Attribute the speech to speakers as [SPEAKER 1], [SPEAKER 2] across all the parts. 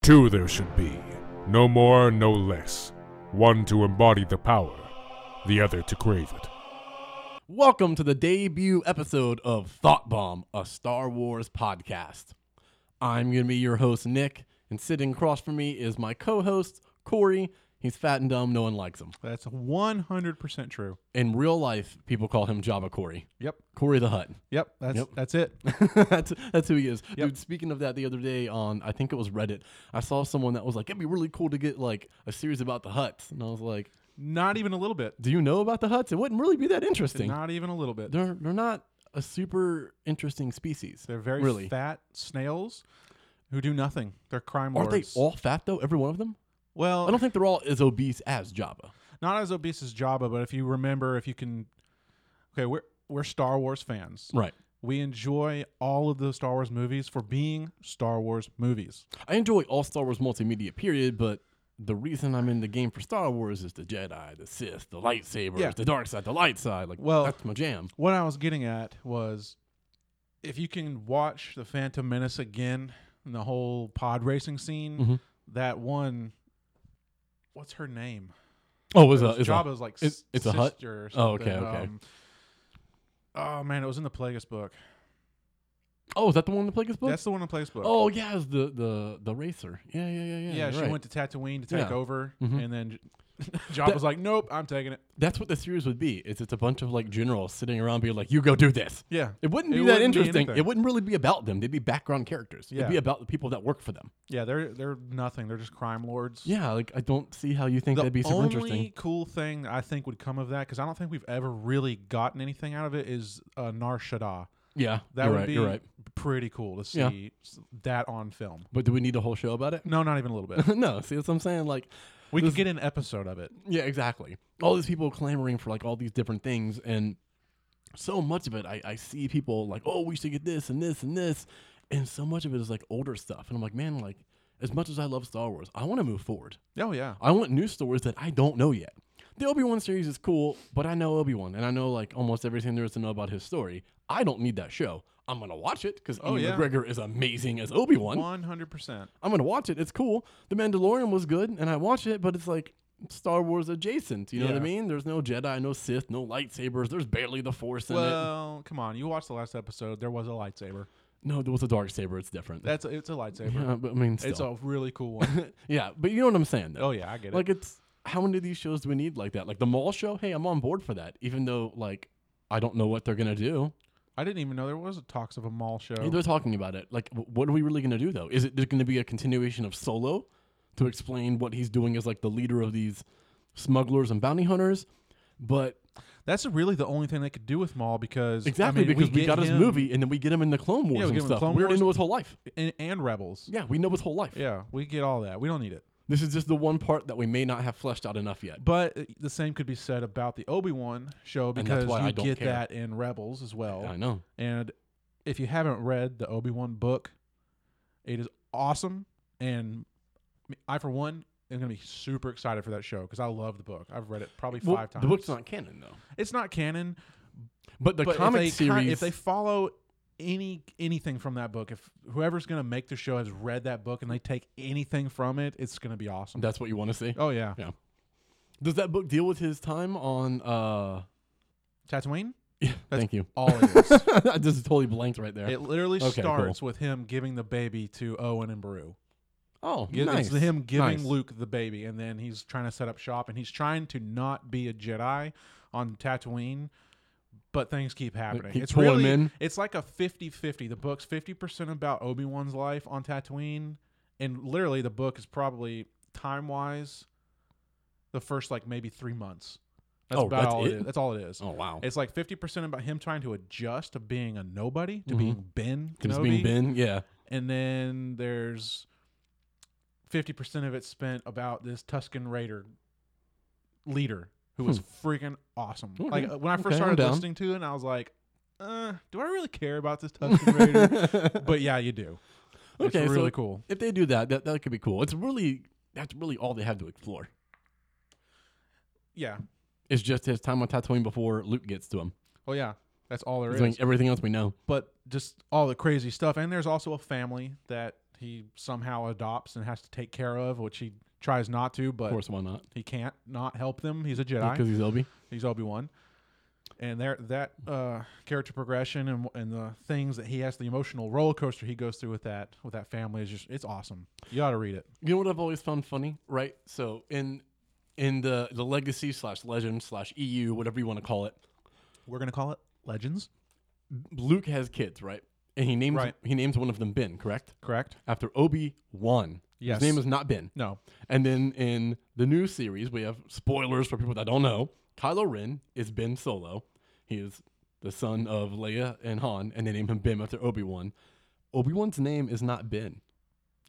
[SPEAKER 1] Two there should be, no more, no less. One to embody the power, the other to crave it.
[SPEAKER 2] Welcome to the debut episode of Thought Bomb, a Star Wars podcast. I'm going to be your host, Nick, and sitting across from me is my co host, Corey. He's fat and dumb, no one likes him.
[SPEAKER 3] That's 100% true.
[SPEAKER 2] In real life, people call him Jabba Corey.
[SPEAKER 3] Yep.
[SPEAKER 2] Corey the Hut.
[SPEAKER 3] Yep. That's
[SPEAKER 2] Yep.
[SPEAKER 3] that's it.
[SPEAKER 2] that's that's who he is,
[SPEAKER 3] Yep.
[SPEAKER 2] dude. Speaking of that, the other day on I think it was Reddit, I saw someone that was like, "It'd be really cool to get like a series about the Huts," and I was like,
[SPEAKER 3] Not even a little bit.
[SPEAKER 2] "Do you know about the Huts? It wouldn't really be that interesting.
[SPEAKER 3] Not even a little bit.
[SPEAKER 2] They're they're not a super interesting species.
[SPEAKER 3] They're very
[SPEAKER 2] really.
[SPEAKER 3] fat snails who do nothing. They're crime
[SPEAKER 2] Aren't they
[SPEAKER 3] lords.
[SPEAKER 2] all fat though? Every one of them?
[SPEAKER 3] Well,
[SPEAKER 2] I don't think they're all as obese as Jabba.
[SPEAKER 3] not as obese as Jabba, but if you remember, if you can, okay, we're we're Star Wars fans.
[SPEAKER 2] Right.
[SPEAKER 3] We enjoy all of the Star Wars movies for being Star Wars movies.
[SPEAKER 2] I enjoy all Star Wars multimedia, period, but the reason I'm in the game for Star Wars is the Jedi, the Sith, the lightsabers,
[SPEAKER 3] Yeah.
[SPEAKER 2] the dark side, the light side. Like,
[SPEAKER 3] Well-
[SPEAKER 2] that's my jam.
[SPEAKER 3] What I was getting at was, if you can watch the Phantom Menace again and the whole pod racing scene,
[SPEAKER 2] Mhm.
[SPEAKER 3] that one, what's her name?
[SPEAKER 2] Oh, was a,
[SPEAKER 3] It was
[SPEAKER 2] is a
[SPEAKER 3] Jabba's like
[SPEAKER 2] it's-
[SPEAKER 3] s-
[SPEAKER 2] it's a
[SPEAKER 3] sister
[SPEAKER 2] hut?
[SPEAKER 3] or
[SPEAKER 2] Oh, okay,
[SPEAKER 3] something.
[SPEAKER 2] okay.
[SPEAKER 3] Um, oh man, it was in the Plagueis book.
[SPEAKER 2] Oh, is that the one in the Plagueis book?
[SPEAKER 3] That's the one in Plagueis book.
[SPEAKER 2] oh, yeah, it's the the the racer. Yeah, yeah, yeah, yeah.
[SPEAKER 3] yeah,
[SPEAKER 2] you're
[SPEAKER 3] she
[SPEAKER 2] right.
[SPEAKER 3] went to Tatooine to take
[SPEAKER 2] Yeah.
[SPEAKER 3] over,
[SPEAKER 2] Mhm.
[SPEAKER 3] and then Jabba's was like, "Nope, I'm taking it."
[SPEAKER 2] That's what the series would be. Is it's a bunch of like generals sitting around being like, "You go do this."
[SPEAKER 3] Yeah,
[SPEAKER 2] It wouldn't
[SPEAKER 3] It
[SPEAKER 2] be that
[SPEAKER 3] wouldn't be
[SPEAKER 2] interesting.
[SPEAKER 3] anything.
[SPEAKER 2] it wouldn't really be about them. They'd be background characters. It'd
[SPEAKER 3] Yeah.
[SPEAKER 2] be about the people that work for them.
[SPEAKER 3] yeah, they're they're nothing. They're just crime lords.
[SPEAKER 2] Yeah, like I don't see how you think
[SPEAKER 3] The
[SPEAKER 2] that'd be super
[SPEAKER 3] only
[SPEAKER 2] interesting.
[SPEAKER 3] cool thing I think would come of that, because I don't think we've ever really gotten anything out of it, is uh, Nar Shaddaa.
[SPEAKER 2] Yeah,
[SPEAKER 3] That
[SPEAKER 2] you're
[SPEAKER 3] would
[SPEAKER 2] right,
[SPEAKER 3] be
[SPEAKER 2] you're right.
[SPEAKER 3] pretty cool to see
[SPEAKER 2] Yeah.
[SPEAKER 3] s- that on film.
[SPEAKER 2] But do we need a whole show about it?
[SPEAKER 3] No, not even a little bit.
[SPEAKER 2] no, see that's what I'm saying? Like,
[SPEAKER 3] We
[SPEAKER 2] This-
[SPEAKER 3] could get an episode of it.
[SPEAKER 2] yeah, exactly. All these people clamoring for like all these different things, and so much of it, I, I see people like, oh, we should get this and this and this, and so much of it is like older stuff, and I'm like, man, like as much as I love Star Wars, I want to move forward.
[SPEAKER 3] Oh yeah,
[SPEAKER 2] I want new stories that I don't know yet. The Obi Wan series is cool, but I know Obi Wan and I know like almost everything there is to know about his story. I don't need that show. I'm gonna watch it because
[SPEAKER 3] Oh,
[SPEAKER 2] Ian
[SPEAKER 3] yeah.
[SPEAKER 2] McGregor is amazing as Obi Wan.
[SPEAKER 3] one hundred percent.
[SPEAKER 2] I'm gonna watch it. It's cool. The Mandalorian was good, and I watch it, but it's like Star Wars adjacent. You know what I
[SPEAKER 3] Yeah.
[SPEAKER 2] mean? There's no Jedi, no Sith, no lightsabers. There's barely the Force in it.
[SPEAKER 3] Well, come on. You watched the last episode. There was a lightsaber.
[SPEAKER 2] No, there was a dark saber. It's different.
[SPEAKER 3] That's a, it's a lightsaber.
[SPEAKER 2] yeah, but I mean,
[SPEAKER 3] it's
[SPEAKER 2] still.
[SPEAKER 3] a really cool one.
[SPEAKER 2] yeah, but you know what I'm saying though.
[SPEAKER 3] oh yeah, I get it.
[SPEAKER 2] Like it's how many of these shows do we need like that? Like the mall show, hey, I'm on board for that. Even though like I don't know what they're gonna do.
[SPEAKER 3] I didn't even know there was a talks of a mall show.
[SPEAKER 2] Hey, They're talking about it. Like, wh- what are we really gonna do though? Is it there gonna be a continuation of Solo to explain what he's doing as like the leader of these smugglers and bounty hunters? But
[SPEAKER 3] That's really the only thing they could do with mall because I
[SPEAKER 2] exactly
[SPEAKER 3] mean,
[SPEAKER 2] because we,
[SPEAKER 3] get
[SPEAKER 2] got his
[SPEAKER 3] him
[SPEAKER 2] movie and then we get him in the Clone Wars
[SPEAKER 3] we
[SPEAKER 2] and
[SPEAKER 3] get him in
[SPEAKER 2] stuff.
[SPEAKER 3] Clone
[SPEAKER 2] we already
[SPEAKER 3] Wars.
[SPEAKER 2] know his wole life.
[SPEAKER 3] and, and Rebels.
[SPEAKER 2] Yeah, we know his whole life.
[SPEAKER 3] Yeah, we get all that. We don't need it.
[SPEAKER 2] This is just the one part that we may not have fleshed out enough yet.
[SPEAKER 3] But uh, the same could be said about the Obi Wan show
[SPEAKER 2] that's
[SPEAKER 3] because you
[SPEAKER 2] why I don't
[SPEAKER 3] get
[SPEAKER 2] care.
[SPEAKER 3] that in Rebels as well.
[SPEAKER 2] I know.
[SPEAKER 3] And if you haven't read the Obi Wan book, it is awesome. And I, for one, am going to be super excited for that show because I love the book. I've read it probably
[SPEAKER 2] Well,
[SPEAKER 3] five times.
[SPEAKER 2] The book's not canon though.
[SPEAKER 3] It's not canon.
[SPEAKER 2] But the
[SPEAKER 3] but
[SPEAKER 2] comic
[SPEAKER 3] if they,
[SPEAKER 2] series
[SPEAKER 3] ki- if they follow any anything from that book, if whoever's going to make the show has read that book and they take anything from it, it's going to be awesome.
[SPEAKER 2] that's what you want to see.
[SPEAKER 3] oh yeah,
[SPEAKER 2] Yeah. Does that book deal with his time on? uh
[SPEAKER 3] Tatooine.
[SPEAKER 2] Yeah, thank you.
[SPEAKER 3] All it is.
[SPEAKER 2] I just totally blanked right there.
[SPEAKER 3] It literally
[SPEAKER 2] Okay, cool.
[SPEAKER 3] starts with him giving the baby to Owen and Baru.
[SPEAKER 2] oh,
[SPEAKER 3] Gi-
[SPEAKER 2] nice.
[SPEAKER 3] It's him giving
[SPEAKER 2] Nice.
[SPEAKER 3] Luke the baby, and then he's trying to set up shop, and he's trying to not be a Jedi on Tatooine, but things keep happening.
[SPEAKER 2] keep
[SPEAKER 3] it's
[SPEAKER 2] pulling him
[SPEAKER 3] really,
[SPEAKER 2] in.
[SPEAKER 3] it's like a 50-50. The book's 50% about Obi-Wan's life on Tatooine, and literally the book is probably time-wise the first like maybe three months. That's
[SPEAKER 2] Oh,
[SPEAKER 3] about
[SPEAKER 2] that's
[SPEAKER 3] all it
[SPEAKER 2] it?
[SPEAKER 3] is. That's all it is.
[SPEAKER 2] Oh wow.
[SPEAKER 3] It's like 50% about him trying to adjust to being a nobody, to
[SPEAKER 2] Mhm.
[SPEAKER 3] being Ben
[SPEAKER 2] It's
[SPEAKER 3] Kenobi
[SPEAKER 2] being Ben, yeah.
[SPEAKER 3] and then there's 50% of it spent about this Tuscan Raider leader who was freaking awesome.
[SPEAKER 2] Hmm. Okay.
[SPEAKER 3] Like uh, when I
[SPEAKER 2] Okay, I'm
[SPEAKER 3] first started
[SPEAKER 2] down.
[SPEAKER 3] listening to it, I was like, uh, do I really care about this Tuscan Raider? But yeah, you do.
[SPEAKER 2] Okay,
[SPEAKER 3] it's
[SPEAKER 2] so-
[SPEAKER 3] really cool.
[SPEAKER 2] if they do that, that that could be cool. It's really that's really all they have to explore.
[SPEAKER 3] Yeah.
[SPEAKER 2] It's just his time on Tatooine before Luke gets to him.
[SPEAKER 3] Oh yeah. That's all there
[SPEAKER 2] He's doing
[SPEAKER 3] is.
[SPEAKER 2] everything else we know.
[SPEAKER 3] but just all the crazy stuff. And there's also a family that he somehow adopts and has to take care of, which he tries not to,
[SPEAKER 2] Of
[SPEAKER 3] but
[SPEAKER 2] course, why not?
[SPEAKER 3] he can't not help them. He's a Jedi.
[SPEAKER 2] Because he's Obi.
[SPEAKER 3] He's Obi Wan, and there that uh, character progression and and the things that he has, the emotional roller coaster he goes through with that with that family is just it's awesome. You got to read it.
[SPEAKER 2] You know what I've always found funny, right? So in in the the legacy slash legend slash EU, whatever you want to call it,
[SPEAKER 3] We're gonna call it Legends,
[SPEAKER 2] Luke has kids, right? And he names
[SPEAKER 3] Right.
[SPEAKER 2] he names one of them Ben, correct?
[SPEAKER 3] correct?
[SPEAKER 2] After Obi Wan,
[SPEAKER 3] Yes.
[SPEAKER 2] his name is not Ben.
[SPEAKER 3] No,
[SPEAKER 2] And then in the new series, we have spoilers for people that don't know. Kylo Ren is Ben Solo. He is the son of Leia and Han, and they name him Ben after Obi Wan. Obi Wan's name is not Ben.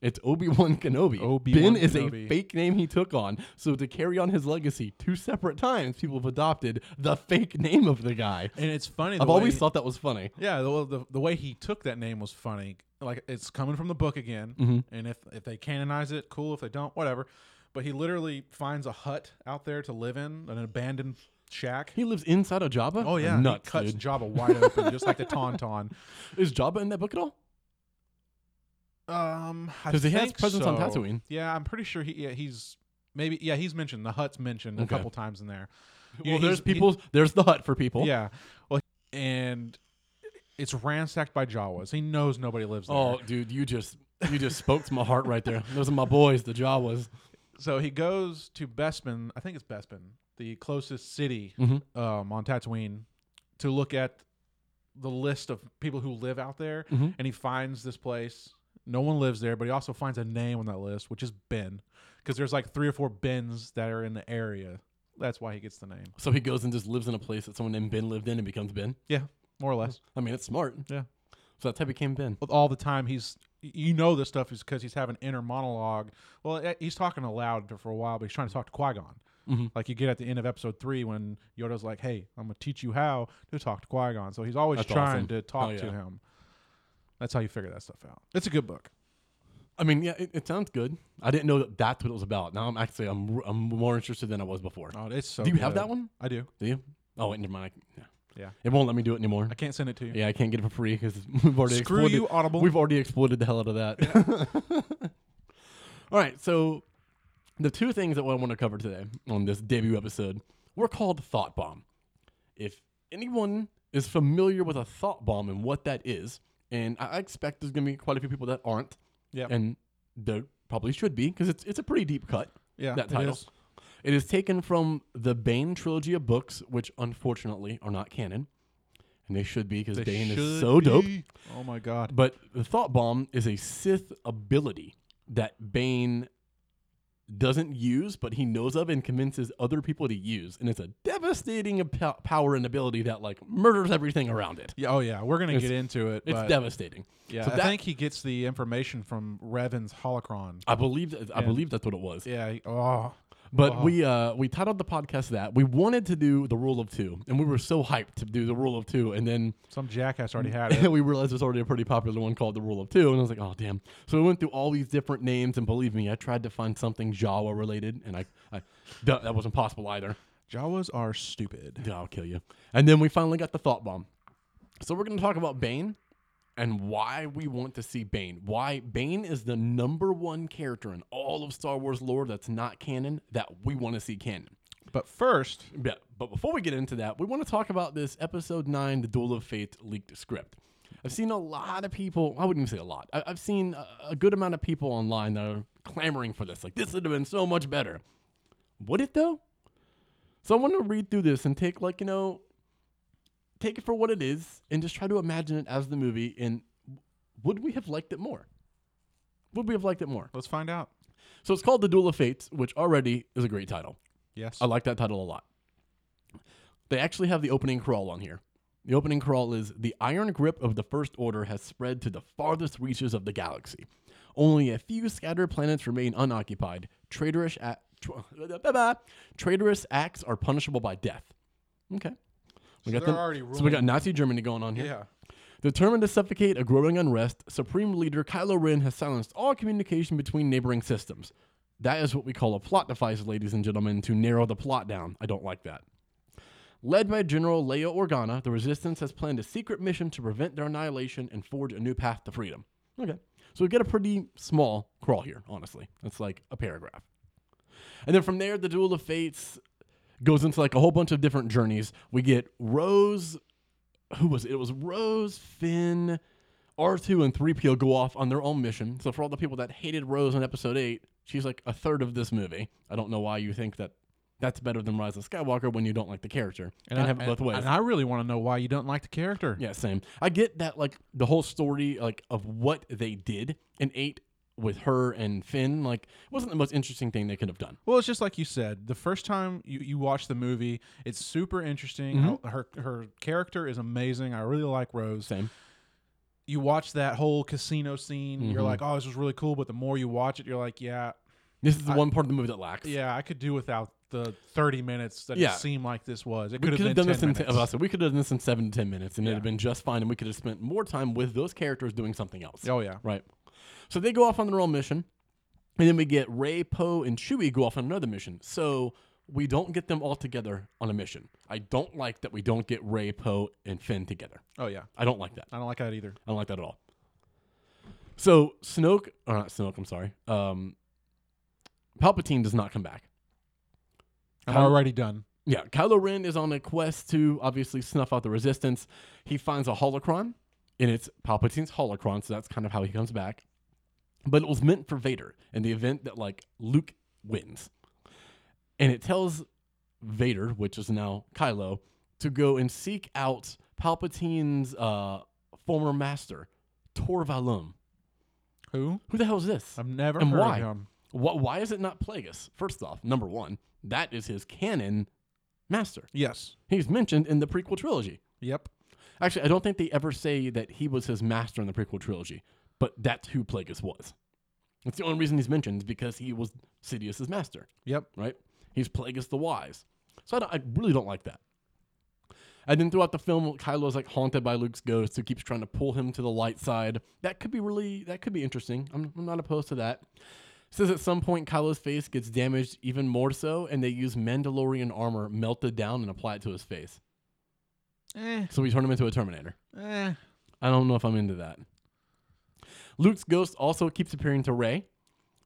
[SPEAKER 2] It's Obi Wan Kenobi.
[SPEAKER 3] Obi-Wan
[SPEAKER 2] ben is
[SPEAKER 3] Kenobi.
[SPEAKER 2] a fake name he took on. So to carry on his legacy, two separate times people have adopted the fake name of the guy.
[SPEAKER 3] and it's funny. the
[SPEAKER 2] I've always
[SPEAKER 3] way-
[SPEAKER 2] thought that was funny.
[SPEAKER 3] yeah, the, the the way he took that name was funny. Like it's coming from the book again,
[SPEAKER 2] Mm-hmm.
[SPEAKER 3] and if if they canonize it, cool. If they don't, whatever. But he literally finds a hut out there to live in, an abandoned shack.
[SPEAKER 2] He lives inside of Jabba.
[SPEAKER 3] Oh yeah,
[SPEAKER 2] nuts.
[SPEAKER 3] he cuts
[SPEAKER 2] dude.
[SPEAKER 3] Jabba wide open, just like the Tauntaun.
[SPEAKER 2] Is Jabba in that book at all?
[SPEAKER 3] Um, I
[SPEAKER 2] 'Cause he has
[SPEAKER 3] think
[SPEAKER 2] presence on
[SPEAKER 3] so.
[SPEAKER 2] Tatooine.
[SPEAKER 3] Yeah, I'm pretty sure he yeah, he's maybe yeah he's mentioned the hut's mentioned a
[SPEAKER 2] Okay.
[SPEAKER 3] couple times in there. You
[SPEAKER 2] Well,
[SPEAKER 3] know,
[SPEAKER 2] there's
[SPEAKER 3] he's- he-
[SPEAKER 2] people. there's the hut for people.
[SPEAKER 3] yeah, well, and it's ransacked by Jawas. He knows nobody lives there.
[SPEAKER 2] Oh, dude, you just you just spoke to my heart right there. Those are my boys, the Jawas.
[SPEAKER 3] So he goes to Bespin. I think it's Bespin, the closest city
[SPEAKER 2] Mhm.
[SPEAKER 3] um, on Tatooine, to look at the list of people who live out there,
[SPEAKER 2] Mhm.
[SPEAKER 3] and he finds this place. No one lives there, but he also finds a name on that list, which is Ben, because there's like three or four Bens that are in the area. That's why he gets the name.
[SPEAKER 2] So he goes and just lives in a place that someone named Ben lived in and becomes Ben.
[SPEAKER 3] Yeah, more or less.
[SPEAKER 2] I mean, it's smart.
[SPEAKER 3] Yeah.
[SPEAKER 2] So that's how he became Ben.
[SPEAKER 3] But All the time he's, you know, this stuff is because he's having inner monologue. Well, eh, he's talking aloud for a while, but he's trying to talk to Qui Gon.
[SPEAKER 2] Mhm.
[SPEAKER 3] Like you get at the end of episode three when Yoda's like, "Hey, I'm gonna teach you how to talk to Qui Gon." So he's always
[SPEAKER 2] That's
[SPEAKER 3] trying
[SPEAKER 2] awesome.
[SPEAKER 3] to talk
[SPEAKER 2] Hell
[SPEAKER 3] to
[SPEAKER 2] yeah.
[SPEAKER 3] him. That's how you figure that stuff out. It's a good book.
[SPEAKER 2] I mean, yeah, it, it sounds good. I didn't know that that's what it was about. Now I'm actually I'm r- I'm more interested than I was before.
[SPEAKER 3] Oh, it's so.
[SPEAKER 2] do you have
[SPEAKER 3] good.
[SPEAKER 2] that one?
[SPEAKER 3] I do.
[SPEAKER 2] Do you? Oh, wait, never mind. I- yeah.
[SPEAKER 3] Yeah.
[SPEAKER 2] It won't let me do it anymore.
[SPEAKER 3] I can't send it to you.
[SPEAKER 2] Yeah, I can't get it for free because we've already
[SPEAKER 3] Screw
[SPEAKER 2] exploited-
[SPEAKER 3] you, Audible.
[SPEAKER 2] We've already exploited the hell out of that. All right, so the two things that I want to cover today on this debut episode were called thought bomb. If anyone is familiar with a thought bomb and what that is, and I I expect there's going to be quite a few people that aren't,
[SPEAKER 3] yeah.
[SPEAKER 2] and there probably should be because it's it's a pretty deep cut.
[SPEAKER 3] yeah.
[SPEAKER 2] that
[SPEAKER 3] it
[SPEAKER 2] title.
[SPEAKER 3] is.
[SPEAKER 2] It is taken from the Bane trilogy of books, which unfortunately are not canon, and they should be because
[SPEAKER 3] They
[SPEAKER 2] Bane
[SPEAKER 3] should
[SPEAKER 2] is so dope.
[SPEAKER 3] be. Oh my god.
[SPEAKER 2] But the thought bomb is a Sith ability that Bane doesn't use, but he knows of and convinces other people to use, and it's a devastating ap- power and ability that like murders everything around it.
[SPEAKER 3] Yeah. Oh yeah. We're gonna
[SPEAKER 2] It's-
[SPEAKER 3] get into it.
[SPEAKER 2] It's
[SPEAKER 3] but
[SPEAKER 2] devastating.
[SPEAKER 3] yeah.
[SPEAKER 2] so
[SPEAKER 3] I
[SPEAKER 2] that-
[SPEAKER 3] think he gets the information from Revan's holocron.
[SPEAKER 2] I believe that, I
[SPEAKER 3] Yeah.
[SPEAKER 2] believe that's what it was.
[SPEAKER 3] Yeah. he- Oh.
[SPEAKER 2] But
[SPEAKER 3] Wow.
[SPEAKER 2] we uh, we titled the podcast that we wanted to do the rule of two, and we were so hyped to do the rule of two, and then
[SPEAKER 3] Some jackass already had it.
[SPEAKER 2] and we realized there's already a pretty popular one called the Rule of Two, and I was like, oh damn. So we went through all these different names, and believe me, I tried to find something Jawa related, and I, I that, that wasn't possible either.
[SPEAKER 3] Jawas are stupid.
[SPEAKER 2] Yeah, I'll kill you. And then we finally got the thought bomb. So we're gonna talk about Bane and why we want to see Bane. Why Bane is the number one character in all of Star Wars lore that's not canon that we want to see canon.
[SPEAKER 3] But first,
[SPEAKER 2] Yeah, but before we get into that, we want to talk about this episode nine, the Duel of Fate leaked script. I've seen a lot of people. I wouldn't even say a lot. I, I've seen a, a good amount of people online that are clamoring for this. Like this would have been so much better. Would it though? So I want to read through this and take like you know, take it for what it is and just try to imagine it as the movie. And would we have liked it more? Would we have liked it more?
[SPEAKER 3] let's find out.
[SPEAKER 2] So it's called the Duel of Fates, which already is a great title.
[SPEAKER 3] Yes.
[SPEAKER 2] I like that title a lot. They actually have the opening crawl on here. The opening crawl is The iron grip of the First Order has spread to the farthest reaches of the galaxy. Only a few scattered planets remain unoccupied. Traitorous, a- tw- traitorous acts are punishable by death. Okay. We
[SPEAKER 3] So
[SPEAKER 2] got
[SPEAKER 3] they're
[SPEAKER 2] the-
[SPEAKER 3] already
[SPEAKER 2] so we got
[SPEAKER 3] ruling-
[SPEAKER 2] Nazi Germany going on here.
[SPEAKER 3] Yeah.
[SPEAKER 2] Determined to suffocate a growing unrest, Supreme Leader Kylo Ren has silenced all communication between neighboring systems. That is what we call a plot device, ladies and gentlemen, to narrow the plot down. I don't like that. Led by General Leia Organa, the Resistance has planned a secret mission to prevent their annihilation and forge a new path to freedom. Okay. So we get a pretty small crawl here, honestly. It's like a paragraph. And then from there, the Duel of Fates goes into like a whole bunch of different journeys. We get Rose, who was it? It was Rose, Finn, R2, and 3PO go off on their own mission. So for all the people that hated Rose in episode 8, she's like a third of this movie. I don't know why you think that that's better than Rise of Skywalker when you don't like the character and,
[SPEAKER 3] I,
[SPEAKER 2] have it both ways.
[SPEAKER 3] And I really want to know why you don't like the character.
[SPEAKER 2] Yeah, same. I get that like the whole story like of what they did in eight with her and Finn like wasn't the most interesting thing they could have done.
[SPEAKER 3] Well, it's just like you said. The first time you, you watch the movie, it's super interesting.
[SPEAKER 2] Mm-hmm.
[SPEAKER 3] I- Her her character is amazing. I really like Rose.
[SPEAKER 2] Same.
[SPEAKER 3] You watch that whole casino scene.
[SPEAKER 2] Mm-hmm.
[SPEAKER 3] You're like, oh, this was really cool. But the more you watch it, you're like, yeah,
[SPEAKER 2] This is the one part of the movie that lacks.
[SPEAKER 3] yeah, I could do without the 30 minutes that
[SPEAKER 2] Yeah.
[SPEAKER 3] it seemed like this was. It
[SPEAKER 2] We
[SPEAKER 3] could have been
[SPEAKER 2] done
[SPEAKER 3] 10
[SPEAKER 2] this in
[SPEAKER 3] minutes.
[SPEAKER 2] ten, oh, so we could have done this in seven to ten minutes, and
[SPEAKER 3] Yeah.
[SPEAKER 2] it'd have been just fine, and we could have spent more time with those characters doing something else.
[SPEAKER 3] oh yeah.
[SPEAKER 2] Right. So they go off on their own mission, and then we get Ray, Poe, and Chewie go off on another mission. So we don't get them all together on a mission. I don't like that we don't get Ray, Poe, and Finn together.
[SPEAKER 3] Oh yeah.
[SPEAKER 2] I don't like that.
[SPEAKER 3] I don't like that either.
[SPEAKER 2] I don't like that at all. So Snoke, or not Snoke, I'm sorry. Um, Palpatine does not come back.
[SPEAKER 3] I'm
[SPEAKER 2] How-
[SPEAKER 3] already done.
[SPEAKER 2] Yeah, Kylo Ren is on a quest to obviously snuff out the resistance. He finds a holocron, and it's Palpatine's holocron, so that's kind of how he comes back. But it was meant for Vader in the event that like Luke wins. And it tells Vader, which is now Kylo, to go and seek out Palpatine's uh, former master, Torvalum.
[SPEAKER 3] Who?
[SPEAKER 2] Who the hell is this?
[SPEAKER 3] I've never
[SPEAKER 2] And
[SPEAKER 3] heard
[SPEAKER 2] why?
[SPEAKER 3] of him.
[SPEAKER 2] Why, why is it not Plagueis? First off, number one, that is his canon master.
[SPEAKER 3] Yes.
[SPEAKER 2] He's mentioned in the prequel trilogy.
[SPEAKER 3] Yep.
[SPEAKER 2] Actually, I don't think they ever say that he was his master in the prequel trilogy, but that's who Plagueis was. That's the only reason he's mentioned is because he was Sidious's master,
[SPEAKER 3] Yep.
[SPEAKER 2] right? He's Plagueis the Wise. So I, don't- I really don't like that. And then throughout the film, Kylo's like haunted by Luke's ghost, who keeps trying to pull him to the light side. That could be really, that could be interesting. I'm, I'm not opposed to that. Says at some point, Kylo's face gets damaged even more so, and they use Mandalorian armor melted down and apply it to his face.
[SPEAKER 3] Eh.
[SPEAKER 2] So we turn him into a Terminator.
[SPEAKER 3] Eh.
[SPEAKER 2] I don't know if I'm into that. Luke's ghost also keeps appearing to Rey.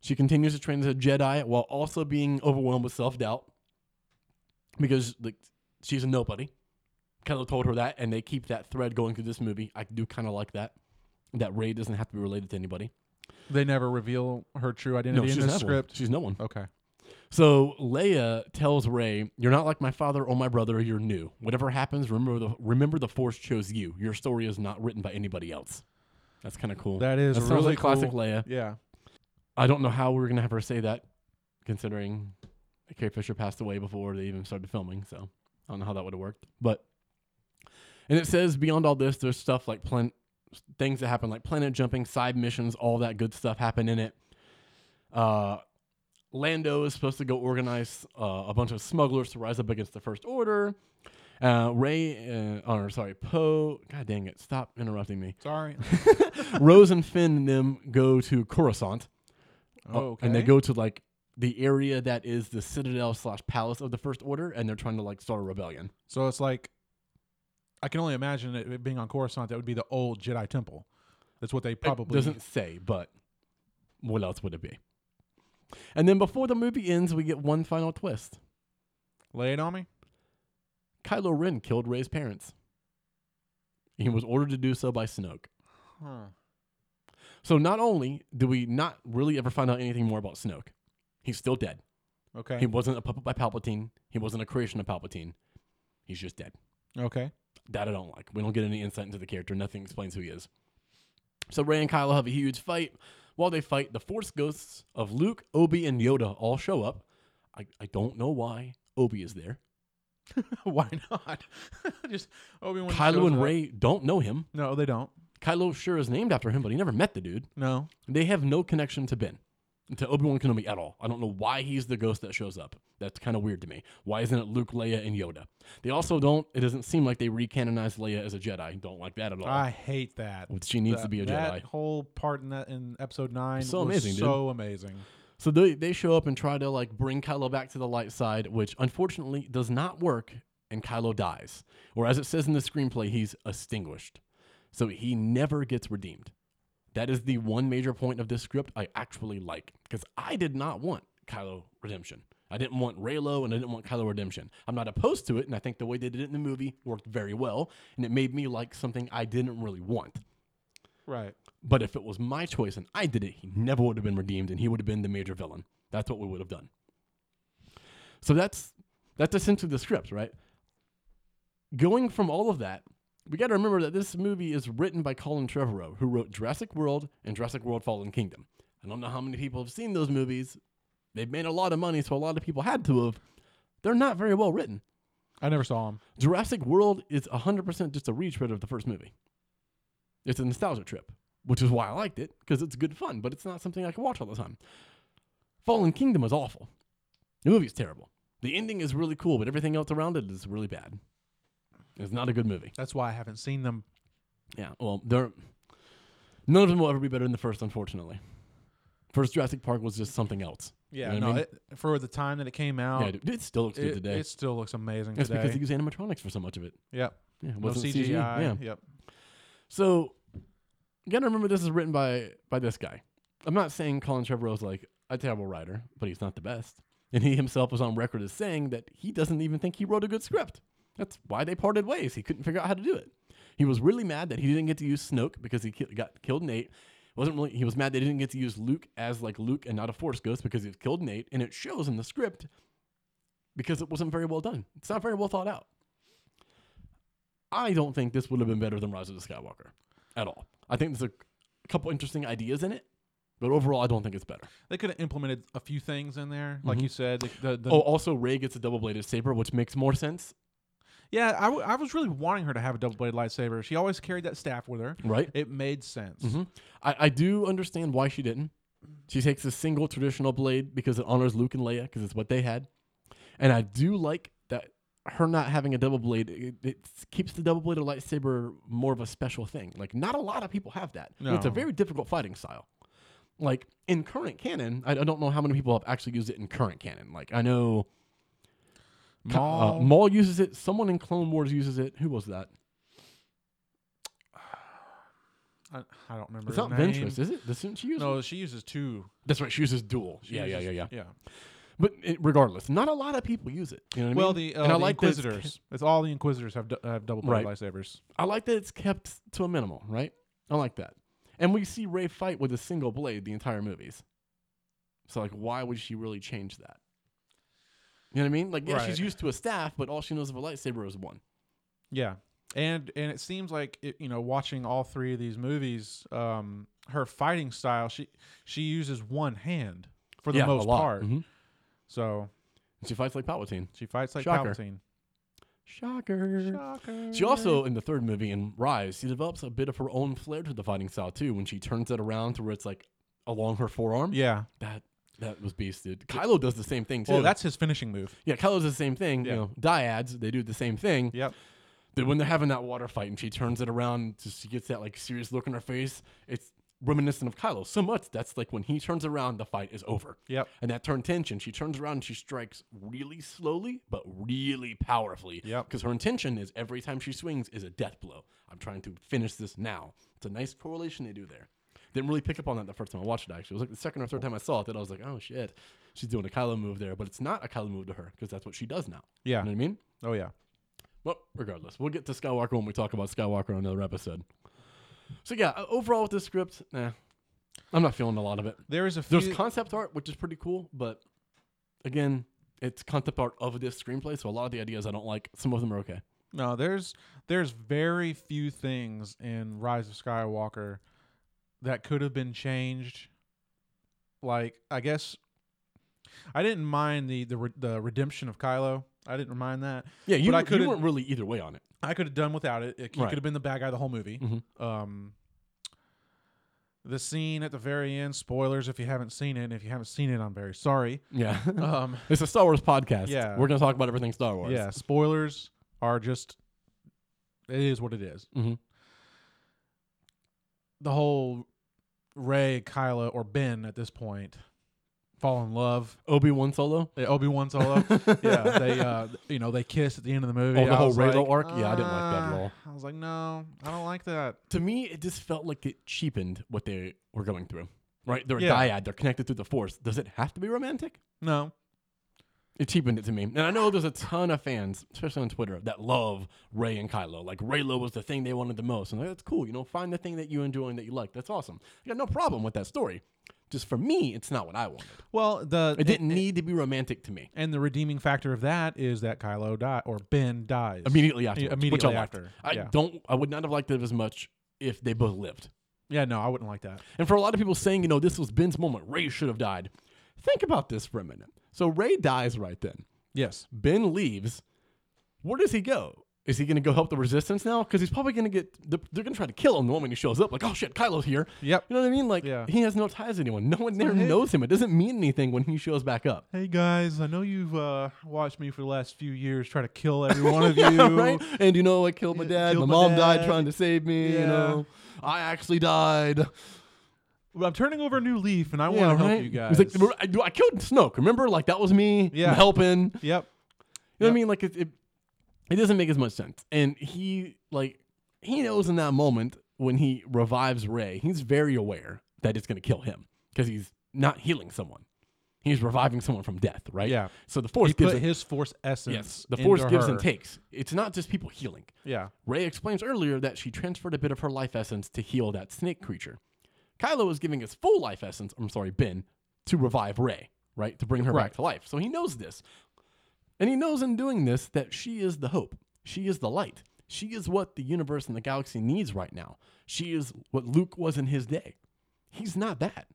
[SPEAKER 2] She continues to train as a Jedi while also being overwhelmed with self doubt because like she's a nobody. Kylo told her that, and they keep that thread going through this movie. I do kind of like that. That Rey doesn't have to be related to anybody.
[SPEAKER 3] They never reveal her true identity in
[SPEAKER 2] she's
[SPEAKER 3] the
[SPEAKER 2] not one.
[SPEAKER 3] script.
[SPEAKER 2] She's no one.
[SPEAKER 3] Okay.
[SPEAKER 2] So Leia tells Rey, "You're not like my father or my brother. You're new. Whatever happens, remember the remember the Force chose you. Your story is not written by anybody else." That's kind of cool.
[SPEAKER 3] That is
[SPEAKER 2] That sounds
[SPEAKER 3] really
[SPEAKER 2] like classic
[SPEAKER 3] cool.
[SPEAKER 2] Leia.
[SPEAKER 3] Yeah.
[SPEAKER 2] I don't know how we were gonna have her say that, considering that Carrie Fisher passed away before they even started filming. So I don't know how that would have worked. But and it says beyond all this, there's stuff like plan things that happen, like planet jumping, side missions, all that good stuff happen in it. Uh, Lando is supposed to go organize uh, a bunch of smugglers to rise up against the First Order. Uh, Ray, uh, or sorry, Poe. God dang it! Stop interrupting me.
[SPEAKER 3] Sorry.
[SPEAKER 2] Rose and Finn and them go to Coruscant.
[SPEAKER 3] Oh,
[SPEAKER 2] Oh,
[SPEAKER 3] okay.
[SPEAKER 2] And they go to like the area that is the citadel slash palace of the First Order, and they're trying to like start a rebellion.
[SPEAKER 3] So it's like, I can only imagine it it being on Coruscant. That would be the old Jedi Temple. That's what they
[SPEAKER 2] it
[SPEAKER 3] probably.
[SPEAKER 2] doesn't say, but what else would it be? And then before the movie ends, we get one final twist:
[SPEAKER 3] lay it on me.
[SPEAKER 2] Kylo Ren killed Rey's parents. He was ordered to do so by Snoke.
[SPEAKER 3] Huh.
[SPEAKER 2] So not only do we not really ever find out anything more about Snoke, he's still dead.
[SPEAKER 3] Okay.
[SPEAKER 2] He wasn't a puppet by Palpatine. He wasn't a creation of Palpatine. He's just dead.
[SPEAKER 3] okay.
[SPEAKER 2] that I don't like. We don't get any insight into the character. Nothing explains who he is. So Ray and Kylo have a huge fight. While they fight, the Force ghosts of Luke, Obi, and Yoda all show up. I, I don't know why Obi is there.
[SPEAKER 3] Why not? Just Obi Wan.
[SPEAKER 2] Kylo and Ray don't know him.
[SPEAKER 3] No, they don't.
[SPEAKER 2] Kylo sure is named after him, but he never met the dude.
[SPEAKER 3] No.
[SPEAKER 2] They have no connection to Ben, to Obi Wan Kenobi at all. I don't know why he's the ghost that shows up. That's kind of weird to me. Why isn't it Luke, Leia, and Yoda? They also don't. It doesn't seem like they recanonized Leia as a Jedi. Don't like that at all.
[SPEAKER 3] I hate that.
[SPEAKER 2] she needs
[SPEAKER 3] That-
[SPEAKER 2] to be a Jedi.
[SPEAKER 3] That whole part in that in episode nine
[SPEAKER 2] so
[SPEAKER 3] was
[SPEAKER 2] amazing, dude.
[SPEAKER 3] so amazing.
[SPEAKER 2] So they, they show up and try to like bring Kylo back to the light side, which unfortunately does not work, and Kylo dies. Or as it says in the screenplay, he's extinguished. So he never gets redeemed. That is the one major point of this script I actually like because I did not want Kylo redemption. I didn't want Raylo and I didn't want Kylo redemption. I'm not opposed to it, and I think the way they did it in the movie worked very well, and it made me like something I didn't really want.
[SPEAKER 3] Right.
[SPEAKER 2] But if it was my choice and I did it, he never would have been redeemed and he would have been the major villain. That's what we would have done. So that's that's essentially the script, right? Going from all of that, we got to remember that this movie is written by Colin Trevorrow, who wrote Jurassic World and Jurassic World Fallen Kingdom. I don't know how many people have seen those movies. They've made a lot of money, so a lot of people had to have. They're not very well written.
[SPEAKER 3] I never saw him.
[SPEAKER 2] Jurassic World is 100% just a retread of the first movie. It's a nostalgia trip, which is why I liked it, because it's good fun, but it's not something I can watch all the time. Fallen Kingdom is awful. The movie's terrible. The ending is really cool, but everything else around it is really bad. It's not a good movie.
[SPEAKER 3] That's why I haven't seen them.
[SPEAKER 2] Yeah, well, they're, none of them will ever be better than the first, unfortunately. First Jurassic Park was just something else.
[SPEAKER 3] Yeah.
[SPEAKER 2] know what I
[SPEAKER 3] no.
[SPEAKER 2] mean?
[SPEAKER 3] it, for the time that it came out,
[SPEAKER 2] yeah, dude, it still looks good
[SPEAKER 3] Oh. it,
[SPEAKER 2] today.
[SPEAKER 3] it still looks amazing
[SPEAKER 2] It's
[SPEAKER 3] today.
[SPEAKER 2] because they use animatronics for so much of it.
[SPEAKER 3] yep.
[SPEAKER 2] Yeah, it
[SPEAKER 3] No
[SPEAKER 2] wasn't
[SPEAKER 3] CGI.
[SPEAKER 2] CG. Yeah.
[SPEAKER 3] Yep.
[SPEAKER 2] So you gotta remember this is written by by this guy. I'm not saying Colin Trevorrow's like a terrible writer, but he's not the best. And he himself was on record as saying that he doesn't even think he wrote a good script. That's why they parted ways. He couldn't figure out how to do it. He was really mad that he didn't get to use Snoke because he ki- got killed Nate. Wasn't really he was mad they didn't get to use Luke as like Luke and not a Force ghost because he killed Nate and it shows in the script because it wasn't very well done. It's not very well thought out. I don't think this would have been better than Rise of the Skywalker at all. I think there's a c- couple interesting ideas in it, but overall, I don't think it's better.
[SPEAKER 3] They could have implemented a few things in there, like you said. The, the, the,
[SPEAKER 2] oh, also, Ray gets a double bladed saber, which makes more sense,
[SPEAKER 3] yeah. I, w- I was really wanting her to have a double bladed lightsaber. She always carried that staff with her.
[SPEAKER 2] right?
[SPEAKER 3] It made sense.
[SPEAKER 2] Mhm. I, I do understand why she didn't. She takes a single traditional blade because it honors Luke and Leia because it's what they had. And I do like that her not having a double blade, it, it keeps the double bladed lightsaber more of a special thing. Like, not a lot of people have that. And It's a
[SPEAKER 3] No.
[SPEAKER 2] very difficult fighting style. Like, in current canon, I, I don't know how many people have actually used it in current canon. Like, I know Ca-
[SPEAKER 3] Maul,
[SPEAKER 2] uh, Maul uses it, someone in Clone Wars uses it. Who was that?
[SPEAKER 3] I, I don't remember.
[SPEAKER 2] It's
[SPEAKER 3] his
[SPEAKER 2] not
[SPEAKER 3] name.
[SPEAKER 2] Ventress, is it? Doesn't she use it?
[SPEAKER 3] No, she uses two.
[SPEAKER 2] That's right, she uses dual.
[SPEAKER 3] She
[SPEAKER 2] yeah, yeah, yeah,
[SPEAKER 3] uses-
[SPEAKER 2] yeah.
[SPEAKER 3] Yeah.
[SPEAKER 2] But it, regardless, not a lot of people use it. You know what I
[SPEAKER 3] Well,
[SPEAKER 2] mean?
[SPEAKER 3] the uh,
[SPEAKER 2] and I
[SPEAKER 3] the
[SPEAKER 2] like that it's
[SPEAKER 3] Inquisitors. It's, all the Inquisitors have, du- have double bladed
[SPEAKER 2] Right.
[SPEAKER 3] lightsabers.
[SPEAKER 2] ke- I like that it's kept to a minimal, right? I like that. And we see Ray fight with a single blade the entire movies. So like, why would she really change that? You know what I mean? Like, yeah, she's
[SPEAKER 3] Right.
[SPEAKER 2] used to a staff, but all she knows of a lightsaber is one.
[SPEAKER 3] Yeah, and and it seems like it, you know, watching all three of these movies, um, her fighting style, she she uses one hand for the
[SPEAKER 2] yeah,
[SPEAKER 3] most
[SPEAKER 2] a lot.
[SPEAKER 3] part.
[SPEAKER 2] Mhm.
[SPEAKER 3] So
[SPEAKER 2] She fights like Palpatine.
[SPEAKER 3] she fights like
[SPEAKER 2] Shocker.
[SPEAKER 3] Palpatine.
[SPEAKER 2] Shocker.
[SPEAKER 3] Shocker.
[SPEAKER 2] She also, in the third movie, in Rise, she develops a bit of her own flair to the fighting style too. When she turns it around to where it's like along her forearm,
[SPEAKER 3] yeah.
[SPEAKER 2] that that was beast, dude. Kylo does the same thing too.
[SPEAKER 3] Well, that's his finishing move.
[SPEAKER 2] Yeah, Kylo does the same thing.
[SPEAKER 3] Yeah.
[SPEAKER 2] You know, dyads, they do the same thing.
[SPEAKER 3] Yep.
[SPEAKER 2] Dude, when they're having that water fight and she turns it around, just, she gets that like serious look on her face. It's reminiscent of Kylo so much. That's like when he turns around, the fight is over.
[SPEAKER 3] Yep.
[SPEAKER 2] And that turn tension, she turns around and she strikes really slowly, but really powerfully.
[SPEAKER 3] Yep.
[SPEAKER 2] Because her intention is every time she swings is a death blow. I'm trying to finish this now. It's a nice correlation they do there. Didn't really pick up on that the first time I watched it, actually. It was like the second or third time I saw it that I was like, oh shit, she's doing a Kylo move there, but it's not a Kylo move to her because that's what she does now.
[SPEAKER 3] Yeah.
[SPEAKER 2] You know what I mean?
[SPEAKER 3] Oh yeah.
[SPEAKER 2] Well, regardless, we'll get to Skywalker when we talk about Skywalker on another episode. So yeah, uh, overall with this script, nah, I'm not feeling a lot of it.
[SPEAKER 3] There is a few.
[SPEAKER 2] There's concept art, which is pretty cool, but again, it's concept art of this screenplay, so a lot of the ideas I don't like. Some of them are okay.
[SPEAKER 3] no, there's there's very few things in Rise of Skywalker that could have been changed. Like I guess I didn't mind the the re- the redemption of Kylo. I didn't mind that.
[SPEAKER 2] Yeah, you,
[SPEAKER 3] But I
[SPEAKER 2] were- you
[SPEAKER 3] couldn't-
[SPEAKER 2] weren't really either way on it.
[SPEAKER 3] I could have done without it. it he
[SPEAKER 2] Right.
[SPEAKER 3] could have been the bad guy the whole movie.
[SPEAKER 2] Mhm.
[SPEAKER 3] Um, the scene at the very end. Spoilers if you haven't seen it. And if you haven't seen it, I'm very sorry.
[SPEAKER 2] Yeah,
[SPEAKER 3] Um,
[SPEAKER 2] it's a Star Wars podcast.
[SPEAKER 3] Yeah.
[SPEAKER 2] we're gonna talk about everything Star Wars.
[SPEAKER 3] yeah, spoilers are just. It is what it is.
[SPEAKER 2] Mhm.
[SPEAKER 3] The whole Ray, Kyla, or Ben at this point fall in love. Eh,
[SPEAKER 2] Obi Wan Solo.
[SPEAKER 3] Obi Wan Solo. yeah, they uh, you know they kiss at the end of the movie.
[SPEAKER 2] Oh, the
[SPEAKER 3] I
[SPEAKER 2] whole
[SPEAKER 3] was
[SPEAKER 2] Raylo
[SPEAKER 3] like,
[SPEAKER 2] arc? Yeah, I didn't like that at
[SPEAKER 3] "Ah."
[SPEAKER 2] all.
[SPEAKER 3] I was like, no, I don't like that.
[SPEAKER 2] To me, it just felt like it cheapened what they were going through. Right? They're a
[SPEAKER 3] Yeah.
[SPEAKER 2] dyad. They're connected through the Force. Does it have to be romantic?
[SPEAKER 3] No,
[SPEAKER 2] It cheapened it to me. And I know there's a ton of fans, especially on Twitter, that love Ray and Kylo. Like Raylo was the thing they wanted the most. And I'm like, that's cool. You know, find the thing that you enjoy and that you like. That's awesome. I got no problem with that story. Just for me, it's not what I wanted.
[SPEAKER 3] well the
[SPEAKER 2] It didn't need to be romantic to me.
[SPEAKER 3] and the redeeming factor of that is that Kylo die or Ben dies
[SPEAKER 2] Immediately after. which I
[SPEAKER 3] immediately
[SPEAKER 2] liked.
[SPEAKER 3] after.
[SPEAKER 2] I
[SPEAKER 3] yeah.
[SPEAKER 2] don't I would not have liked it as much if they both lived.
[SPEAKER 3] yeah, no, I wouldn't like that.
[SPEAKER 2] And for a lot of people saying, you know, this was Ben's moment, Ray should have died. Think about this for a minute. So Ray dies right then.
[SPEAKER 3] Yes,
[SPEAKER 2] Ben leaves. Where does he go? Is he going to go help the resistance now? Because he's probably going to get, they're going to try to kill him the moment he shows up. Like, oh shit, Kylo's here.
[SPEAKER 3] Yep.
[SPEAKER 2] You know what I mean? Like,
[SPEAKER 3] Yeah.
[SPEAKER 2] he has no ties to anyone. No one there
[SPEAKER 3] hey-
[SPEAKER 2] knows him. It doesn't mean anything when he shows back up.
[SPEAKER 3] Hey guys, I know you've uh, watched me for the last few years try to kill every one of you.
[SPEAKER 2] right? And you know, I killed my
[SPEAKER 3] Yeah,
[SPEAKER 2] dad.
[SPEAKER 3] killed
[SPEAKER 2] my
[SPEAKER 3] my
[SPEAKER 2] mom died
[SPEAKER 3] dad.
[SPEAKER 2] trying to save me. You
[SPEAKER 3] Yeah.
[SPEAKER 2] know, I actually died.
[SPEAKER 3] Well, I'm turning over a new leaf, and I
[SPEAKER 2] Yeah,
[SPEAKER 3] want to
[SPEAKER 2] right?
[SPEAKER 3] help you guys.
[SPEAKER 2] He's like, I, I killed Snoke. Remember, like that was me.
[SPEAKER 3] Yeah.
[SPEAKER 2] I'm helping.
[SPEAKER 3] yep.
[SPEAKER 2] You know what I
[SPEAKER 3] Yep.
[SPEAKER 2] mean? Like it, it, it doesn't make as much sense. And he like he knows in that moment when he revives Ray, he's very aware that it's going to kill him because he's not healing someone. He's reviving someone from death, right?
[SPEAKER 3] Yeah.
[SPEAKER 2] So the force
[SPEAKER 3] he
[SPEAKER 2] gives
[SPEAKER 3] put
[SPEAKER 2] and-
[SPEAKER 3] his force essence.
[SPEAKER 2] yes, the
[SPEAKER 3] into
[SPEAKER 2] force gives
[SPEAKER 3] her.
[SPEAKER 2] and takes. It's not just people healing.
[SPEAKER 3] Yeah.
[SPEAKER 2] Ray explains earlier that she transferred a bit of her life essence to heal that snake creature. Kylo is giving his full life essence, I'm sorry, Ben, to revive Ray, right? To bring her back
[SPEAKER 3] Correct.
[SPEAKER 2] to life. So he knows this. And he knows in doing this that she is the hope. She is the light. She is what the universe and the galaxy needs right now. She is what Luke was in his day. He's not that.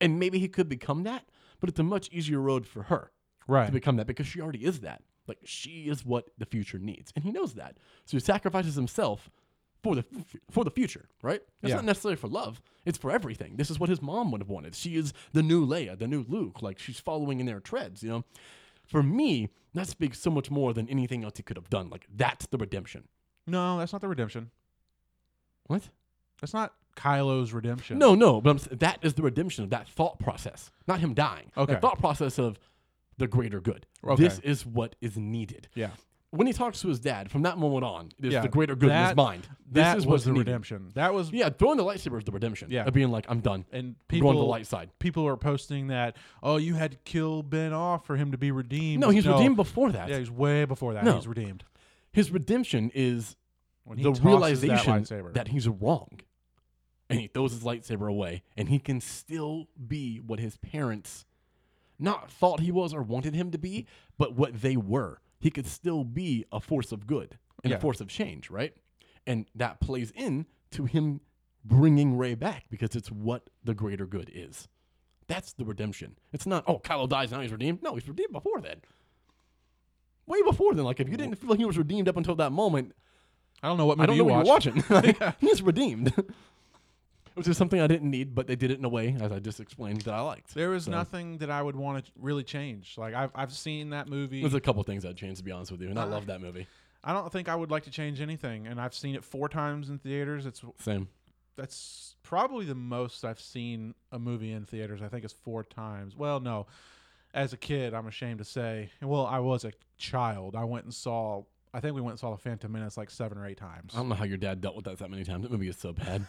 [SPEAKER 2] And maybe he could become that, but it's a much easier road for her
[SPEAKER 3] Right.
[SPEAKER 2] to become that because she already is that. Like she is what the future needs, and he knows that. So he sacrifices himself for the for the future, right? It's
[SPEAKER 3] Yeah.
[SPEAKER 2] not necessarily for love; it's for everything. This is what his mom would have wanted. She is the new Leia, the new Luke. Like she's following in their treads, you know. For me, that speaks so much more than anything else he could have done. Like that's the redemption.
[SPEAKER 3] no, that's not the redemption.
[SPEAKER 2] What?
[SPEAKER 3] That's not Kylo's redemption.
[SPEAKER 2] No, no, but I'm, s- that is the redemption of that thought process, not him dying.
[SPEAKER 3] Okay.
[SPEAKER 2] the thought process of the greater good.
[SPEAKER 3] Okay.
[SPEAKER 2] This is what is needed.
[SPEAKER 3] Yeah.
[SPEAKER 2] when he talks to his dad, from that moment on, it is
[SPEAKER 3] Yeah,
[SPEAKER 2] the greater good in his
[SPEAKER 3] that-
[SPEAKER 2] mind.
[SPEAKER 3] That
[SPEAKER 2] this is
[SPEAKER 3] was
[SPEAKER 2] what's
[SPEAKER 3] the
[SPEAKER 2] needed.
[SPEAKER 3] redemption. That was
[SPEAKER 2] Yeah, throwing the lightsaber is the redemption.
[SPEAKER 3] Yeah.
[SPEAKER 2] Of being like, I'm done.
[SPEAKER 3] and
[SPEAKER 2] I'm
[SPEAKER 3] people
[SPEAKER 2] going to the light side.
[SPEAKER 3] people are posting that. Oh, you had to kill Ben off for him to be redeemed.
[SPEAKER 2] No, he's redeemed before that.
[SPEAKER 3] Yeah, he's way before that.
[SPEAKER 2] No.
[SPEAKER 3] He's redeemed.
[SPEAKER 2] His redemption is
[SPEAKER 3] When he
[SPEAKER 2] the
[SPEAKER 3] tosses
[SPEAKER 2] realization
[SPEAKER 3] that, lightsaber.
[SPEAKER 2] that he's wrong. And he throws his lightsaber away, and he can still be what his parents not thought he was or wanted him to be, but what they were. He could still be a force of good and a
[SPEAKER 3] Yeah.
[SPEAKER 2] force of change, right? And that plays in to him bringing Ray back because it's what the greater good is. That's the redemption. It's not, oh, Kylo dies, now he's redeemed. No, he's redeemed before then. Way before then. Like, if you didn't feel he was redeemed up until that moment,
[SPEAKER 3] I don't know what movie
[SPEAKER 2] I don't know
[SPEAKER 3] you
[SPEAKER 2] what
[SPEAKER 3] watched.
[SPEAKER 2] you're watching. Like, He's redeemed. Which is something I didn't need, but they did it in a way, as I just explained, that I liked.
[SPEAKER 3] There is
[SPEAKER 2] So-
[SPEAKER 3] nothing that I would want to really change. Like I've I've seen that movie.
[SPEAKER 2] There's a couple things that changed, to be honest with you, and I love that movie.
[SPEAKER 3] I don't think I would like to change anything, and I've seen it four times in theaters. It's
[SPEAKER 2] Same.
[SPEAKER 3] that's probably the most I've seen a movie in theaters. I think it's four times. Well, no, as a kid, I'm ashamed to say. Well, I was a child. I went and saw. I think we went and saw the Phantom Menace like seven or eight times.
[SPEAKER 2] I don't know how your dad dealt with that that many times. That movie is so bad.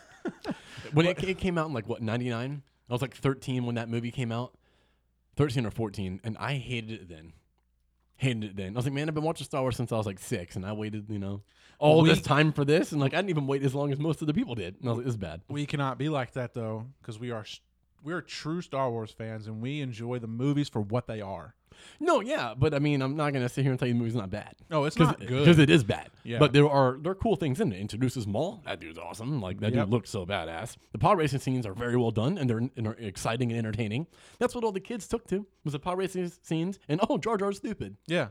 [SPEAKER 2] when it, it came out in like what ninety nine, I was like thirteen when that movie came out, thirteen or fourteen, and I hated it then. Hated it then. I was like, man, I've been watching Star Wars since I was like six, and I waited, you know, all this
[SPEAKER 3] We-
[SPEAKER 2] time for this, and like I didn't even wait as long as most of the people did. And I was like, this is bad.
[SPEAKER 3] we cannot be like that though, because we are s- we are true Star Wars fans, and we enjoy the movies for what they are.
[SPEAKER 2] No, yeah, but I mean, I'm not gonna sit here and tell you the movie's not bad.
[SPEAKER 3] No, Oh, it's
[SPEAKER 2] Cause,
[SPEAKER 3] not good.
[SPEAKER 2] 'cause it is bad.
[SPEAKER 3] Yeah.
[SPEAKER 2] But there are there are cool things in it. Introduces Maul. That dude's awesome. Like that
[SPEAKER 3] Yep.
[SPEAKER 2] dude looks so badass. The pod racing scenes are very well done and they're, and are exciting and entertaining. That's what all the kids took to was the pod racing s- scenes. And oh, Jar Jar's stupid.
[SPEAKER 3] yeah.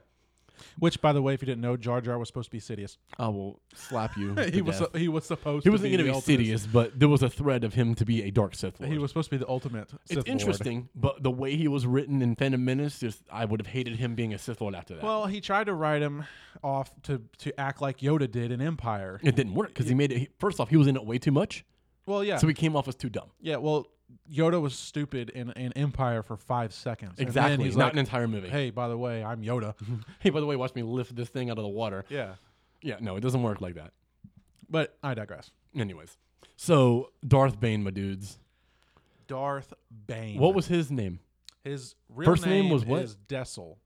[SPEAKER 3] Which, by the way, if you didn't know, Jar Jar was supposed to be Sidious.
[SPEAKER 2] I will slap you.
[SPEAKER 3] he was su- he was supposed
[SPEAKER 2] He
[SPEAKER 3] to
[SPEAKER 2] wasn't
[SPEAKER 3] be
[SPEAKER 2] going to be
[SPEAKER 3] the ultimate
[SPEAKER 2] Sidious, but there was a thread of him to be a dark Sith Lord.
[SPEAKER 3] He was supposed to be the ultimate. Sith
[SPEAKER 2] it's
[SPEAKER 3] Lord.
[SPEAKER 2] interesting, but the way he was written in Phantom Menace, just I would have hated him being a Sith Lord after that.
[SPEAKER 3] Well, he tried to write him off to to act like Yoda did in Empire.
[SPEAKER 2] it didn't work because he made it. he- first off, he was in it way too much,
[SPEAKER 3] Well, yeah,
[SPEAKER 2] so he came off as too dumb.
[SPEAKER 3] yeah. Well, Yoda was stupid in, in Empire for five seconds. And then
[SPEAKER 2] Exactly.
[SPEAKER 3] he's
[SPEAKER 2] Not Mhm.
[SPEAKER 3] like,
[SPEAKER 2] an entire movie. Hey.
[SPEAKER 3] hey, by the way, I'm Yoda.
[SPEAKER 2] by the way, watch me lift this thing out of the water.
[SPEAKER 3] yeah.
[SPEAKER 2] Yeah, no, it doesn't work like that.
[SPEAKER 3] But I digress.
[SPEAKER 2] Anyways, so Darth Bane, my dudes.
[SPEAKER 3] Darth Bane.
[SPEAKER 2] What was his name?
[SPEAKER 3] his real
[SPEAKER 2] first name was what?
[SPEAKER 3] Is Dessel.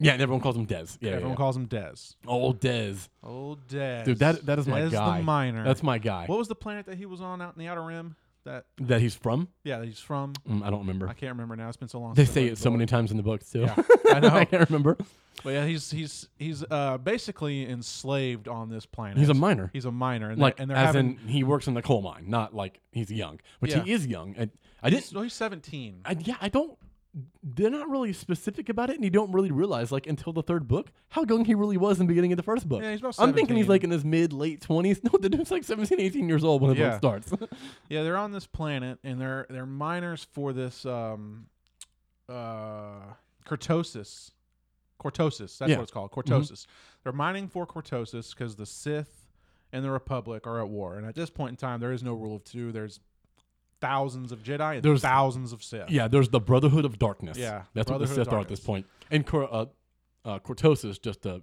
[SPEAKER 2] Yeah, and everyone calls him Dez. Yeah,
[SPEAKER 3] Everyone
[SPEAKER 2] yeah,
[SPEAKER 3] calls him Des.
[SPEAKER 2] yeah. old Dez.
[SPEAKER 3] Old Des.
[SPEAKER 2] Dude, that- that is my
[SPEAKER 3] Des
[SPEAKER 2] guy.
[SPEAKER 3] the Minor.
[SPEAKER 2] That's my guy.
[SPEAKER 3] what was the planet that he was on out in the Outer Rim? That
[SPEAKER 2] That he's from?
[SPEAKER 3] yeah, that he's from.
[SPEAKER 2] Mm, I don't remember.
[SPEAKER 3] I can't remember now. It's been so long.
[SPEAKER 2] They
[SPEAKER 3] since I
[SPEAKER 2] say
[SPEAKER 3] read
[SPEAKER 2] it
[SPEAKER 3] the
[SPEAKER 2] so
[SPEAKER 3] book.
[SPEAKER 2] many times in the books too.
[SPEAKER 3] Yeah, I know.
[SPEAKER 2] I can't remember.
[SPEAKER 3] But yeah, he's he's he's uh, basically enslaved on this planet.
[SPEAKER 2] He's a minor.
[SPEAKER 3] He's a minor, and
[SPEAKER 2] like
[SPEAKER 3] they, and they're
[SPEAKER 2] as
[SPEAKER 3] having.
[SPEAKER 2] in he works in the coal mine, not like he's young, which
[SPEAKER 3] Yeah.
[SPEAKER 2] he is young. I, I didn't.
[SPEAKER 3] no, he's seventeen.
[SPEAKER 2] I, yeah, I don't. They're not really specific about it, and you don't really realize like until the third book how young he really was in the beginning of the first book.
[SPEAKER 3] Yeah, he's about
[SPEAKER 2] I'm thinking he's
[SPEAKER 3] 17.
[SPEAKER 2] like in his mid late twenties. No, the dude's like 17, 18 years old when the
[SPEAKER 3] Yeah.
[SPEAKER 2] book starts.
[SPEAKER 3] yeah, they're on this planet, and they're they're miners for this um, uh, cortosis. Cortosis. That's
[SPEAKER 2] Yeah. Mm-hmm.
[SPEAKER 3] what it's called. Cortosis. They're mining for cortosis because the Sith and the Republic are at war, and at this point in time, there is no rule of two. There's thousands of Jedi and
[SPEAKER 2] There's-
[SPEAKER 3] thousands of Sith.
[SPEAKER 2] yeah, there's the Brotherhood of Darkness.
[SPEAKER 3] Yeah,
[SPEAKER 2] that's what the
[SPEAKER 3] Brotherhood of
[SPEAKER 2] Sith are at this
[SPEAKER 3] Darkness.
[SPEAKER 2] point. And Cor- uh, uh, Cortosis, just to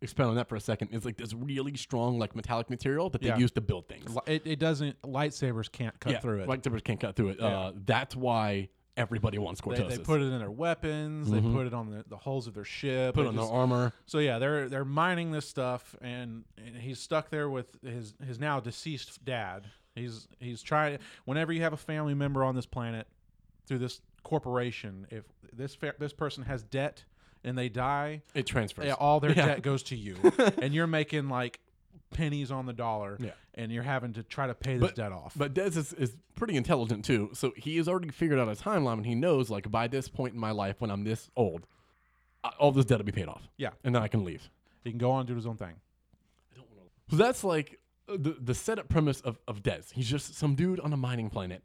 [SPEAKER 2] expound on that for a second, is like this really strong like metallic material that they
[SPEAKER 3] Yeah.
[SPEAKER 2] use to build things.
[SPEAKER 3] Li- It, it doesn't. Lightsabers can't cut through it.
[SPEAKER 2] Lightsabers can't cut through it. Uh, that's why everybody wants
[SPEAKER 3] They,
[SPEAKER 2] Cortosis.
[SPEAKER 3] they put it in their weapons. They put it on the, the hulls of their ship.
[SPEAKER 2] Mm-hmm. Put
[SPEAKER 3] They
[SPEAKER 2] on their
[SPEAKER 3] just-
[SPEAKER 2] armor.
[SPEAKER 3] So yeah, they're they're mining this stuff, and, and he's stuck there with his his now deceased dad. He's he's trying. Whenever you have a family member on this planet through this corporation, if this fa- this person has debt and they die,
[SPEAKER 2] It transfers.
[SPEAKER 3] yeah, all their
[SPEAKER 2] Yeah.
[SPEAKER 3] debt goes to you, and you're making like pennies on the dollar,
[SPEAKER 2] Yeah.
[SPEAKER 3] and you're having to try to pay this debt off.
[SPEAKER 2] But Dez is, is pretty intelligent too, so he has already figured out his timeline, and he knows like by this point in my life, when I'm this old, I, all this debt will be paid off.
[SPEAKER 3] Yeah.
[SPEAKER 2] and then I can leave.
[SPEAKER 3] he can go on and do his own thing.
[SPEAKER 2] So that's like uh, the the setup premise of of Dez. He's just some dude on a mining planet,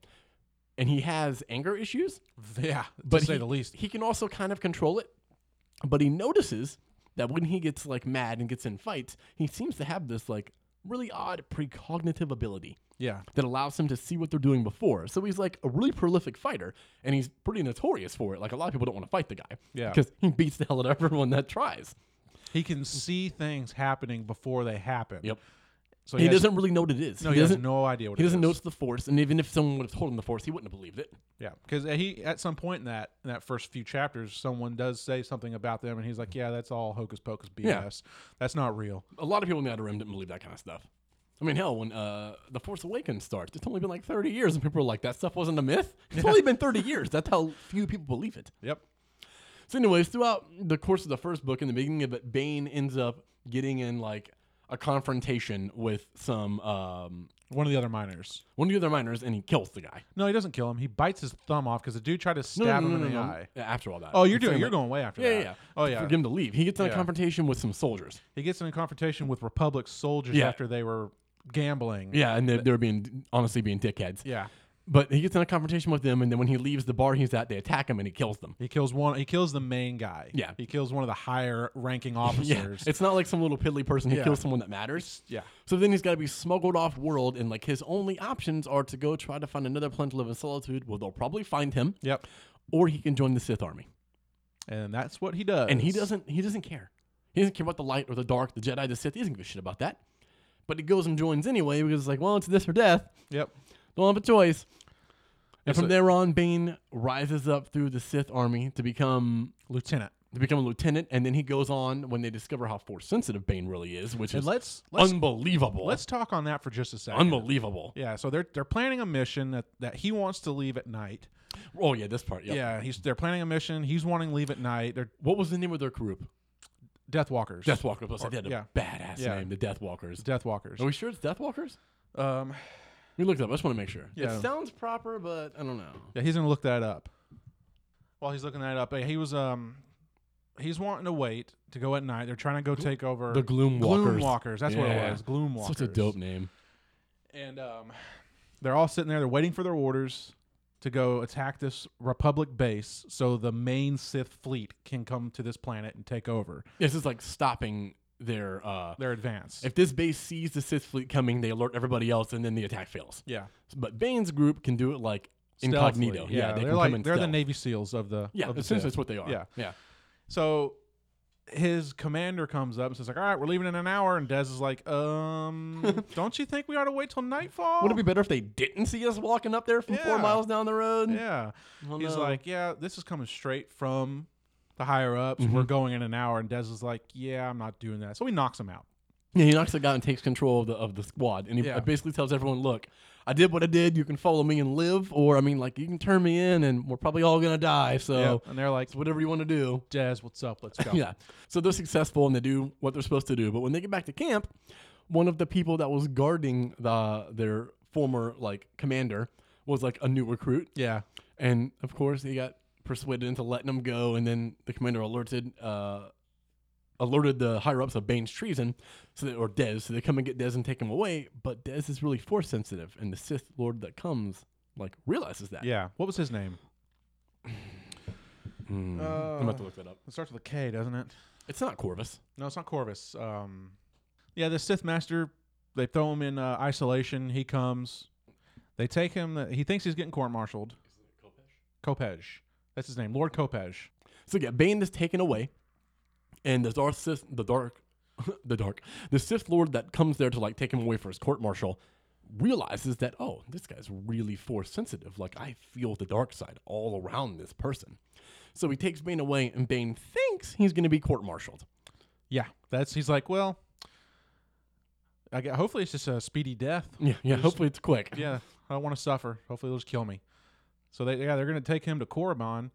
[SPEAKER 2] and he has anger issues,
[SPEAKER 3] Yeah, to
[SPEAKER 2] but
[SPEAKER 3] say
[SPEAKER 2] he,
[SPEAKER 3] the least.
[SPEAKER 2] he can also kind of control it. But he notices that when he gets like mad and gets in fights, he seems to have this like really odd precognitive ability.
[SPEAKER 3] Yeah,
[SPEAKER 2] that allows him to see what they're doing before. So he's like a really prolific fighter, and he's pretty notorious for it. Like a lot of people don't want to fight the guy,
[SPEAKER 3] Yeah.
[SPEAKER 2] because he beats the hell out of everyone that tries.
[SPEAKER 3] he can see things happening before they happen.
[SPEAKER 2] Yep.
[SPEAKER 3] So
[SPEAKER 2] he
[SPEAKER 3] has-
[SPEAKER 2] doesn't really know what it is.
[SPEAKER 3] No,
[SPEAKER 2] he,
[SPEAKER 3] he, has
[SPEAKER 2] doesn't.
[SPEAKER 3] no idea what
[SPEAKER 2] he
[SPEAKER 3] it
[SPEAKER 2] doesn't
[SPEAKER 3] is.
[SPEAKER 2] know it's the force, and even if someone would have told him the force, he wouldn't have believed it.
[SPEAKER 3] Yeah, because he at some point in that in that first few chapters, someone does say something about them, and he's like, "Yeah, that's all hocus pocus BS.
[SPEAKER 2] Yeah.
[SPEAKER 3] That's not real."
[SPEAKER 2] A lot of people in the Outer Rim didn't believe that kind of stuff. I mean, hell, when uh, the Force Awakens starts, it's only been like 30 years, and people are like, "That stuff wasn't a myth." It's only been 30 years. That's how few people believe it.
[SPEAKER 3] Yep.
[SPEAKER 2] So, anyways, throughout the course of the first book, in the beginning of it, Bane ends up getting in like a confrontation with some um,
[SPEAKER 3] One of the other miners.
[SPEAKER 2] one of the other miners, and he kills the guy.
[SPEAKER 3] No, he doesn't kill him. He bites his thumb off because the dude tried to stab him in the eye.
[SPEAKER 2] Yeah, After all that,
[SPEAKER 3] Oh, you're
[SPEAKER 2] I'm
[SPEAKER 3] doing.
[SPEAKER 2] saying,
[SPEAKER 3] You're
[SPEAKER 2] like,
[SPEAKER 3] going way after
[SPEAKER 2] Yeah,
[SPEAKER 3] that.
[SPEAKER 2] yeah, yeah.
[SPEAKER 3] Oh yeah.
[SPEAKER 2] For him to leave, he gets in a
[SPEAKER 3] Yeah.
[SPEAKER 2] confrontation with some soldiers.
[SPEAKER 3] He gets in a confrontation with Republic soldiers
[SPEAKER 2] Yeah.
[SPEAKER 3] after they were gambling.
[SPEAKER 2] Yeah, and they're, they're being honestly being dickheads.
[SPEAKER 3] Yeah.
[SPEAKER 2] But he gets in a confrontation with them, and then when he leaves the bar he's at, they attack him and he kills them.
[SPEAKER 3] He kills one. He kills the main guy.
[SPEAKER 2] Yeah.
[SPEAKER 3] He kills one of the higher ranking
[SPEAKER 2] Yeah,
[SPEAKER 3] officers.
[SPEAKER 2] it's not like some little piddly person. He
[SPEAKER 3] Yeah.
[SPEAKER 2] kills someone that matters.
[SPEAKER 3] yeah.
[SPEAKER 2] So then he's got to be smuggled off world, and like his only options are to go try to find another planet to live in solitude where they'll probably find him,
[SPEAKER 3] Yep.
[SPEAKER 2] or he can join the Sith army.
[SPEAKER 3] And that's what he does.
[SPEAKER 2] And he doesn't he doesn't care. He doesn't care about the light or the dark, the Jedi, the Sith. He doesn't give a shit about that. But he goes and joins anyway because it's like, well, it's this or death.
[SPEAKER 3] Yep.
[SPEAKER 2] Don't have a choice. And
[SPEAKER 3] It's
[SPEAKER 2] from
[SPEAKER 3] a-
[SPEAKER 2] there on, Bane rises up through the Sith army to become
[SPEAKER 3] Lieutenant.
[SPEAKER 2] to become a lieutenant, and then he goes on when they discover how force sensitive Bane really is, which
[SPEAKER 3] And
[SPEAKER 2] is
[SPEAKER 3] let's let's
[SPEAKER 2] unbelievable.
[SPEAKER 3] let's talk on that for just a second.
[SPEAKER 2] unbelievable.
[SPEAKER 3] Yeah, so they're they're planning a mission that, that he wants to leave at night.
[SPEAKER 2] Oh yeah, this part. Yeah.
[SPEAKER 3] Yeah, he's they're planning a mission. He's wanting to leave at night. They're
[SPEAKER 2] What was the name of their group?
[SPEAKER 3] Deathwalkers.
[SPEAKER 2] Deathwalkers. Plus, they had a
[SPEAKER 3] yeah.
[SPEAKER 2] badass
[SPEAKER 3] Yeah.
[SPEAKER 2] name, the Deathwalkers. Are
[SPEAKER 3] Deathwalkers.
[SPEAKER 2] we sure it's Deathwalkers?
[SPEAKER 3] Um,
[SPEAKER 2] We looked it up. I just want to make sure.
[SPEAKER 3] Yeah.
[SPEAKER 2] It sounds proper, but I don't know.
[SPEAKER 3] yeah, he's gonna look that up. While he's looking that up, he was um, he's wanting to wait to go at night. They're trying to go take over
[SPEAKER 2] The Gloomwalkers.
[SPEAKER 3] Gloomwalkers. That's what it
[SPEAKER 2] Yeah.
[SPEAKER 3] was. Gloomwalkers.
[SPEAKER 2] Such a dope name.
[SPEAKER 3] And um, they're all sitting there. They're waiting for their orders to go attack this Republic base, so the main Sith fleet can come to this planet and take over
[SPEAKER 2] This is like stopping their. uh
[SPEAKER 3] their advance.
[SPEAKER 2] If this base sees the Sith fleet coming, they alert everybody else, and then the attack fails.
[SPEAKER 3] yeah.
[SPEAKER 2] But Bane's group can do it like
[SPEAKER 3] Stealthily,
[SPEAKER 2] incognito. Yeah, they
[SPEAKER 3] they
[SPEAKER 2] can
[SPEAKER 3] are like
[SPEAKER 2] come in
[SPEAKER 3] they're the
[SPEAKER 2] stealth.
[SPEAKER 3] Navy SEALs of the
[SPEAKER 2] Yeah,
[SPEAKER 3] Of the
[SPEAKER 2] essentially
[SPEAKER 3] Sith.
[SPEAKER 2] that's what they are.
[SPEAKER 3] Yeah.
[SPEAKER 2] yeah.
[SPEAKER 3] So his commander comes up and says like, "All right, we're leaving in an hour," and Dez is like, "Um, don't you think we ought to wait till nightfall?"
[SPEAKER 2] Would it be better if they didn't see us walking up there from four
[SPEAKER 3] Yeah.
[SPEAKER 2] miles down the road?
[SPEAKER 3] yeah.
[SPEAKER 2] Oh,
[SPEAKER 3] He's
[SPEAKER 2] no.
[SPEAKER 3] like, "Yeah, this is coming straight from the higher ups.
[SPEAKER 2] Mm-hmm.
[SPEAKER 3] We're going in an hour." And Dez is like, "Yeah, I'm not doing that." So he knocks him out.
[SPEAKER 2] Yeah, he knocks the guy and takes control of the of the squad, and he
[SPEAKER 3] Yeah.
[SPEAKER 2] basically tells everyone, "Look, I did what I did. You can follow me and live, or I mean, like you can turn me in, and we're probably all gonna die. So
[SPEAKER 3] Yeah. And they're like,
[SPEAKER 2] it's whatever you want to do."
[SPEAKER 3] "Dez, what's up? Let's go."
[SPEAKER 2] Yeah. So they're successful and they do what they're supposed to do. But when they get back to camp, one of the people that was guarding the their former like commander was like a new recruit,
[SPEAKER 3] Yeah.
[SPEAKER 2] and of course he got persuaded into letting him go. And then the commander alerted uh, alerted the higher ups of Bane's treason, so that, or Dez, so they come and get Dez and take him away. But Dez is really force sensitive, and the Sith Lord that comes like realizes that.
[SPEAKER 3] Yeah. What was his name?
[SPEAKER 2] Mm. I'm
[SPEAKER 3] Uh,
[SPEAKER 2] gonna have to look that up.
[SPEAKER 3] It starts with a K, doesn't it?
[SPEAKER 2] It's not Corvus.
[SPEAKER 3] No, it's not Corvus. Um, yeah, the Sith Master. They throw him in uh, isolation. He comes. They take him. He thinks he's getting court-martialed. Kopej. That's his name, Lord Kopej.
[SPEAKER 2] So yeah, Bane is taken away, and the Darth Sith, the dark, the dark, the Sith Lord that comes there to like take him away for his court martial realizes that oh, this guy's really force sensitive. Like I feel the dark side all around this person. So he takes Bane away, and Bane thinks he's going to be court martialed.
[SPEAKER 3] Yeah, that's. He's like, well, I gue- hopefully it's just a speedy death.
[SPEAKER 2] Yeah, yeah. Hopefully it's quick.
[SPEAKER 3] Yeah, I don't want to suffer. Hopefully they'll just kill me. So they yeah they're gonna take him to Korriban,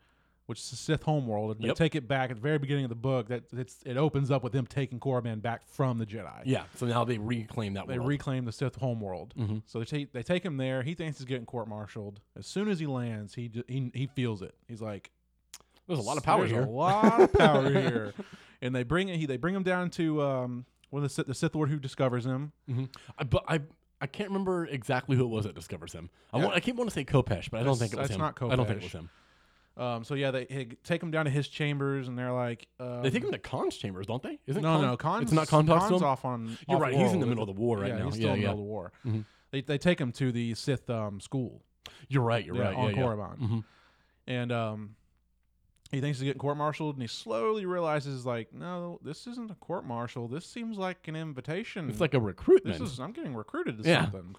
[SPEAKER 3] which is the Sith homeworld. And
[SPEAKER 2] Yep.
[SPEAKER 3] They take it back at the very beginning of the book. That it's, it opens up with them taking Korriban back from the Jedi.
[SPEAKER 2] Yeah. So now they reclaim that
[SPEAKER 3] they
[SPEAKER 2] world.
[SPEAKER 3] reclaim the Sith homeworld. So they take they take him there. He thinks he's getting court martialed. As soon as he lands, he ju- he he feels it. He's like,
[SPEAKER 2] There's a lot of power
[SPEAKER 3] "There's
[SPEAKER 2] here.
[SPEAKER 3] A lot of power here." And they bring it. He they bring him down to um one of the Sith, the Sith Lord who discovers him.
[SPEAKER 2] Mhm. I, but I. I can't remember exactly who it was that discovers him. I, want, I keep wanting to say Kopesh, but I don't
[SPEAKER 3] That's-
[SPEAKER 2] think it was
[SPEAKER 3] that's
[SPEAKER 2] him.
[SPEAKER 3] not
[SPEAKER 2] I don't think it was
[SPEAKER 3] Kopesh.
[SPEAKER 2] him.
[SPEAKER 3] Um, so yeah, they, they take him down to his chambers, and they're like, um,
[SPEAKER 2] They take him to Khan's chambers, don't they? Isn't
[SPEAKER 3] no,
[SPEAKER 2] Khan,
[SPEAKER 3] no, Khan's,
[SPEAKER 2] It's not Khan talks to
[SPEAKER 3] Khan's
[SPEAKER 2] him?
[SPEAKER 3] off on.
[SPEAKER 2] You're
[SPEAKER 3] off
[SPEAKER 2] right. He's in the
[SPEAKER 3] world.
[SPEAKER 2] middle of the war right
[SPEAKER 3] yeah,
[SPEAKER 2] now.
[SPEAKER 3] He's still
[SPEAKER 2] yeah,
[SPEAKER 3] in the
[SPEAKER 2] yeah. Mm-hmm.
[SPEAKER 3] middle of the war. They they take him to the Sith um school.
[SPEAKER 2] You're right. You're
[SPEAKER 3] yeah,
[SPEAKER 2] right.
[SPEAKER 3] on
[SPEAKER 2] yeah, Mm-hmm. yeah.
[SPEAKER 3] Korriban. And um, he thinks he's getting court martialed, and he slowly realizes, like, no, this isn't a court martial. This seems like an invitation.
[SPEAKER 2] It's like a
[SPEAKER 3] this
[SPEAKER 2] recruitment.
[SPEAKER 3] is I'm getting recruited to
[SPEAKER 2] Yeah.
[SPEAKER 3] something.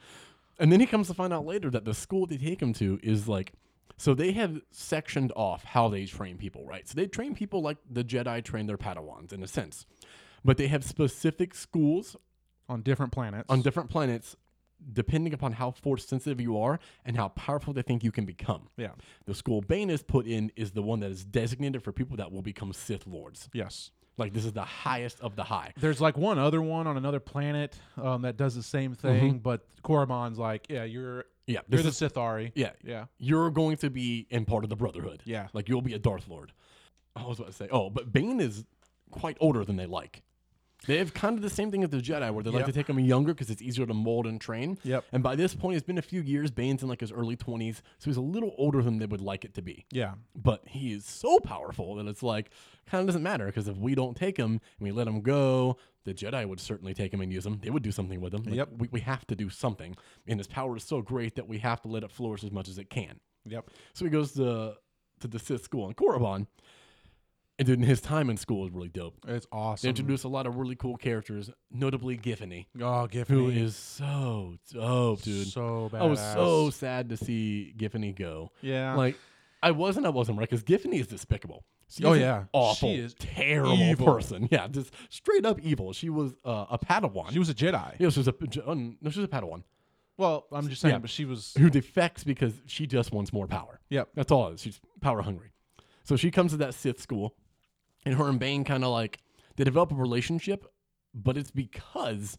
[SPEAKER 2] and then he comes to find out later that the school they take him to is like, so they have sectioned off how they train people, right? So they train people like the Jedi train their Padawans in a sense, but they have specific schools
[SPEAKER 3] On different planets.
[SPEAKER 2] on different planets depending upon how force sensitive you are and how powerful they think you can become.
[SPEAKER 3] yeah.
[SPEAKER 2] The school Bane is put in is the one that is designated for people that will become Sith Lords.
[SPEAKER 3] Yes.
[SPEAKER 2] Like this is the highest of the high.
[SPEAKER 3] There's like one other one on another planet um, that does the same thing, but Korriban's like, yeah, you're
[SPEAKER 2] Yeah,
[SPEAKER 3] you're
[SPEAKER 2] Mm-hmm. this
[SPEAKER 3] the
[SPEAKER 2] is-
[SPEAKER 3] Sithari.
[SPEAKER 2] Yeah,
[SPEAKER 3] Yeah.
[SPEAKER 2] you're going to be in part of the Brotherhood.
[SPEAKER 3] Yeah.
[SPEAKER 2] like you'll be a Darth Lord. I was about to say, oh, but Bane is quite older than they like. They have kind of the same thing as the Jedi, where they like
[SPEAKER 3] Yep.
[SPEAKER 2] to take him younger because it's easier to mold and train.
[SPEAKER 3] Yep.
[SPEAKER 2] And by this point, it's been a few years. Bane's in like his early twenties, so he's a little older than they would like it to be.
[SPEAKER 3] Yeah.
[SPEAKER 2] But he is so powerful that it's like kind of doesn't matter because if we don't take him and we let him go, the Jedi would certainly take him and use him. They would do something with him. Like,
[SPEAKER 3] Yep.
[SPEAKER 2] We, we have to do something, and his power is so great that we have to let it flourish as much as it can.
[SPEAKER 3] Yep.
[SPEAKER 2] So he goes to to the Sith school in Korriban, and then his time in school is really dope.
[SPEAKER 3] It's
[SPEAKER 2] They
[SPEAKER 3] awesome.
[SPEAKER 2] introduce a lot of really cool characters, notably Giffany,
[SPEAKER 3] oh, give
[SPEAKER 2] who
[SPEAKER 3] me
[SPEAKER 2] is so dope, dude.
[SPEAKER 3] so bad.
[SPEAKER 2] I was so sad to see Giffany go.
[SPEAKER 3] yeah.
[SPEAKER 2] Like, I wasn't, I wasn't right because Giffany is despicable. She's
[SPEAKER 3] Oh,
[SPEAKER 2] an
[SPEAKER 3] yeah.
[SPEAKER 2] awful,
[SPEAKER 3] She is
[SPEAKER 2] terrible
[SPEAKER 3] evil.
[SPEAKER 2] person. Yeah, just straight up evil. She was uh, a Padawan.
[SPEAKER 3] she was a Jedi.
[SPEAKER 2] yeah, she was a no, she was a Padawan
[SPEAKER 3] Well, I'm just saying,
[SPEAKER 2] Yeah.
[SPEAKER 3] but she was.
[SPEAKER 2] who defects because she just wants more power.
[SPEAKER 3] Yep.
[SPEAKER 2] That's all it is. She's power hungry. So she comes to that Sith school, and her and Bane kind of like they develop a relationship, but it's because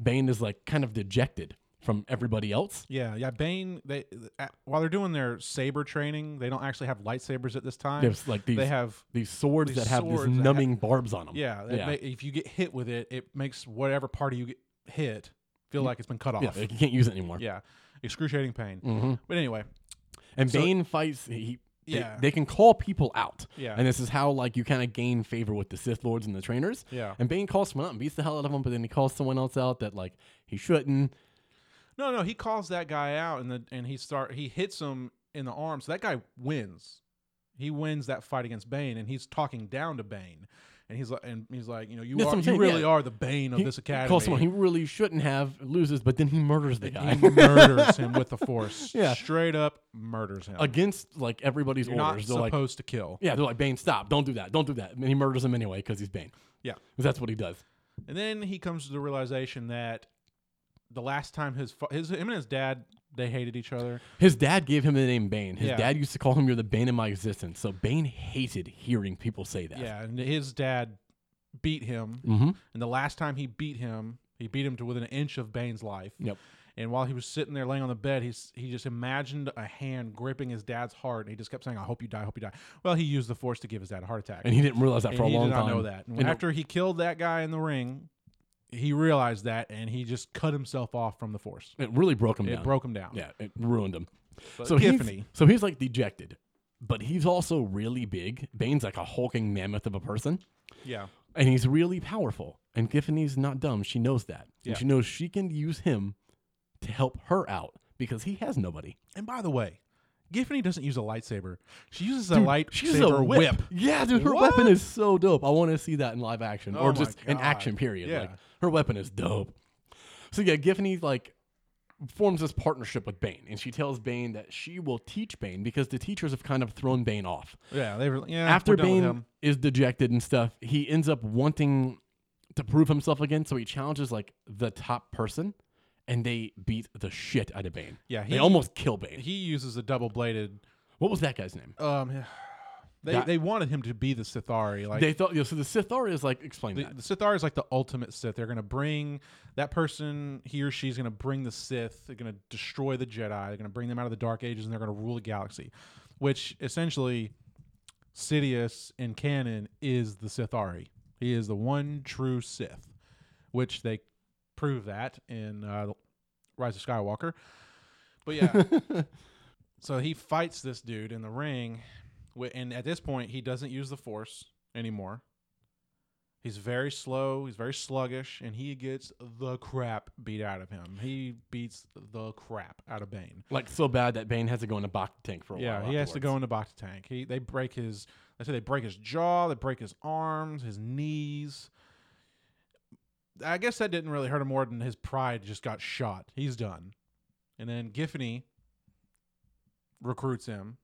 [SPEAKER 2] Bane is like kind of dejected from everybody else.
[SPEAKER 3] Yeah, yeah. Bane. They at, while they're doing their saber training, they don't actually have lightsabers at this time.
[SPEAKER 2] There's like these
[SPEAKER 3] they have.
[SPEAKER 2] these swords
[SPEAKER 3] these
[SPEAKER 2] that have
[SPEAKER 3] swords that
[SPEAKER 2] these
[SPEAKER 3] have-
[SPEAKER 2] numbing barbs on them.
[SPEAKER 3] Yeah, they-
[SPEAKER 2] yeah.
[SPEAKER 3] they- if you get hit with it, it makes whatever party you get hit feel like it's been cut off.
[SPEAKER 2] yeah,
[SPEAKER 3] Yeah,
[SPEAKER 2] like, you can't use it Mm-hmm. anymore.
[SPEAKER 3] excruciating pain. But anyway,
[SPEAKER 2] And
[SPEAKER 3] So-
[SPEAKER 2] Bane fights. He, they,
[SPEAKER 3] Yeah.
[SPEAKER 2] they can call people out.
[SPEAKER 3] Yeah.
[SPEAKER 2] And this is how like you kind of gain favor with the Sith lords and the trainers.
[SPEAKER 3] Yeah.
[SPEAKER 2] And Bane calls someone out and beats the hell out of him, but then he calls someone else out that like he shouldn't.
[SPEAKER 3] no, no, he calls that guy out, and the, and he start he hits him in the arm. So that guy wins. He wins that fight against Bane, and he's talking down to Bane, and he's like, and he's like, you know, you
[SPEAKER 2] That's what
[SPEAKER 3] are,
[SPEAKER 2] I'm
[SPEAKER 3] you
[SPEAKER 2] saying,
[SPEAKER 3] really
[SPEAKER 2] yeah.
[SPEAKER 3] are the Bane of this academy.
[SPEAKER 2] Calls someone he really shouldn't have, loses, but then he murders the guy
[SPEAKER 3] he murders him with the force.
[SPEAKER 2] Yeah.
[SPEAKER 3] straight up murders him.
[SPEAKER 2] against like everybody's
[SPEAKER 3] You're not
[SPEAKER 2] orders. They're like,
[SPEAKER 3] supposed to kill.
[SPEAKER 2] yeah, they're like Bane, stop, don't do that, don't do that, and he murders him anyway because he's Bane.
[SPEAKER 3] Yeah.
[SPEAKER 2] 'Cause that's what he does.
[SPEAKER 3] And then he comes to the realization that the last time his fa- his him and his dad they hated each other.
[SPEAKER 2] His dad gave him the name Bane. His
[SPEAKER 3] Yeah.
[SPEAKER 2] dad used to call him "You're the Bane of my existence." So Bane hated hearing people say that.
[SPEAKER 3] Yeah, and his dad beat him.
[SPEAKER 2] hmm
[SPEAKER 3] And the last time he beat him, he beat him to within an inch of Bane's life.
[SPEAKER 2] Yep.
[SPEAKER 3] And while he was sitting there laying on the bed, he's he just imagined a hand gripping his dad's heart, and he just kept saying, "I hope you die, I hope you die." Well, he used the force to give his dad a heart attack,
[SPEAKER 2] And he didn't realize that
[SPEAKER 3] And
[SPEAKER 2] for a
[SPEAKER 3] he
[SPEAKER 2] long
[SPEAKER 3] did not
[SPEAKER 2] time.
[SPEAKER 3] know that. And
[SPEAKER 2] And it-
[SPEAKER 3] after he killed that guy in the ring, he realized that, and he just cut himself off from the force.
[SPEAKER 2] It really broke him
[SPEAKER 3] It
[SPEAKER 2] down.
[SPEAKER 3] broke him down.
[SPEAKER 2] Yeah, it ruined him.
[SPEAKER 3] But
[SPEAKER 2] so
[SPEAKER 3] epiphany.
[SPEAKER 2] he's so he's like dejected, but he's also really big. Bane's like a hulking mammoth of a person,
[SPEAKER 3] yeah.
[SPEAKER 2] and he's really powerful. And Giffany's not dumb; she knows that,
[SPEAKER 3] Yeah.
[SPEAKER 2] and she knows she can use him to help her out because he has nobody.
[SPEAKER 3] And by the way, Giffany doesn't use a lightsaber; she uses a
[SPEAKER 2] Dude,
[SPEAKER 3] lightsaber
[SPEAKER 2] she uses a whip. Yeah, dude, her
[SPEAKER 3] What?
[SPEAKER 2] weapon is so dope. I want to see that in live action
[SPEAKER 3] Oh
[SPEAKER 2] or
[SPEAKER 3] my
[SPEAKER 2] just in
[SPEAKER 3] God.
[SPEAKER 2] action period.
[SPEAKER 3] Yeah.
[SPEAKER 2] Like her weapon is dope. So yeah, Giffany like forms this partnership with Bane, and she tells Bane that she will teach Bane because the teachers have kind of thrown Bane off.
[SPEAKER 3] Yeah, they were. Yeah,
[SPEAKER 2] After
[SPEAKER 3] we're done with
[SPEAKER 2] Bane
[SPEAKER 3] him.
[SPEAKER 2] is dejected and stuff, he ends up wanting to prove himself again, so he challenges like the top person, and they beat the shit out of Bane.
[SPEAKER 3] Yeah, he-
[SPEAKER 2] they almost kill Bane.
[SPEAKER 3] he uses a double bladed.
[SPEAKER 2] what was that guy's name?
[SPEAKER 3] Um, they
[SPEAKER 2] That-
[SPEAKER 3] they wanted him to be the Sithari. Like
[SPEAKER 2] they thought. Yeah, so the Sithar is like explain
[SPEAKER 3] the,
[SPEAKER 2] that.
[SPEAKER 3] the Sithari is like the ultimate Sith. They're gonna bring that person. He or she's gonna bring the Sith. They're gonna destroy the Jedi. They're gonna bring them out of the Dark Ages, and they're gonna rule the galaxy. Which essentially, Sidious in canon is the Sithari. He is the one true Sith, which they prove that in uh, Rise of Skywalker. But yeah, so he fights this dude in the ring, wi- and at this point, he doesn't use the Force anymore. He's very slow. He's very sluggish, and he gets the crap beat out of him. He beats the crap out of Bane.
[SPEAKER 2] Like so bad that Bane has to go in a Bach tank for a
[SPEAKER 3] Yeah,
[SPEAKER 2] while.
[SPEAKER 3] he has to go
[SPEAKER 2] afterwards.
[SPEAKER 3] into box tank. He they break his. They say they break his jaw. They break his arms, his knees. I guess that didn't really hurt him more than his pride just got shot. He's done. And then Giffany recruits him.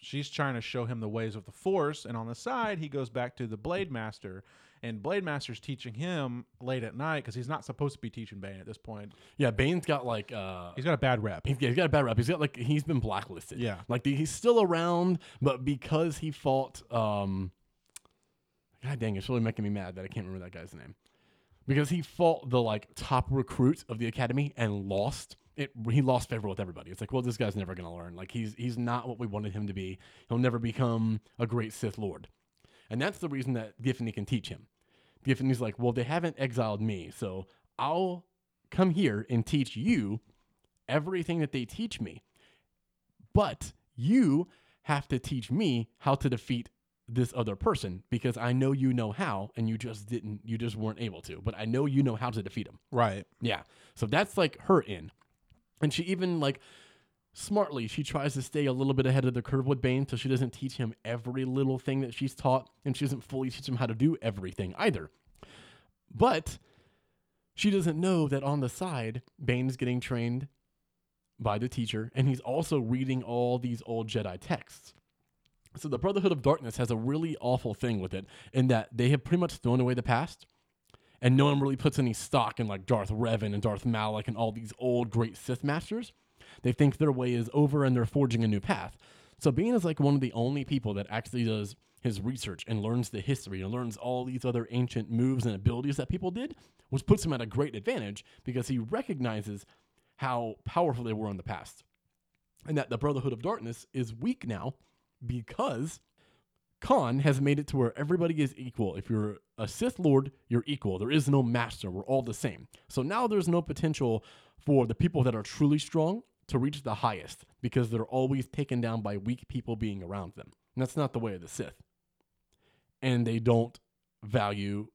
[SPEAKER 3] She's trying to show him the ways of the Force, and on the side he goes back to the Blade Master, and Blade Master's teaching him late at night because he's not supposed to be teaching Bane at this point.
[SPEAKER 2] Yeah, Bane's got like uh,
[SPEAKER 3] He's got a bad rep.
[SPEAKER 2] he's, he's got a bad rep. He's got like he's been blacklisted.
[SPEAKER 3] Yeah.
[SPEAKER 2] like the, he's still around, but because he fought, um, God dang, it's really making me mad that I can't remember that guy's name. Because he fought the like top recruit of the academy and lost. It, he lost favor with everybody. It's like, well, this guy's never gonna learn. Like he's he's not what we wanted him to be. He'll never become a great Sith Lord. And that's the reason that Giffany can teach him. Giffany's like, well, they haven't exiled me, so I'll come here and teach you everything that they teach me. But you have to teach me how to defeat this other person because I know you know how, and you just didn't, you just weren't able to. But I know you know how to defeat him.
[SPEAKER 3] Right.
[SPEAKER 2] Yeah. So that's like her in. And she even like smartly, she tries to stay a little bit ahead of the curve with Bane, so she doesn't teach him every little thing that she's taught, and she doesn't fully teach him how to do everything either. But she doesn't know that on the side, Bane's getting trained by the teacher, and he's also reading all these old Jedi texts. So the Brotherhood of Darkness has a really awful thing with it, in that they have pretty much thrown away the past and no one really puts any stock in like Darth Revan and Darth Malak and all these old great Sith masters. They think their way is over and they're forging a new path. So Bane is like one of the only people that actually does his research and learns the history and learns all these other ancient moves and abilities that people did, which puts him at a great advantage because he recognizes how powerful they were in the past. And that the Brotherhood of Darkness is weak now because Khan has made it to where everybody is equal. If you're a Sith Lord, you're equal. There is no master. We're all the same. So now there's no potential for the people that are truly strong to reach the highest because they're always taken down by weak people being around them. And that's not the way of the Sith. And they don't value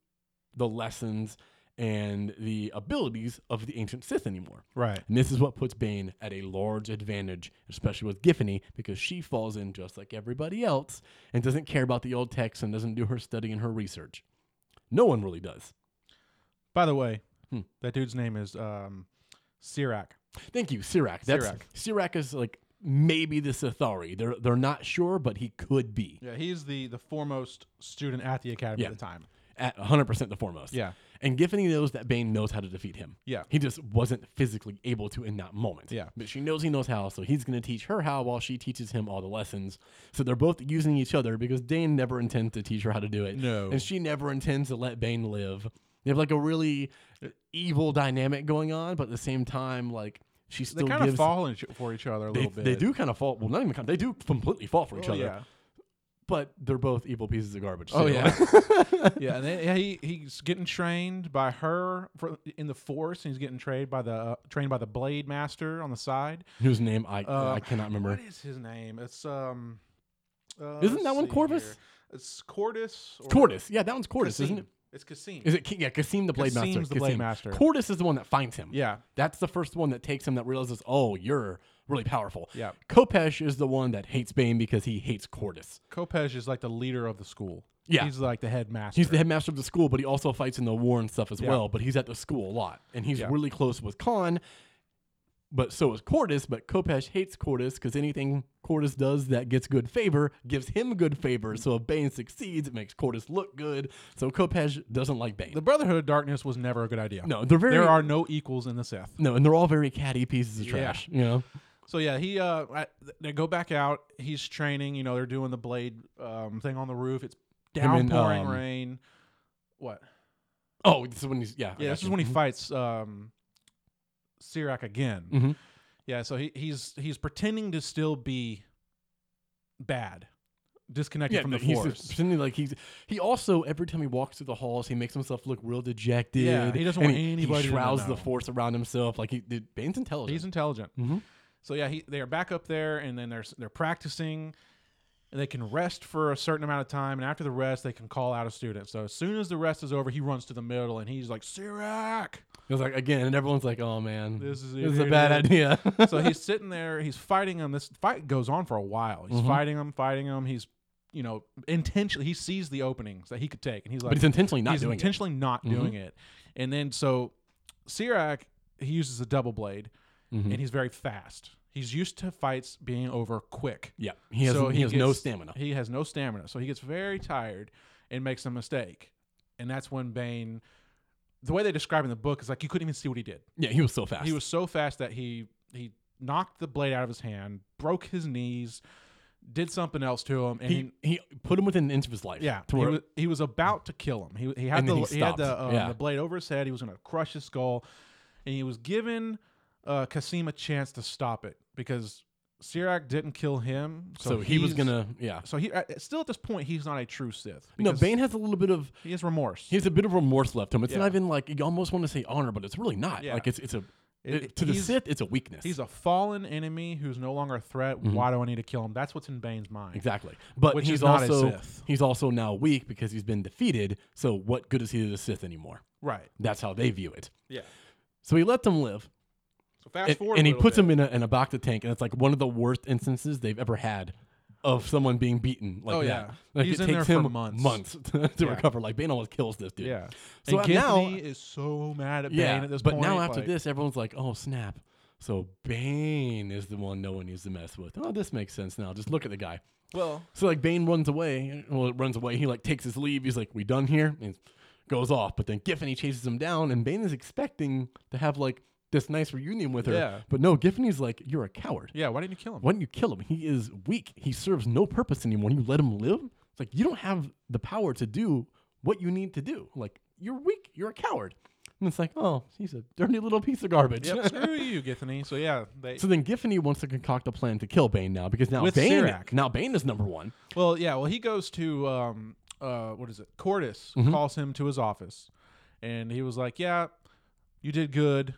[SPEAKER 2] the lessons and the abilities of the ancient Sith anymore.
[SPEAKER 3] Right.
[SPEAKER 2] And this is what puts Bane at a large advantage, especially with Giffany, because she falls in just like everybody else and doesn't care about the old texts and doesn't do her study and her research. No one really does.
[SPEAKER 3] By the way,
[SPEAKER 2] Hmm.
[SPEAKER 3] that dude's name is um, Sirac.
[SPEAKER 2] Thank you, Sirac. That's Sirac, is like maybe the Sithari. They're they're not sure, but he could be
[SPEAKER 3] Yeah, he's the the foremost student at the academy
[SPEAKER 2] Yeah.
[SPEAKER 3] at the time.
[SPEAKER 2] at 100% the foremost.
[SPEAKER 3] Yeah.
[SPEAKER 2] And Giffany knows that Bane knows how to defeat him.
[SPEAKER 3] Yeah.
[SPEAKER 2] He just wasn't physically able to in that moment.
[SPEAKER 3] Yeah.
[SPEAKER 2] But she knows he knows how, so he's going to teach her how while she teaches him all the lessons. So they're both using each other because Dane never intends to teach her how to do it.
[SPEAKER 3] No.
[SPEAKER 2] And she never intends to let Bane live. They have like a really uh, evil dynamic going on, but at the same time, like, she
[SPEAKER 3] They
[SPEAKER 2] still
[SPEAKER 3] kind of
[SPEAKER 2] gives.
[SPEAKER 3] fall in each- for each other a
[SPEAKER 2] they,
[SPEAKER 3] little bit.
[SPEAKER 2] they do kind of fall. Well, not even kind of. They do completely fall for each
[SPEAKER 3] Oh,
[SPEAKER 2] other.
[SPEAKER 3] Yeah.
[SPEAKER 2] But they're both evil pieces of garbage. so-
[SPEAKER 3] Oh, yeah. yeah, and then, yeah, he he's getting trained by her for, in the force, and he's getting trained by the uh, trained by the blade master on the side.
[SPEAKER 2] Whose name I
[SPEAKER 3] Uh,
[SPEAKER 2] I cannot remember.
[SPEAKER 3] What is his name? It's um. uh,
[SPEAKER 2] Isn't
[SPEAKER 3] let's
[SPEAKER 2] that one
[SPEAKER 3] see
[SPEAKER 2] Corvus?
[SPEAKER 3] here. It's Cordis. Or
[SPEAKER 2] Cordis. Yeah, that one's Cordis,
[SPEAKER 3] Cassine.
[SPEAKER 2] isn't it?
[SPEAKER 3] It's Cassine.
[SPEAKER 2] Is it Ca- yeah, Cassim the Blade
[SPEAKER 3] Cassim's
[SPEAKER 2] Master?
[SPEAKER 3] the Blade
[SPEAKER 2] Cassim.
[SPEAKER 3] Master.
[SPEAKER 2] Cordis is the one that finds him.
[SPEAKER 3] yeah,
[SPEAKER 2] That's the first one that takes him that realizes, oh, you're really powerful.
[SPEAKER 3] yeah.
[SPEAKER 2] Kopesh is the one that hates Bane because he hates Cordis.
[SPEAKER 3] Kopesh is like the leader of the school.
[SPEAKER 2] Yeah.
[SPEAKER 3] he's like the headmaster.
[SPEAKER 2] He's the headmaster of the school, but he also fights in the war and stuff as
[SPEAKER 3] Yeah.
[SPEAKER 2] well. But he's at the school a lot, and he's
[SPEAKER 3] Yeah.
[SPEAKER 2] really close with Khan. But so is Cordis. But Kopesh hates Cordis because anything Cordis does that gets good favor gives him good favor. So if Bane succeeds, it makes Cordis look good. So Kopesh doesn't like Bane.
[SPEAKER 3] The Brotherhood of Darkness was never a good idea.
[SPEAKER 2] no, they're very
[SPEAKER 3] there are no equals in the Sith.
[SPEAKER 2] No, and they're all very catty pieces of
[SPEAKER 3] Yeah.
[SPEAKER 2] trash. You know,
[SPEAKER 3] So yeah, he uh, I, they go back out. He's training. You know, they're doing the blade um, thing on the roof. It's
[SPEAKER 2] Him and,
[SPEAKER 3] downpouring
[SPEAKER 2] um,
[SPEAKER 3] rain. What?
[SPEAKER 2] oh, this is when he's yeah. I
[SPEAKER 3] Yeah,
[SPEAKER 2] got
[SPEAKER 3] this is
[SPEAKER 2] you.
[SPEAKER 3] when he fights um, Sirac again.
[SPEAKER 2] Mhm.
[SPEAKER 3] Yeah, so he, he's he's pretending to still be bad, disconnected
[SPEAKER 2] Yeah,
[SPEAKER 3] from the
[SPEAKER 2] he's
[SPEAKER 3] force.
[SPEAKER 2] pretending like he's. He also every time he walks through the halls, he makes himself look real dejected.
[SPEAKER 3] Yeah, he doesn't
[SPEAKER 2] and
[SPEAKER 3] want anybody to
[SPEAKER 2] He shrouds
[SPEAKER 3] know.
[SPEAKER 2] the force around himself. Like he, dude, Bane's intelligent.
[SPEAKER 3] he's intelligent.
[SPEAKER 2] Mhm.
[SPEAKER 3] So yeah, he, they are back up there, and then they're s- they're practicing. And they can rest for a certain amount of time, and after the rest, they can call out a student. So as soon as the rest is over, he runs to the middle, and he's like, "Sirac!"
[SPEAKER 2] He was like again, and everyone's like, "Oh man,
[SPEAKER 3] This is
[SPEAKER 2] a bad idea."
[SPEAKER 3] so he's sitting there. He's fighting him. This fight goes on for a while. He's
[SPEAKER 2] Mhm.
[SPEAKER 3] fighting him, fighting him. He's, you know, intentionally. He sees the openings that he could take, and he's
[SPEAKER 2] but
[SPEAKER 3] like,
[SPEAKER 2] he's intentionally not
[SPEAKER 3] he's
[SPEAKER 2] doing it.
[SPEAKER 3] intentionally not
[SPEAKER 2] Mhm.
[SPEAKER 3] doing it. And then so, Sirac he uses a double blade,
[SPEAKER 2] Mhm.
[SPEAKER 3] and he's very fast. He's used to fights being over quick.
[SPEAKER 2] Yeah, he has.
[SPEAKER 3] so
[SPEAKER 2] he, has no
[SPEAKER 3] gets-
[SPEAKER 2] stamina.
[SPEAKER 3] He has no stamina, so he gets very tired and makes a mistake, and that's when Bane. The way they describe in the book is like you couldn't even see what he did.
[SPEAKER 2] yeah, he was so fast.
[SPEAKER 3] He was so fast that he he knocked the blade out of his hand, broke his knees, did something else to him, and
[SPEAKER 2] He, he put him within an inch of his life.
[SPEAKER 3] yeah,
[SPEAKER 2] to
[SPEAKER 3] he
[SPEAKER 2] where-
[SPEAKER 3] was, he was about to kill him. He he had
[SPEAKER 2] And
[SPEAKER 3] the
[SPEAKER 2] then
[SPEAKER 3] he,
[SPEAKER 2] he
[SPEAKER 3] had
[SPEAKER 2] stopped.
[SPEAKER 3] the, um,
[SPEAKER 2] Yeah.
[SPEAKER 3] the blade over his head. He was going to crush his skull, and he was given uh, Kasim a chance to stop it because Sirac didn't kill him, so,
[SPEAKER 2] so he was
[SPEAKER 3] he's-
[SPEAKER 2] gonna. Yeah.
[SPEAKER 3] So he uh, still at this point he's not a true Sith.
[SPEAKER 2] No,
[SPEAKER 3] because
[SPEAKER 2] Bane has a little bit of
[SPEAKER 3] He has remorse.
[SPEAKER 2] He has a bit of remorse left him. It's
[SPEAKER 3] Yeah.
[SPEAKER 2] not even like you almost want to say honor, but it's really not.
[SPEAKER 3] Yeah.
[SPEAKER 2] Like it's it's a
[SPEAKER 3] It-
[SPEAKER 2] it- to the
[SPEAKER 3] he's-
[SPEAKER 2] Sith, it's a weakness.
[SPEAKER 3] He's a fallen enemy who's no longer a threat. Why do I need to kill him? That's what's in Bane's mind.
[SPEAKER 2] Mm-hmm. exactly, but
[SPEAKER 3] Which
[SPEAKER 2] he's
[SPEAKER 3] is not a
[SPEAKER 2] also
[SPEAKER 3] Sith.
[SPEAKER 2] he's also now weak because he's been defeated. So what good is he to the Sith anymore?
[SPEAKER 3] Right.
[SPEAKER 2] That's how they view it.
[SPEAKER 3] Yeah.
[SPEAKER 2] So he lets them live,
[SPEAKER 3] So fast
[SPEAKER 2] and,
[SPEAKER 3] forward,
[SPEAKER 2] and he
[SPEAKER 3] a little
[SPEAKER 2] puts
[SPEAKER 3] bit.
[SPEAKER 2] him in a in a Bacta tank, and it's like one of the worst instances they've ever had of someone being beaten like
[SPEAKER 3] Oh,
[SPEAKER 2] that.
[SPEAKER 3] yeah.
[SPEAKER 2] Like
[SPEAKER 3] He's
[SPEAKER 2] it
[SPEAKER 3] in there
[SPEAKER 2] takes
[SPEAKER 3] for
[SPEAKER 2] him
[SPEAKER 3] months.
[SPEAKER 2] to, to
[SPEAKER 3] Yeah.
[SPEAKER 2] recover. Like Bane almost kills this dude.
[SPEAKER 3] Yeah.
[SPEAKER 2] So
[SPEAKER 3] and
[SPEAKER 2] now-
[SPEAKER 3] Githany is so mad at Bane at this
[SPEAKER 2] but
[SPEAKER 3] point.
[SPEAKER 2] now after
[SPEAKER 3] like-
[SPEAKER 2] this, everyone's like, "Oh snap!" So Bane is the one no one needs to mess with. Oh, this makes sense now. Just look at the guy.
[SPEAKER 3] well,
[SPEAKER 2] So like Bane runs away. Well, it runs away. He like takes his leave. He's like, "We done here," and goes off. But then Giffany chases him down, and Bane is expecting to have like this nice reunion with her.
[SPEAKER 3] Yeah.
[SPEAKER 2] But no, Giffany's like, "You're a coward.
[SPEAKER 3] yeah. Why didn't you kill him?
[SPEAKER 2] Why didn't you kill him? He is weak. He serves no purpose anymore. You let him live. It's like you don't have the power to do what you need to do. Like you're weak. You're a coward. And it's like, oh, he's a dirty little piece of garbage.
[SPEAKER 3] Yep, screw you, Githany. So yeah, they
[SPEAKER 2] so then Giffany wants to concoct a plan to kill Bane now because now
[SPEAKER 3] With
[SPEAKER 2] Bane
[SPEAKER 3] Sirac.
[SPEAKER 2] now Bane is number one.
[SPEAKER 3] well, yeah, well he goes to um uh what is it? Cordis
[SPEAKER 2] Mm-hmm.
[SPEAKER 3] calls him to his office, and he was like, "Yeah, you did good.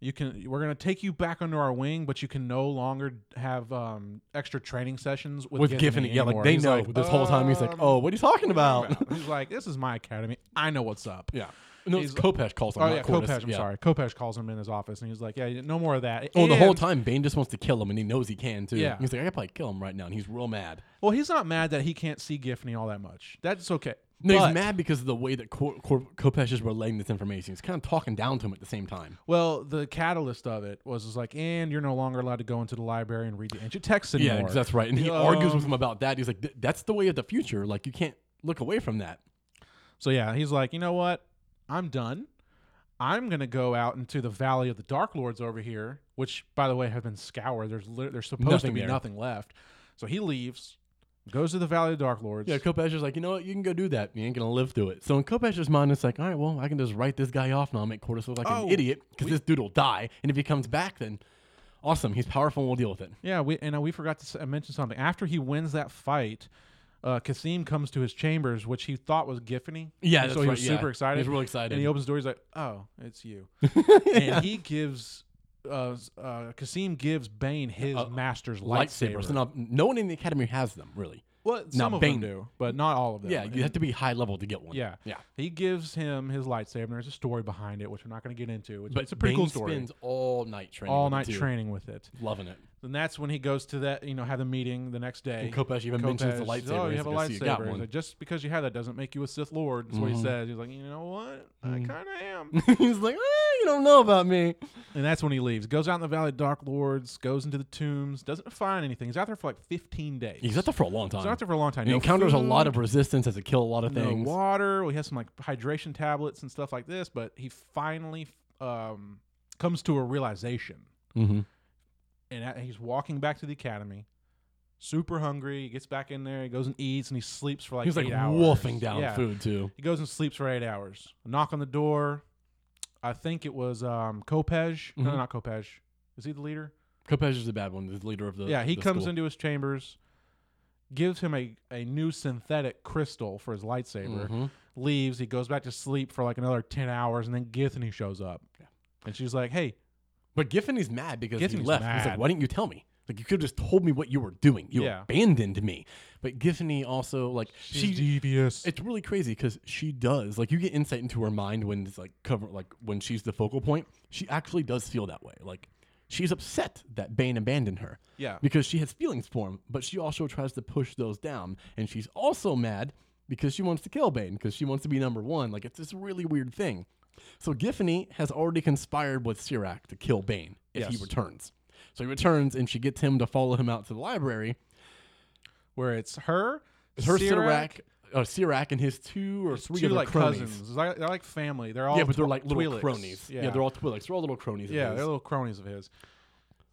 [SPEAKER 3] You can we're gonna take you back under our wing, but you can no longer have um extra training sessions with,
[SPEAKER 2] With Giffany. Yeah, like
[SPEAKER 3] anymore."
[SPEAKER 2] they
[SPEAKER 3] He's
[SPEAKER 2] know
[SPEAKER 3] like,
[SPEAKER 2] this whole time he's like,
[SPEAKER 3] "Um,
[SPEAKER 2] Oh, what are you talking
[SPEAKER 3] what are you
[SPEAKER 2] about?
[SPEAKER 3] talking about?" He's like, "This is my academy. I know what's up."
[SPEAKER 2] yeah. No, it's
[SPEAKER 3] He's-
[SPEAKER 2] Kopesh calls him.
[SPEAKER 3] Oh
[SPEAKER 2] not
[SPEAKER 3] yeah,
[SPEAKER 2] Cortis.
[SPEAKER 3] Kopesh. I'm
[SPEAKER 2] yeah.
[SPEAKER 3] sorry. Kopesh calls him in his office, and he's like, "Yeah, no more of that."
[SPEAKER 2] Oh, the whole
[SPEAKER 3] And-
[SPEAKER 2] time Bane just wants to kill him, and he knows he can too.
[SPEAKER 3] Yeah.
[SPEAKER 2] He's like, I could probably kill him right now, and he's real mad.
[SPEAKER 3] Well, he's not mad that he can't see Gifney all that much. That's okay.
[SPEAKER 2] No,
[SPEAKER 3] But-
[SPEAKER 2] he's mad because of the way that Cor- Cor- Kopesh is relaying this information. He's kind of talking down to him at the same time.
[SPEAKER 3] Well, the catalyst of it was, was like, and you're no longer allowed to go into the library and read the ancient texts anymore.
[SPEAKER 2] Yeah, that's right. And he
[SPEAKER 3] Um,
[SPEAKER 2] argues with him about that. He's like, "Th- that's the way of the future. Like, you can't look away from that.
[SPEAKER 3] So yeah, he's like, you know what? I'm done. I'm gonna go out into the Valley of the Dark Lords over here, which, by the way, have been scoured. There's lit there's supposed
[SPEAKER 2] Nothing
[SPEAKER 3] to be
[SPEAKER 2] there.
[SPEAKER 3] nothing left. So he leves, goes to the Valley of the Dark Lords.
[SPEAKER 2] Yeah, Kopesh is like, you know what? You can go do that. You ain't going to live through it. So in Kopesh's mind, it's like, all right, well, I can just write this guy off and I'll make Cortis look like
[SPEAKER 3] Oh,
[SPEAKER 2] an idiot because this dude will die. And if he comes back, then awesome. He's powerful and we'll deal with it.
[SPEAKER 3] Yeah, we and uh, we forgot to s- uh, mention something. After he wins that fight, uh, Kasim comes to his chambers, which he thought was Giffany.
[SPEAKER 2] Yeah,
[SPEAKER 3] And
[SPEAKER 2] that's
[SPEAKER 3] so he was
[SPEAKER 2] right, yeah.
[SPEAKER 3] super excited.
[SPEAKER 2] He's real excited.
[SPEAKER 3] and he opens the door. He's like, "Oh, it's you." and he gives uh, s- uh, Kasim gives Bane his
[SPEAKER 2] Uh,
[SPEAKER 3] master's lightsaber.
[SPEAKER 2] lightsabers. And uh, no one in the academy has them, really.
[SPEAKER 3] well, some of
[SPEAKER 2] Bane-
[SPEAKER 3] them do, but not all of them.
[SPEAKER 2] Yeah, you have to be high level to get one.
[SPEAKER 3] yeah,
[SPEAKER 2] Yeah.
[SPEAKER 3] He gives him his lightsaber. and There's a story behind it, which we're not going to get into. Which,
[SPEAKER 2] But
[SPEAKER 3] it's a pretty
[SPEAKER 2] Bane
[SPEAKER 3] cool story.
[SPEAKER 2] spends all night training.
[SPEAKER 3] all
[SPEAKER 2] with it,
[SPEAKER 3] night
[SPEAKER 2] too.
[SPEAKER 3] training with it.
[SPEAKER 2] Loving it.
[SPEAKER 3] And that's when he goes to that, you know, have the meeting the next day.
[SPEAKER 2] And Kopesh even mentions the
[SPEAKER 3] Kopesh says,
[SPEAKER 2] lightsaber.
[SPEAKER 3] Oh, you
[SPEAKER 2] He's
[SPEAKER 3] have a
[SPEAKER 2] like, "I see you got
[SPEAKER 3] lightsaber. He's
[SPEAKER 2] one." Mm-hmm.
[SPEAKER 3] like, just because you have that doesn't make you a Sith Lord. That's what he says. He's like, you know what? I kind of am.
[SPEAKER 2] He's like, "Eh, you don't know about me.
[SPEAKER 3] and that's when he leaves. Goes out in the Valley of Dark Lords. Goes into the tombs. Doesn't find anything. He's out there for like 15 days.
[SPEAKER 2] He's out there for a long time.
[SPEAKER 3] He's out there for a long time.
[SPEAKER 2] he
[SPEAKER 3] No
[SPEAKER 2] encounters a lot
[SPEAKER 3] food,
[SPEAKER 2] of resistance as to kill a lot of
[SPEAKER 3] no
[SPEAKER 2] things.
[SPEAKER 3] water. Well, he has some like hydration tablets and stuff like this. But he finally um, comes to a realization.
[SPEAKER 2] hmm
[SPEAKER 3] and a- he's walking back to the academy, super hungry. He gets back in there, he goes and eats, and he sleeps for like
[SPEAKER 2] He's like
[SPEAKER 3] eight hours.
[SPEAKER 2] wolfing down
[SPEAKER 3] Yeah.
[SPEAKER 2] food too.
[SPEAKER 3] He goes and sleeps for eight hours. knock on the door. I think it was um, Kopej. No,
[SPEAKER 2] Mhm.
[SPEAKER 3] not Kopej. Is he the leader?
[SPEAKER 2] Kopesh is the bad one, the leader of the.
[SPEAKER 3] yeah, he
[SPEAKER 2] the
[SPEAKER 3] comes
[SPEAKER 2] school.
[SPEAKER 3] into his chambers, gives him a, a new synthetic crystal for his lightsaber,
[SPEAKER 2] Mhm.
[SPEAKER 3] leaves. He goes back to sleep for like another 10 hours, and then Githany shows up. And she's like, hey,
[SPEAKER 2] But Giffany's mad because he
[SPEAKER 3] Giffany's
[SPEAKER 2] left. He's like,
[SPEAKER 3] mad.
[SPEAKER 2] why didn't you tell me? Like you could have just told me what you were doing. You
[SPEAKER 3] Yeah.
[SPEAKER 2] abandoned me. But Giffany also like
[SPEAKER 3] she's
[SPEAKER 2] she
[SPEAKER 3] devious.
[SPEAKER 2] It's really crazy because she does like you get insight into her mind when it's like cover like when she's the focal point. She actually does feel that way. Like she's upset that Bane abandoned her.
[SPEAKER 3] Yeah.
[SPEAKER 2] because she has feelings for him, but she also tries to push those down, and she's also mad because she wants to kill Bane because she wants to be number one. Like it's this really weird thing. So Giffany has already conspired with Sirac to kill Bane if he
[SPEAKER 3] Yes.
[SPEAKER 2] returns. So he returns, and she gets him to follow him out to the library.
[SPEAKER 3] Where it's her,
[SPEAKER 2] It's her
[SPEAKER 3] Sirac,
[SPEAKER 2] Sirac, uh, Sirac, and his two or three
[SPEAKER 3] two
[SPEAKER 2] other
[SPEAKER 3] like
[SPEAKER 2] cronies.
[SPEAKER 3] cousins. It's like- they're like family. They're all
[SPEAKER 2] yeah, but they're
[SPEAKER 3] tw-
[SPEAKER 2] like little
[SPEAKER 3] Twi'leks.
[SPEAKER 2] cronies. Yeah.
[SPEAKER 3] Yeah,
[SPEAKER 2] they're all Twi'leks. They're all little cronies. of
[SPEAKER 3] yeah,
[SPEAKER 2] his.
[SPEAKER 3] they're little cronies of his.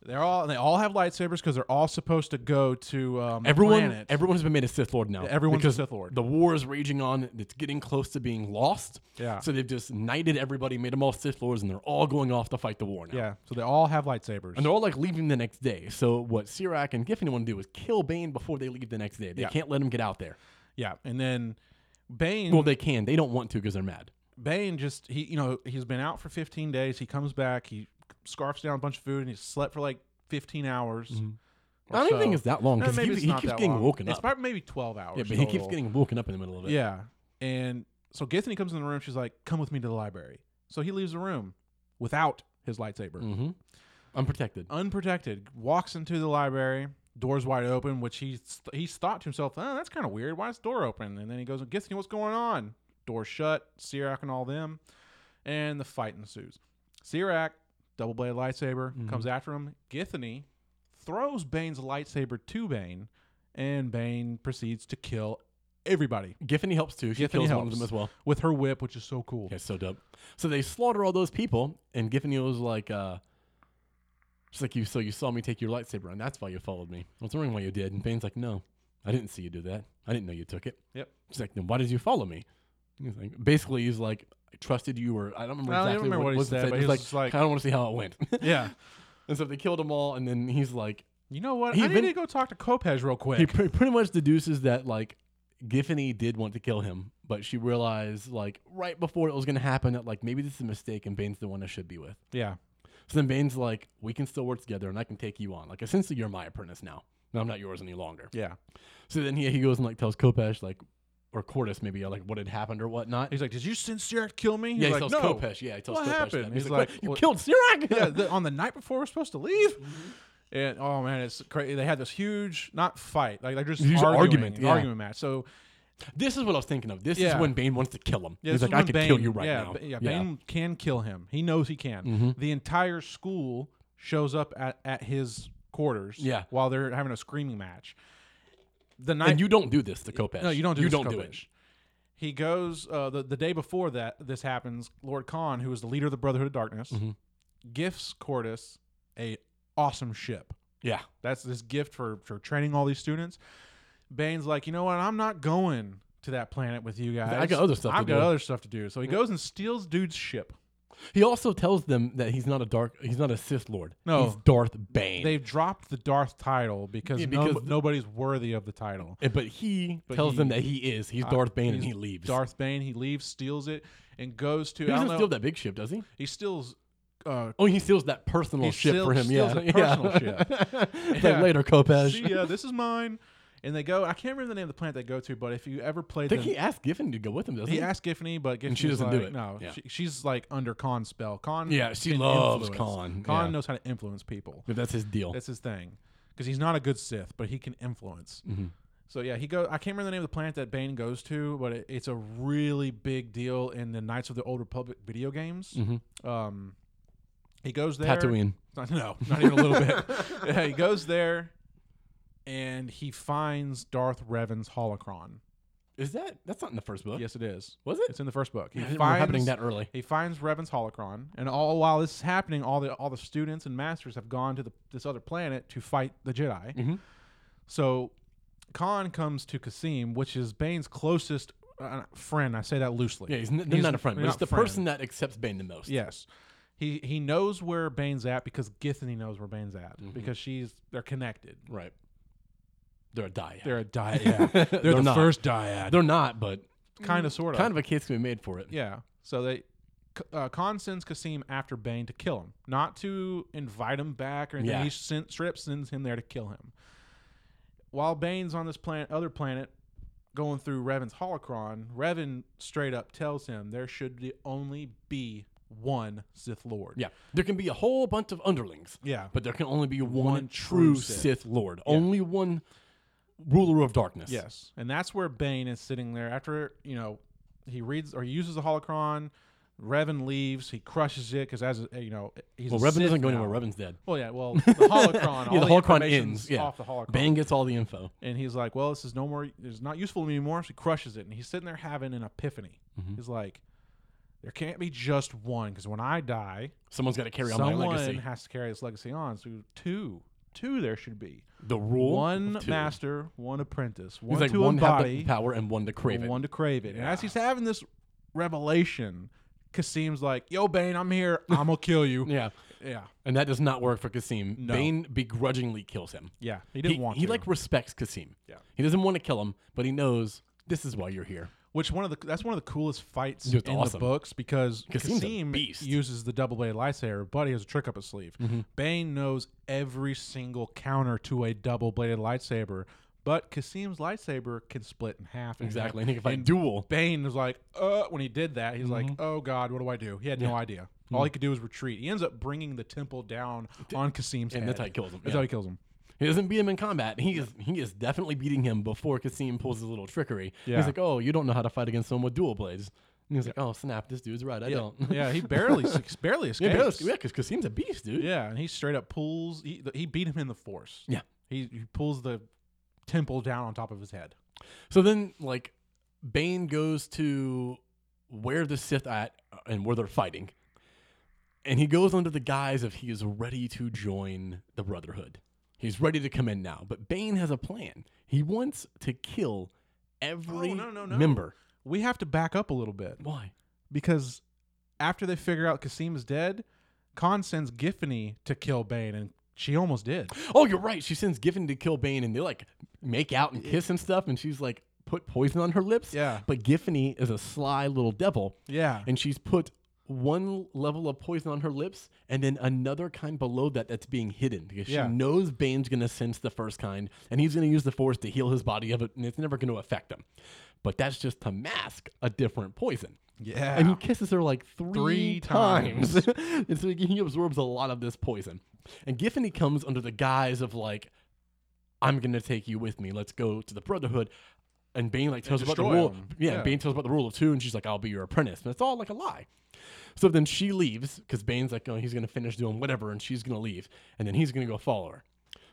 [SPEAKER 3] They're all and they all have lightsabers because they're all supposed to go to um, the
[SPEAKER 2] everyone.
[SPEAKER 3] planet.
[SPEAKER 2] Everyone has been made a Sith Lord now.
[SPEAKER 3] everyone's a
[SPEAKER 2] because
[SPEAKER 3] Sith Lord.
[SPEAKER 2] The war is raging on. It's getting close to being lost.
[SPEAKER 3] Yeah.
[SPEAKER 2] So they've just knighted everybody, made them all Sith Lords, and they're all going off to fight the war now.
[SPEAKER 3] yeah, so they all have lightsabers.
[SPEAKER 2] And they're all like leaving the next day. So what Sirac and Giffen want to do is kill Bane before they leave the next day. They
[SPEAKER 3] Yeah.
[SPEAKER 2] can't let him get out there.
[SPEAKER 3] yeah, and then Bane.
[SPEAKER 2] Well, they can. They don't want to because they're mad.
[SPEAKER 3] Bane just he you know he's been out for 15 days. He comes back. He scarfs down a bunch of food and he slept for like 15 hours. or
[SPEAKER 2] Mm-hmm. I don't even
[SPEAKER 3] so.
[SPEAKER 2] think it's that long
[SPEAKER 3] No,
[SPEAKER 2] because
[SPEAKER 3] maybe
[SPEAKER 2] he,
[SPEAKER 3] it's
[SPEAKER 2] he
[SPEAKER 3] not
[SPEAKER 2] keeps
[SPEAKER 3] that
[SPEAKER 2] getting
[SPEAKER 3] long.
[SPEAKER 2] woken
[SPEAKER 3] It's
[SPEAKER 2] up.
[SPEAKER 3] probably maybe 12 hours.
[SPEAKER 2] Yeah, but he keeps
[SPEAKER 3] total.
[SPEAKER 2] getting woken up in the middle of it.
[SPEAKER 3] Yeah. And so Githany comes in the room. She's like, come with me to the library. So he leaves the room without his lightsaber,
[SPEAKER 2] Mm-hmm. Unprotected.
[SPEAKER 3] unprotected, walks into the library, doors wide open, which he's, he's thought to himself, oh, that's kind of weird. Why is the door open? And then he goes, Githany, what's going on? Door shut, Sirac and all them. And the fight ensues. Sirac, double bladed lightsaber, comes after him. Githany throws Bane's lightsaber to Bane, and Bane proceeds to kill everybody
[SPEAKER 2] Giffany helps too. She
[SPEAKER 3] Giffany
[SPEAKER 2] kills one of
[SPEAKER 3] helps.
[SPEAKER 2] them as well.
[SPEAKER 3] with her whip, which is so cool.
[SPEAKER 2] Yeah, it's so dope. So they slaughter all those people, and Giffany was like, uh, she's like, you, so you saw me take your lightsaber, and that's why you followed me. I was wondering why you did. And Bane's like, no, I didn't see you do that. I didn't know you took it.
[SPEAKER 3] Yep.
[SPEAKER 2] She's like, then why did you follow me? He's like, basically, he's like, I trusted you, or I don't remember
[SPEAKER 3] I don't
[SPEAKER 2] exactly
[SPEAKER 3] remember what he
[SPEAKER 2] was
[SPEAKER 3] said, but he
[SPEAKER 2] he's
[SPEAKER 3] was
[SPEAKER 2] like,
[SPEAKER 3] just like-
[SPEAKER 2] I don't want to see how it went.
[SPEAKER 3] Yeah.
[SPEAKER 2] and so they killed them all, and then he's like,
[SPEAKER 3] You know what?
[SPEAKER 2] He
[SPEAKER 3] I
[SPEAKER 2] even-
[SPEAKER 3] need to go talk to Kopej real quick.
[SPEAKER 2] he pre- pretty much deduces that like Giffany did want to kill him, but she realized like right before it was gonna happen that like maybe this is a mistake and Bane's the one I should be with.
[SPEAKER 3] yeah.
[SPEAKER 2] So then Bane's like, we can still work together and I can take you on. Like essentially you're my apprentice now. And I'm not yours any longer.
[SPEAKER 3] Yeah.
[SPEAKER 2] So then he he goes and like tells Kopesh like or Cordis maybe like what had happened or whatnot.
[SPEAKER 3] He's like, "Did you send Sirat kill me?"
[SPEAKER 2] yeah,
[SPEAKER 3] He's
[SPEAKER 2] he
[SPEAKER 3] like,
[SPEAKER 2] tells
[SPEAKER 3] "No."
[SPEAKER 2] Kopesh. Yeah, he tells
[SPEAKER 3] What
[SPEAKER 2] Kopesh
[SPEAKER 3] happened?
[SPEAKER 2] that. He's,
[SPEAKER 3] He's
[SPEAKER 2] like,
[SPEAKER 3] like,
[SPEAKER 2] "You
[SPEAKER 3] "What-
[SPEAKER 2] killed Sirach."
[SPEAKER 3] yeah, the, on the night before we're supposed to leave.
[SPEAKER 2] Mm-hmm.
[SPEAKER 3] And oh man, it's crazy. They had this huge not fight, like they're just
[SPEAKER 2] Huge
[SPEAKER 3] arguing,
[SPEAKER 2] argument,
[SPEAKER 3] an
[SPEAKER 2] yeah.
[SPEAKER 3] argument match. So
[SPEAKER 2] This is what I was thinking of. This is
[SPEAKER 3] Yeah.
[SPEAKER 2] when Bane wants to kill him.
[SPEAKER 3] yeah,
[SPEAKER 2] He's like,
[SPEAKER 3] this is
[SPEAKER 2] I
[SPEAKER 3] when
[SPEAKER 2] could
[SPEAKER 3] Bane,
[SPEAKER 2] kill you right
[SPEAKER 3] yeah,
[SPEAKER 2] now. Mm-hmm.
[SPEAKER 3] Ba- Yeah, Bane can kill him. He knows he can. The entire school shows up at, at his quarters.
[SPEAKER 2] Yeah.
[SPEAKER 3] while they're having a screaming match. The night
[SPEAKER 2] And you don't do this to Kopesh.
[SPEAKER 3] No, you don't do.
[SPEAKER 2] You
[SPEAKER 3] this
[SPEAKER 2] don't
[SPEAKER 3] to
[SPEAKER 2] do it.
[SPEAKER 3] Kopesh. He goes uh, the the day before that this happens. Lord Khan, who is the leader of the Brotherhood of Darkness,
[SPEAKER 2] Mm-hmm.
[SPEAKER 3] gifts Cordis a awesome ship.
[SPEAKER 2] Yeah.
[SPEAKER 3] That's this gift for for training all these students. Bane's like, you know what? I'm not going to that planet with you guys.
[SPEAKER 2] I got other stuff to
[SPEAKER 3] I've got
[SPEAKER 2] do."
[SPEAKER 3] other stuff to do. So he goes and steals dude's ship.
[SPEAKER 2] He also tells them that he's not a dark. He's not a Sith Lord.
[SPEAKER 3] No.
[SPEAKER 2] he's Darth Bane.
[SPEAKER 3] They've dropped the Darth title because,
[SPEAKER 2] Yeah,
[SPEAKER 3] no-
[SPEAKER 2] because-
[SPEAKER 3] nobody's worthy of the title.
[SPEAKER 2] And- Eh, but he tells them
[SPEAKER 3] he- Uh,
[SPEAKER 2] that he is. He's Darth Bane, and he
[SPEAKER 3] He's
[SPEAKER 2] leaves.
[SPEAKER 3] Darth Bane. He leaves, steals it, and goes to.
[SPEAKER 2] he
[SPEAKER 3] I don't
[SPEAKER 2] doesn't
[SPEAKER 3] know,
[SPEAKER 2] steal that big ship, does he?
[SPEAKER 3] He steals. Uh,
[SPEAKER 2] Oh, he steals that personal
[SPEAKER 3] He
[SPEAKER 2] ship
[SPEAKER 3] steal-
[SPEAKER 2] for him.
[SPEAKER 3] steals
[SPEAKER 2] yeah,
[SPEAKER 3] a personal ship.
[SPEAKER 2] It's
[SPEAKER 3] Yeah. uh,
[SPEAKER 2] like later, Kopesh.
[SPEAKER 3] See, yeah, this is mine. And they go. I can't remember the name of the planet they go to, but if you ever
[SPEAKER 2] I
[SPEAKER 3] played,
[SPEAKER 2] think
[SPEAKER 3] the,
[SPEAKER 2] he asked Giffen to go with him, doesn't
[SPEAKER 3] he
[SPEAKER 2] he?
[SPEAKER 3] asked Giffany, but Giffany
[SPEAKER 2] she doesn't do it.
[SPEAKER 3] No,
[SPEAKER 2] Yeah.
[SPEAKER 3] she, she's like under Khan's spell. Khan,
[SPEAKER 2] Yeah, she
[SPEAKER 3] can
[SPEAKER 2] loves Khan,
[SPEAKER 3] influence. Khan
[SPEAKER 2] yeah.
[SPEAKER 3] knows how to influence people.
[SPEAKER 2] If that's his deal.
[SPEAKER 3] That's his thing, because he's not a good Sith, but he can influence.
[SPEAKER 2] Mm-hmm.
[SPEAKER 3] So yeah, he go. I can't remember the name of the planet that Bane goes to, but it, it's a really big deal in the Knights of the Old Republic video games. Um, he goes there.
[SPEAKER 2] Mm-hmm. Tatooine.
[SPEAKER 3] Not, no, not even a little bit. Yeah, he goes there, and he finds Darth Revan's holocron.
[SPEAKER 2] Is that? That's not in the first book.
[SPEAKER 3] Yes, it is.
[SPEAKER 2] Was it?
[SPEAKER 3] It's in the first book. He
[SPEAKER 2] I didn't remember
[SPEAKER 3] finds
[SPEAKER 2] happening that early.
[SPEAKER 3] he finds Revan's holocron, and all while this is happening, all the all the students and masters have gone to the, this other planet to fight the Jedi.
[SPEAKER 2] Mhm.
[SPEAKER 3] So, Khan comes to Kasim, which is Bane's closest uh, friend. I say that loosely.
[SPEAKER 2] Yeah, he's, n- they're not a friend.
[SPEAKER 3] they're
[SPEAKER 2] But it's
[SPEAKER 3] not
[SPEAKER 2] the
[SPEAKER 3] friends.
[SPEAKER 2] person that accepts Bane the most.
[SPEAKER 3] Yes. He he knows where Bane's at because Githany knows where Bane's at
[SPEAKER 2] Mm-hmm.
[SPEAKER 3] because she's they're connected.
[SPEAKER 2] Right. They're a dyad.
[SPEAKER 3] They're a dyad. They're,
[SPEAKER 2] They're
[SPEAKER 3] the
[SPEAKER 2] not.
[SPEAKER 3] first dyad.
[SPEAKER 2] They're not, but
[SPEAKER 3] kind of, sort of.
[SPEAKER 2] kind of a case can be made for it.
[SPEAKER 3] Yeah. So they. K- Uh, Khan sends Kasim after Bane to kill him, not to invite him back or anything.
[SPEAKER 2] Yeah.
[SPEAKER 3] He sent, Strip sends him there to kill him. While Bane's on this planet, other planet, going through Revan's holocron, Revan straight up tells him there should be- only be one Sith Lord.
[SPEAKER 2] Yeah. There can be a whole bunch of underlings.
[SPEAKER 3] Yeah.
[SPEAKER 2] But there can only be one,
[SPEAKER 3] true
[SPEAKER 2] true
[SPEAKER 3] Sith.
[SPEAKER 2] Sith, Lord. Only one ruler of darkness.
[SPEAKER 3] Yes, and that's where Bane is sitting there after you know he reads or he uses the holocron. Revan leaves. He crushes it because as you know, he's
[SPEAKER 2] Well,
[SPEAKER 3] a
[SPEAKER 2] Revan
[SPEAKER 3] Sith
[SPEAKER 2] doesn't go
[SPEAKER 3] now.
[SPEAKER 2] anywhere. Revan's dead.
[SPEAKER 3] Well, yeah. Well, the holocron.
[SPEAKER 2] yeah,
[SPEAKER 3] all
[SPEAKER 2] the holocron
[SPEAKER 3] information's
[SPEAKER 2] ends. Yeah.
[SPEAKER 3] off the holocron.
[SPEAKER 2] Bane gets all the info.
[SPEAKER 3] And he's like, "Well, this is no more. It's not useful to me anymore." So he crushes it, and he's sitting there having an epiphany.
[SPEAKER 2] Mm-hmm.
[SPEAKER 3] He's like, "There can't be just one because when I die,
[SPEAKER 2] Someone's got to carry on my
[SPEAKER 3] someone
[SPEAKER 2] legacy.
[SPEAKER 3] has to carry this legacy on. So two, two there should be."
[SPEAKER 2] The rule
[SPEAKER 3] One
[SPEAKER 2] of two.
[SPEAKER 3] master, one apprentice, one
[SPEAKER 2] He's like
[SPEAKER 3] to
[SPEAKER 2] one to have
[SPEAKER 3] embody,
[SPEAKER 2] the power and one to crave
[SPEAKER 3] the
[SPEAKER 2] it.
[SPEAKER 3] one to crave it. And as he's having this revelation, Kasim's like, "Yo, Bane, I'm here. I'm gonna kill you."
[SPEAKER 2] Yeah.
[SPEAKER 3] yeah,
[SPEAKER 2] And that does not work for Kasim.
[SPEAKER 3] No.
[SPEAKER 2] Bane begrudgingly kills him.
[SPEAKER 3] yeah. He didn't
[SPEAKER 2] he,
[SPEAKER 3] want.
[SPEAKER 2] he
[SPEAKER 3] to.
[SPEAKER 2] like respects Kasim.
[SPEAKER 3] Yeah.
[SPEAKER 2] He doesn't want to kill him, but he knows this is why you're here.
[SPEAKER 3] which one of the that's one of the coolest fights
[SPEAKER 2] Dude, it's
[SPEAKER 3] in the
[SPEAKER 2] awesome.
[SPEAKER 3] books because
[SPEAKER 2] Kasim's a
[SPEAKER 3] Kasim
[SPEAKER 2] beast. Mm-hmm.
[SPEAKER 3] uses the double bladed lightsaber, but he has a trick up his sleeve. Bane knows every single counter to a double bladed lightsaber, but Kasim's lightsaber can split in half. and
[SPEAKER 2] Exactly.
[SPEAKER 3] half.
[SPEAKER 2] And he can fight duel.
[SPEAKER 3] Bane was like, uh, when he did that, he's
[SPEAKER 2] Mm-hmm.
[SPEAKER 3] like, oh God, what do I do? He had no idea. All he could do was retreat. He ends up bringing the temple down on Kasim's
[SPEAKER 2] And
[SPEAKER 3] head.
[SPEAKER 2] that's how he kills him.
[SPEAKER 3] That's
[SPEAKER 2] yeah.
[SPEAKER 3] how he kills him.
[SPEAKER 2] He doesn't beat him in combat. He is he is definitely beating him before Kasim pulls his little trickery.
[SPEAKER 3] Yeah.
[SPEAKER 2] He's like, "Oh, you don't know how to fight against someone with dual blades." And he's like, "Oh, snap! This dude's right. I don't."
[SPEAKER 3] Yeah, he barely barely escapes.
[SPEAKER 2] yeah, because Kasim's a beast, dude.
[SPEAKER 3] Yeah, and he straight up pulls. He, th- he beat him in the force.
[SPEAKER 2] Yeah.
[SPEAKER 3] he, he pulls the temple down on top of his head.
[SPEAKER 2] So then, like, Bane goes to where the Sith at uh, and where they're fighting, and he goes under the guise of he is ready to join the Brotherhood. He's ready to come in now, but Bane has a plan. He wants to kill every
[SPEAKER 3] Oh, no, no, no.
[SPEAKER 2] member.
[SPEAKER 3] We have to back up a little bit
[SPEAKER 2] Why?
[SPEAKER 3] because after they figure out Kasim is dead, Khan sends Giffany to kill Bane, and she almost did.
[SPEAKER 2] Oh, you're right. She sends Giffen to kill Bane, and they like make out and kiss and stuff, and she's like put poison on her lips.
[SPEAKER 3] Yeah.
[SPEAKER 2] But Giffany is a sly little devil,
[SPEAKER 3] Yeah,
[SPEAKER 2] and she's put one level of poison on her lips, and then another kind below that that's being hidden because
[SPEAKER 3] Yeah.
[SPEAKER 2] she knows Bane's gonna sense the first kind, and he's gonna use the force to heal his body of it, and it's never gonna affect him. but that's just to mask a different poison.
[SPEAKER 3] Yeah.
[SPEAKER 2] And he kisses her like three,
[SPEAKER 3] Three
[SPEAKER 2] times. and so he absorbs a lot of this poison. And Giffany comes under the guise of like, I'm gonna take you with me. Let's go to the Brotherhood. And Bane like tells her about the
[SPEAKER 3] destroy
[SPEAKER 2] rule.
[SPEAKER 3] them.
[SPEAKER 2] Yeah,
[SPEAKER 3] Yeah.
[SPEAKER 2] And Bane tells her about the rule of two, and she's like, I'll be your apprentice. And it's all like a lie. So then she leaves because Bane's like, oh, he's gonna finish doing whatever, and she's gonna leave, and then he's gonna go follow her.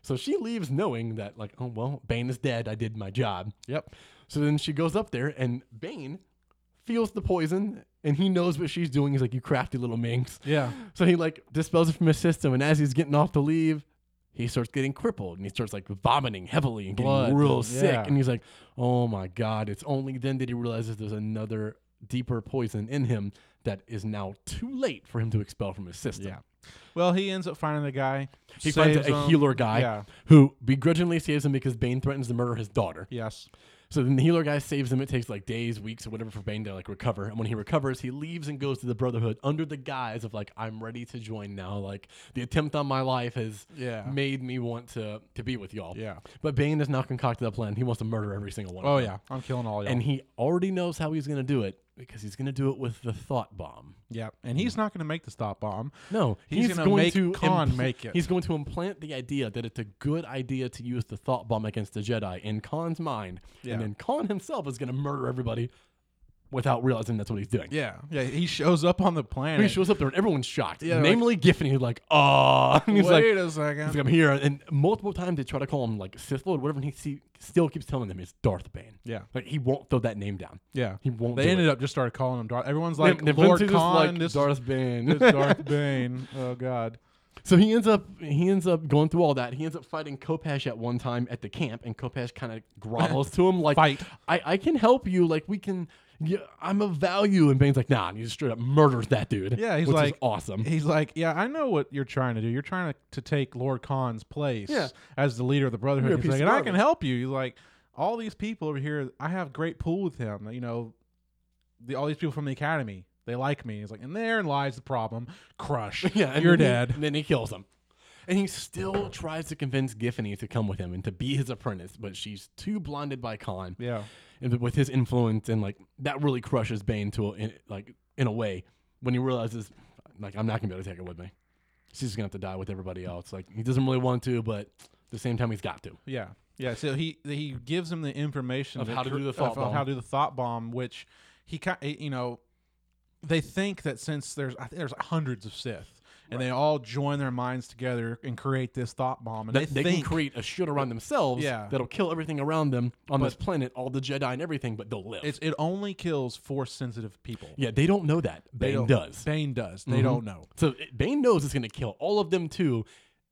[SPEAKER 2] So she leaves knowing that like, oh well, Bane is dead. I did my job.
[SPEAKER 3] yep.
[SPEAKER 2] So then she goes up there, and Bane feels the poison, and he knows what she's doing. He's like, "You crafty little minx."
[SPEAKER 3] Yeah.
[SPEAKER 2] So he like dispels it from his system, and as he's getting off to leave, he starts getting crippled, and he starts like vomiting heavily and getting
[SPEAKER 3] Blood.
[SPEAKER 2] real sick.
[SPEAKER 3] Yeah.
[SPEAKER 2] And he's like, "Oh my god!" It's only then that he realizes there's another deeper poison in him that is now too late for him to expel from his system.
[SPEAKER 3] Yeah. Well, he ends up finding the guy.
[SPEAKER 2] He
[SPEAKER 3] saves
[SPEAKER 2] finds a
[SPEAKER 3] him.
[SPEAKER 2] healer guy
[SPEAKER 3] Yeah.
[SPEAKER 2] who begrudgingly saves him because Bane threatens to murder his daughter.
[SPEAKER 3] Yes.
[SPEAKER 2] So then the healer guy saves him. It takes like days, weeks, or whatever for Bane to like recover. And when he recovers, he leaves and goes to the Brotherhood under the guise of like, I'm ready to join now. Like the attempt on my life has
[SPEAKER 3] Yeah.
[SPEAKER 2] made me want to to be with y'all.
[SPEAKER 3] Yeah.
[SPEAKER 2] But Bane has now concocted a plan. He wants to murder every single one.
[SPEAKER 3] Oh
[SPEAKER 2] of them.
[SPEAKER 3] yeah. I'm killing all y'all.
[SPEAKER 2] And he already knows how he's gonna do it because he's gonna do it with the thought bomb.
[SPEAKER 3] yeah. And he's not going to make the stop bomb.
[SPEAKER 2] No,
[SPEAKER 3] He's
[SPEAKER 2] he's,
[SPEAKER 3] gonna
[SPEAKER 2] going
[SPEAKER 3] make
[SPEAKER 2] to
[SPEAKER 3] Khan make it.
[SPEAKER 2] He's going to implant the idea that it's a good idea to use the thought bomb against the Jedi in Khan's mind,
[SPEAKER 3] Yeah.
[SPEAKER 2] and then Khan himself is going to murder everybody without realizing that's what he's doing.
[SPEAKER 3] Yeah. Yeah. He shows up on the planet.
[SPEAKER 2] He shows up there and everyone's shocked.
[SPEAKER 3] Yeah, they're
[SPEAKER 2] namely Giffen. He's like, "Ah," and he's like,
[SPEAKER 3] Wait a
[SPEAKER 2] he's
[SPEAKER 3] second.
[SPEAKER 2] like, "I'm here." And multiple times they try to call him like Sith Lord, whatever. And he see, still keeps telling them it's Darth Bane.
[SPEAKER 3] Yeah.
[SPEAKER 2] Like he won't throw that name down.
[SPEAKER 3] Yeah.
[SPEAKER 2] He won't.
[SPEAKER 3] They
[SPEAKER 2] do
[SPEAKER 3] ended
[SPEAKER 2] it.
[SPEAKER 3] up just started calling him Darth. Everyone's like
[SPEAKER 2] They- they
[SPEAKER 3] Lord
[SPEAKER 2] eventually just
[SPEAKER 3] Khan.
[SPEAKER 2] like,
[SPEAKER 3] this
[SPEAKER 2] Darth Bane.
[SPEAKER 3] is Darth Bane. Oh God.
[SPEAKER 2] So he ends up he ends up going through all that. He ends up fighting Kopesh at one time at the camp, and Kopesh kind of grovels to him like,
[SPEAKER 3] Fight.
[SPEAKER 2] I, I can help you. Like we can. Yeah, I'm of value." And Bane's like, "Nah," and he just straight up murders that dude.
[SPEAKER 3] Yeah, he's
[SPEAKER 2] which
[SPEAKER 3] like-
[SPEAKER 2] is awesome.
[SPEAKER 3] He's like, yeah, I know what you're trying to do. You're trying to, to take Lord Khan's place
[SPEAKER 2] Yeah.
[SPEAKER 3] as the leader of the Brotherhood.
[SPEAKER 2] You're a
[SPEAKER 3] He's
[SPEAKER 2] piece
[SPEAKER 3] like,
[SPEAKER 2] of
[SPEAKER 3] and I can
[SPEAKER 2] garbage."
[SPEAKER 3] help you. He's like, all these people over here, I have great pool with him. You know, the, all these people from the academy, they like me. He's like, and therein lies the problem. Crush.
[SPEAKER 2] yeah, and
[SPEAKER 3] you're
[SPEAKER 2] then he-
[SPEAKER 3] dead.
[SPEAKER 2] and then he kills him. And he still tries to convince Giffany to come with him and to be his apprentice, but she's too blinded by Khan.
[SPEAKER 3] yeah.
[SPEAKER 2] and with his influence and like that really crushes Bane to a, in, like in a way when he realizes like I'm not gonna be able to take it with me. She's just gonna have to die with everybody else. Like he doesn't really want to, but at the same time he's got to.
[SPEAKER 3] Yeah. Yeah. So he he gives him the information
[SPEAKER 2] Of
[SPEAKER 3] that
[SPEAKER 2] how to
[SPEAKER 3] cr-
[SPEAKER 2] do the thought
[SPEAKER 3] of- of how
[SPEAKER 2] bomb.
[SPEAKER 3] to do the thought bomb, which he kind you know they think that since there's I think there's hundreds of Sith and they all join their minds together and create this thought bomb and
[SPEAKER 2] That
[SPEAKER 3] they,
[SPEAKER 2] they,
[SPEAKER 3] think
[SPEAKER 2] can create a shoot around themselves
[SPEAKER 3] Yeah.
[SPEAKER 2] that'll kill everything around them on this planet, all the Jedi and everything, but they'll live.
[SPEAKER 3] it's it only kills force sensitive people.
[SPEAKER 2] yeah, they don't know that.
[SPEAKER 3] They
[SPEAKER 2] Bane
[SPEAKER 3] don't-
[SPEAKER 2] does. Mm-hmm.
[SPEAKER 3] Bane does. They don't know.
[SPEAKER 2] So it- Bane knows it's gonna kill all of them too.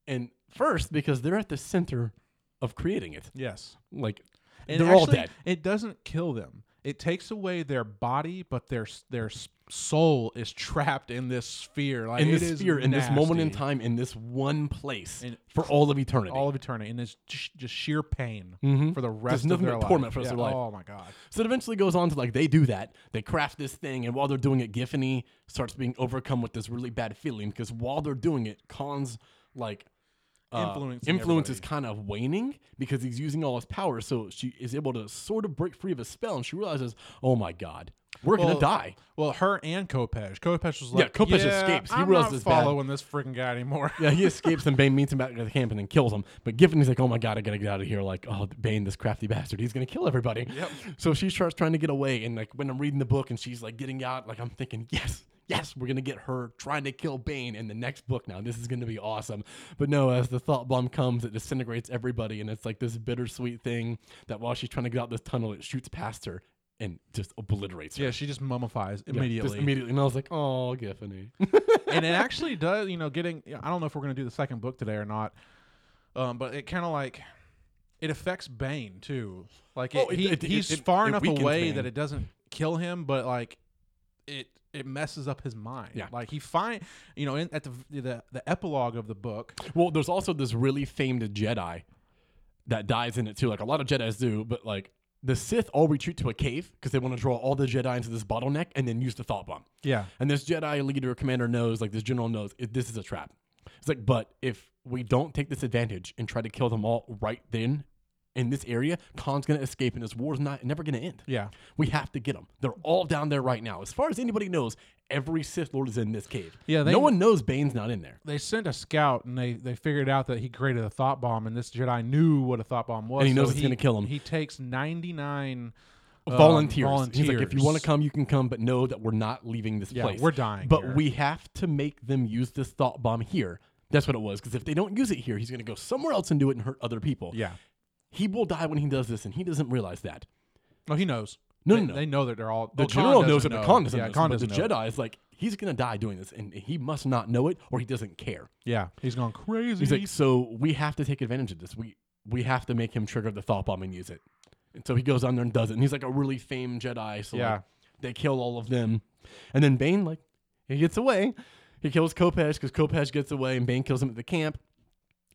[SPEAKER 2] And first, because they're at the center of creating it.
[SPEAKER 3] Yes.
[SPEAKER 2] Like
[SPEAKER 3] And
[SPEAKER 2] they're all
[SPEAKER 3] actually,
[SPEAKER 2] dead.
[SPEAKER 3] It doesn't kill them. It takes away their body, but their s- their s- soul is trapped in this sphere. Like
[SPEAKER 2] in
[SPEAKER 3] it
[SPEAKER 2] this
[SPEAKER 3] is
[SPEAKER 2] sphere, in this moment in
[SPEAKER 3] nasty.
[SPEAKER 2] time, in this one place
[SPEAKER 3] And-
[SPEAKER 2] for all of eternity.
[SPEAKER 3] all of eternity, and it's just, just sheer pain for the rest
[SPEAKER 2] Mm-hmm. nothing
[SPEAKER 3] of their
[SPEAKER 2] but
[SPEAKER 3] life.
[SPEAKER 2] torment for the rest of
[SPEAKER 3] Yeah,
[SPEAKER 2] their life.
[SPEAKER 3] Oh my god!
[SPEAKER 2] so it eventually goes on to like they do that. They craft this thing, and while they're doing it, Giffany starts being overcome with this really bad feeling because while they're doing it, Khan's like uh,
[SPEAKER 3] Influencing
[SPEAKER 2] influence is
[SPEAKER 3] everybody.
[SPEAKER 2] kind of waning because he's using all his power. So she is able to sort of break free of a spell, and she realizes, oh my god, we're
[SPEAKER 3] Well,
[SPEAKER 2] gonna die.
[SPEAKER 3] Well, her and Kopesh. Kopesh was like,
[SPEAKER 2] Kopesh escapes. He
[SPEAKER 3] I'm
[SPEAKER 2] realizes
[SPEAKER 3] not
[SPEAKER 2] it's bad."
[SPEAKER 3] following this freaking guy anymore.
[SPEAKER 2] Yeah, he escapes and Bane meets him back at the camp and then kills him. But Giffany's like, oh my god, I gotta get out of here. Like, oh, Bane, this crafty bastard, he's gonna kill everybody. Yep. So she starts trying to get away. And like, when I'm reading the book and she's like getting out, like, I'm thinking, yes, yes, we're gonna get her trying to kill Bane in the next book now. This is gonna be awesome. But no, as the thought bomb comes, it disintegrates everybody. And it's like this bittersweet thing that while she's trying to get out this tunnel, it shoots past her and just obliterates her.
[SPEAKER 3] Yeah, she just mummifies
[SPEAKER 2] Yeah,
[SPEAKER 3] immediately.
[SPEAKER 2] Just immediately. And I was like, oh, Giffany.
[SPEAKER 3] and it actually does, you know, getting. I don't know if we're going to do the second book today or not, um, but it kind of like it affects Bane too. Like it,
[SPEAKER 2] Oh, it-
[SPEAKER 3] he,
[SPEAKER 2] it- it-
[SPEAKER 3] he's
[SPEAKER 2] it-
[SPEAKER 3] far
[SPEAKER 2] it
[SPEAKER 3] enough
[SPEAKER 2] weakens
[SPEAKER 3] away
[SPEAKER 2] Bane.
[SPEAKER 3] that it doesn't kill him, but like it it messes up his mind.
[SPEAKER 2] Yeah.
[SPEAKER 3] Like he find, you know, in, at the, the the epilogue of the book,
[SPEAKER 2] Well, there's also this really famed Jedi that dies in it too. Like a lot of Jedi's do, but like the Sith all retreat to a cave because they want to draw all the Jedi into this bottleneck and then use the thought bomb.
[SPEAKER 3] yeah,
[SPEAKER 2] And this Jedi leader, commander knows, like this general knows, it, this is a trap. It's like, but if we don't take this advantage and try to kill them all right then, in this area, Khan's gonna escape, and this war's not never gonna end.
[SPEAKER 3] Yeah.
[SPEAKER 2] We have to get them. They're all down there right now. As far as anybody knows, every Sith Lord is in this cave.
[SPEAKER 3] Yeah, they-
[SPEAKER 2] no one knows Bane's not in there,
[SPEAKER 3] They sent a scout and they, they figured out that he created a thought bomb and this Jedi knew what a thought bomb was.
[SPEAKER 2] and he knows
[SPEAKER 3] so
[SPEAKER 2] it's gonna kill him.
[SPEAKER 3] He takes 99 um,
[SPEAKER 2] volunteers. He's like, if you want to
[SPEAKER 3] volunteers.
[SPEAKER 2] come, you can come, but know that we're not leaving this
[SPEAKER 3] Yeah,
[SPEAKER 2] place.
[SPEAKER 3] we're dying
[SPEAKER 2] But
[SPEAKER 3] here.
[SPEAKER 2] we have to make them use this thought bomb here. That's what it was. Because if they don't use it here, he's going to go somewhere else and do it and hurt other people.
[SPEAKER 3] Yeah.
[SPEAKER 2] He will die when he does this, and he doesn't realize that.
[SPEAKER 3] No, he knows.
[SPEAKER 2] No,
[SPEAKER 3] they,
[SPEAKER 2] no, no.
[SPEAKER 3] They know that they're all.
[SPEAKER 2] The
[SPEAKER 3] well, Khan
[SPEAKER 2] general knows it,
[SPEAKER 3] doesn't
[SPEAKER 2] but
[SPEAKER 3] know.
[SPEAKER 2] Khan doesn't
[SPEAKER 3] Yeah,
[SPEAKER 2] know.
[SPEAKER 3] Khan
[SPEAKER 2] but
[SPEAKER 3] doesn't
[SPEAKER 2] the
[SPEAKER 3] know.
[SPEAKER 2] Jedi is like, he's going to die doing this, and he must not know it, or he doesn't care.
[SPEAKER 3] Yeah, he's gone crazy.
[SPEAKER 2] He's like, so we have to take advantage of this. We we have to make him trigger the thought bomb and use it. And so he goes on there and does it. And he's like a really famed Jedi. So
[SPEAKER 3] Yeah.
[SPEAKER 2] like, they kill all of them. And then Bane, like, he gets away. He kills Kopesh because Kopesh gets away and Bane kills him at the camp.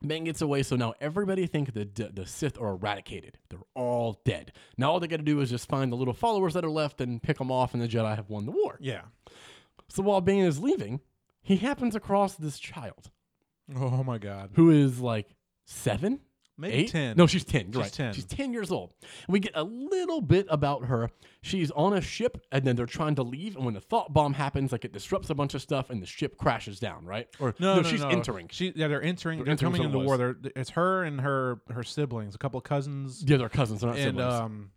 [SPEAKER 2] Bane gets away. So now everybody think the, the Sith are eradicated. They're all dead. Now all they got to do is just find the little followers that are left and pick them off, and the Jedi have won the war.
[SPEAKER 3] yeah.
[SPEAKER 2] So while Bane is leaving, he happens across this child
[SPEAKER 3] Oh my god.
[SPEAKER 2] who is like seven,
[SPEAKER 3] Maybe
[SPEAKER 2] eight?
[SPEAKER 3] ten.
[SPEAKER 2] No, she's 10. You're
[SPEAKER 3] She's
[SPEAKER 2] right.
[SPEAKER 3] 10.
[SPEAKER 2] She's 10 years old. And we get a little bit about her. She's on a ship and then they're trying to leave. And when the thought bomb happens, like it disrupts a bunch of stuff and the ship crashes down, right? Or
[SPEAKER 3] no,
[SPEAKER 2] she's
[SPEAKER 3] no.
[SPEAKER 2] entering.
[SPEAKER 3] She, yeah, they're entering. They're,
[SPEAKER 2] entering
[SPEAKER 3] coming
[SPEAKER 2] is
[SPEAKER 3] into
[SPEAKER 2] what it
[SPEAKER 3] war. They're, it's her and her her siblings, a couple of cousins,
[SPEAKER 2] Yeah, they're cousins. They're not
[SPEAKER 3] and
[SPEAKER 2] siblings.
[SPEAKER 3] um,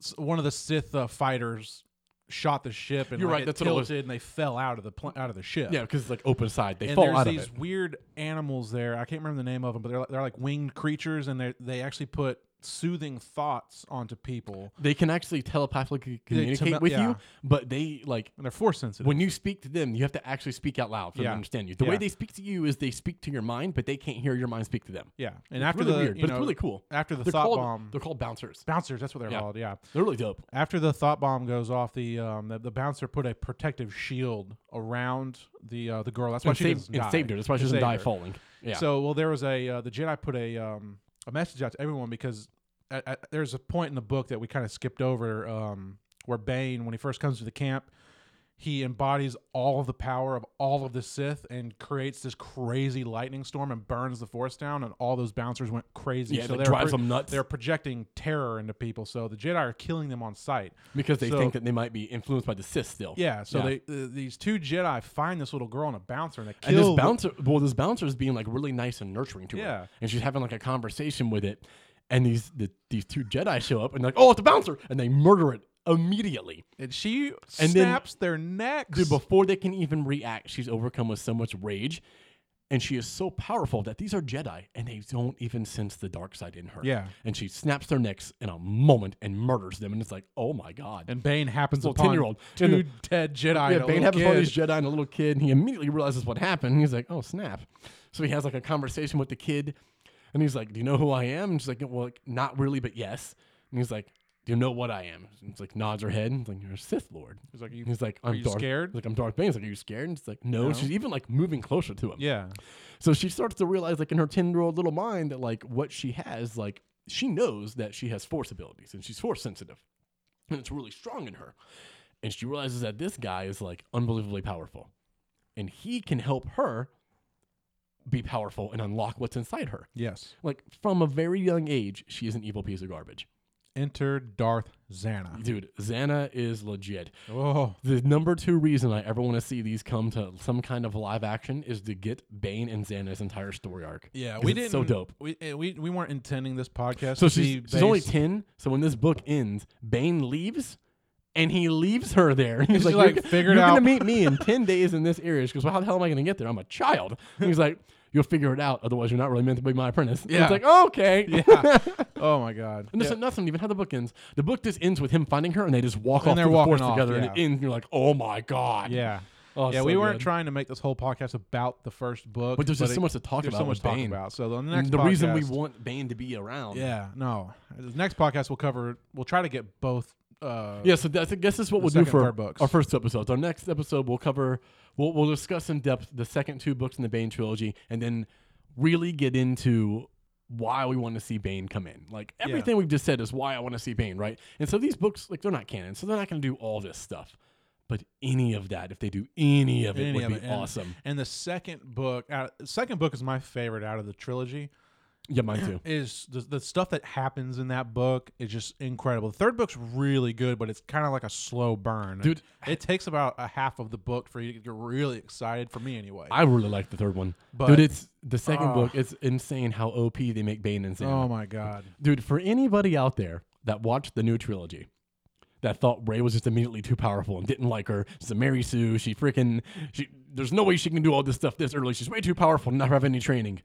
[SPEAKER 3] s- one of the Sith uh, fighters shot the ship, and
[SPEAKER 2] You're
[SPEAKER 3] like,
[SPEAKER 2] right,
[SPEAKER 3] It
[SPEAKER 2] that's what it
[SPEAKER 3] tilted,
[SPEAKER 2] was.
[SPEAKER 3] and they fell out of the pl- out of the ship.
[SPEAKER 2] yeah, because it's like open side. They
[SPEAKER 3] And
[SPEAKER 2] fall
[SPEAKER 3] there's
[SPEAKER 2] out of
[SPEAKER 3] these
[SPEAKER 2] it.
[SPEAKER 3] weird animals there. I can't remember the name of them, but they're like, they're like winged creatures, and they they actually put soothing thoughts onto people,
[SPEAKER 2] They can actually telepathically communicate
[SPEAKER 3] tele-
[SPEAKER 2] with you,
[SPEAKER 3] yeah.
[SPEAKER 2] but they like.
[SPEAKER 3] and they're force sensitive.
[SPEAKER 2] When you speak to them, you have to actually speak out loud for them to
[SPEAKER 3] Yeah.
[SPEAKER 2] understand you. The way
[SPEAKER 3] Yeah.
[SPEAKER 2] they speak to you is they speak to your mind, but they can't hear your mind speak to them.
[SPEAKER 3] yeah, and after
[SPEAKER 2] really
[SPEAKER 3] the
[SPEAKER 2] weird,
[SPEAKER 3] you
[SPEAKER 2] but
[SPEAKER 3] know,
[SPEAKER 2] it's really cool.
[SPEAKER 3] after the
[SPEAKER 2] They're
[SPEAKER 3] thought
[SPEAKER 2] called,
[SPEAKER 3] bomb,
[SPEAKER 2] they're called bouncers.
[SPEAKER 3] bouncers. That's what they're
[SPEAKER 2] Yeah.
[SPEAKER 3] called. Yeah.
[SPEAKER 2] They're really dope.
[SPEAKER 3] After the thought bomb goes off, the um, the, the bouncer put a protective shield around the uh, the girl. That's why
[SPEAKER 2] and
[SPEAKER 3] she
[SPEAKER 2] saved,
[SPEAKER 3] doesn't
[SPEAKER 2] and
[SPEAKER 3] die.
[SPEAKER 2] saved her. That's why she
[SPEAKER 3] It
[SPEAKER 2] doesn't
[SPEAKER 3] saved
[SPEAKER 2] die
[SPEAKER 3] her.
[SPEAKER 2] falling. Yeah.
[SPEAKER 3] So well, there was a uh, the Jedi put a um, a message out to everyone because at, at, there's a point in the book that we kind of skipped over um, where Bane, when he first comes to the camp, he embodies all of the power of all of the Sith and creates this crazy lightning storm and burns the Force down, and all those bouncers went crazy.
[SPEAKER 2] yeah,
[SPEAKER 3] so
[SPEAKER 2] it
[SPEAKER 3] they're
[SPEAKER 2] drives
[SPEAKER 3] pro-
[SPEAKER 2] them nuts
[SPEAKER 3] They're projecting terror into people, so the Jedi are killing them on sight.
[SPEAKER 2] because they
[SPEAKER 3] so-
[SPEAKER 2] think that they might be influenced by the Sith still.
[SPEAKER 3] Yeah, so
[SPEAKER 2] Yeah.
[SPEAKER 3] they uh, these two Jedi find this little girl and a bouncer, and they
[SPEAKER 2] And
[SPEAKER 3] kill.
[SPEAKER 2] this
[SPEAKER 3] the-
[SPEAKER 2] bouncer, well, this bouncer is being like really nice and nurturing to
[SPEAKER 3] Yeah.
[SPEAKER 2] her, and she's having like a conversation with it. And these the, these two Jedi show up and they're like, oh, it's a bouncer, and they murder it immediately.
[SPEAKER 3] and she
[SPEAKER 2] then-
[SPEAKER 3] snaps their necks.
[SPEAKER 2] Dude, before they can even react, she's overcome with so much rage, and she is so powerful that these are Jedi, and they don't even sense the dark side in her.
[SPEAKER 3] Yeah.
[SPEAKER 2] and she snaps their necks in a moment and murders them, and it's like, oh my god.
[SPEAKER 3] and Bane happens
[SPEAKER 2] Little
[SPEAKER 3] upon
[SPEAKER 2] 10-year-old.
[SPEAKER 3] two
[SPEAKER 2] And the-
[SPEAKER 3] dead Jedi.
[SPEAKER 2] Yeah,
[SPEAKER 3] and a
[SPEAKER 2] Bane
[SPEAKER 3] little
[SPEAKER 2] happens upon
[SPEAKER 3] kid.
[SPEAKER 2] these Jedi and a little kid, and he immediately realizes what happened. He's like, "Oh snap!" So he has like a conversation with the kid, and he's like, "Do you know who I am?" And she's like, "Well, like, not really, but yes." And he's like, "Do you know what I am?" And he's like, nods her head, and he's like, "You're a Sith Lord."
[SPEAKER 3] He's like, you,
[SPEAKER 2] And he's like, "I'm
[SPEAKER 3] you
[SPEAKER 2] Darth."
[SPEAKER 3] scared?
[SPEAKER 2] He's like, "I'm Darth Bane." He's like, "Are you scared?" And she's like, "No."
[SPEAKER 3] No.
[SPEAKER 2] She's even like moving closer to him.
[SPEAKER 3] yeah,
[SPEAKER 2] So she starts to realize, like in her ten-year-old little mind, that like what she has, like she knows that she has force abilities and she's force sensitive, and it's really strong in her. And she realizes that this guy is like unbelievably powerful, and he can help her be powerful and unlock what's inside her.
[SPEAKER 3] yes.
[SPEAKER 2] Like from a very young age, she is an evil piece of garbage,
[SPEAKER 3] Enter Darth Xana.
[SPEAKER 2] dude. Xana is legit.
[SPEAKER 3] Oh,
[SPEAKER 2] The number two reason I ever want to see these come to some kind of live action is to get Bane and Xana's entire story arc.
[SPEAKER 3] yeah.
[SPEAKER 2] 'Cause
[SPEAKER 3] We
[SPEAKER 2] it's
[SPEAKER 3] didn't.
[SPEAKER 2] so dope.
[SPEAKER 3] We, eh, we we weren't intending this podcast.
[SPEAKER 2] So
[SPEAKER 3] to
[SPEAKER 2] she's,
[SPEAKER 3] be
[SPEAKER 2] she's only
[SPEAKER 3] based-
[SPEAKER 2] 10. So when this book ends, Bane leaves and he leaves her there. He's,
[SPEAKER 3] She's like,
[SPEAKER 2] you're,
[SPEAKER 3] "Figure it
[SPEAKER 2] you're
[SPEAKER 3] out."
[SPEAKER 2] gonna meet me in 10 days in this area. She goes, well, how the hell am I going to get there? I'm a child. And he's like, you'll figure it out. Otherwise, you're not really meant to be my apprentice. And
[SPEAKER 3] Yeah.
[SPEAKER 2] it's like, "Oh, okay.
[SPEAKER 3] Yeah. oh my god.
[SPEAKER 2] And
[SPEAKER 3] Yeah.
[SPEAKER 2] this nothing even how the book ends. The book just ends with him finding her, and they just walk
[SPEAKER 3] And
[SPEAKER 2] off
[SPEAKER 3] they're
[SPEAKER 2] through the
[SPEAKER 3] walking
[SPEAKER 2] forest
[SPEAKER 3] off,
[SPEAKER 2] together, and
[SPEAKER 3] yeah.
[SPEAKER 2] it ends. And you're like, "Oh my god!"
[SPEAKER 3] Yeah.
[SPEAKER 2] oh,
[SPEAKER 3] yeah,
[SPEAKER 2] so
[SPEAKER 3] we weren't
[SPEAKER 2] good.
[SPEAKER 3] trying to make this whole podcast about the first book,
[SPEAKER 2] But there's just
[SPEAKER 3] it-
[SPEAKER 2] so much to talk
[SPEAKER 3] there's
[SPEAKER 2] about.
[SPEAKER 3] so much
[SPEAKER 2] with
[SPEAKER 3] to talk
[SPEAKER 2] Bane.
[SPEAKER 3] about. So the next
[SPEAKER 2] And the reason we
[SPEAKER 3] podcast-
[SPEAKER 2] want Bane to be around.
[SPEAKER 3] yeah, no, the next podcast we'll cover. We'll try to get both. Uh,
[SPEAKER 2] Yeah, so that's, I guess that's what
[SPEAKER 3] The
[SPEAKER 2] we'll do
[SPEAKER 3] second
[SPEAKER 2] for
[SPEAKER 3] and third books.
[SPEAKER 2] our first two episodes. Our next episode, we'll cover, we'll, we'll discuss in depth the second two books in the Bane trilogy and then really get into why we want to see Bane come in. Like everything we've just said is why I want to see Bane, right? And so these books, like, they're not canon, so they're not going to do all this stuff. But any of that, if they do any of it,
[SPEAKER 3] Any
[SPEAKER 2] would
[SPEAKER 3] of
[SPEAKER 2] be
[SPEAKER 3] it, and-
[SPEAKER 2] awesome.
[SPEAKER 3] And the second book, uh, second book is my favorite out of the trilogy.
[SPEAKER 2] Yeah, mine too.
[SPEAKER 3] is the, the stuff that happens in that book is just incredible. The third book's really good, but it's kind of like a slow burn.
[SPEAKER 2] Dude.
[SPEAKER 3] it takes about a half of the book for you to get really excited. For me, anyway.
[SPEAKER 2] I really like the third one,
[SPEAKER 3] But-
[SPEAKER 2] dude. It's the second
[SPEAKER 3] Ah.
[SPEAKER 2] book. It's insane how OP they make Bane insane.
[SPEAKER 3] oh my god!
[SPEAKER 2] Dude, for anybody out there that watched the new trilogy that thought Ray was just immediately too powerful and didn't like her, she's a Mary Sue, she freaking, she, there's no way she can do all this stuff this early. She's way too powerful to not have any training.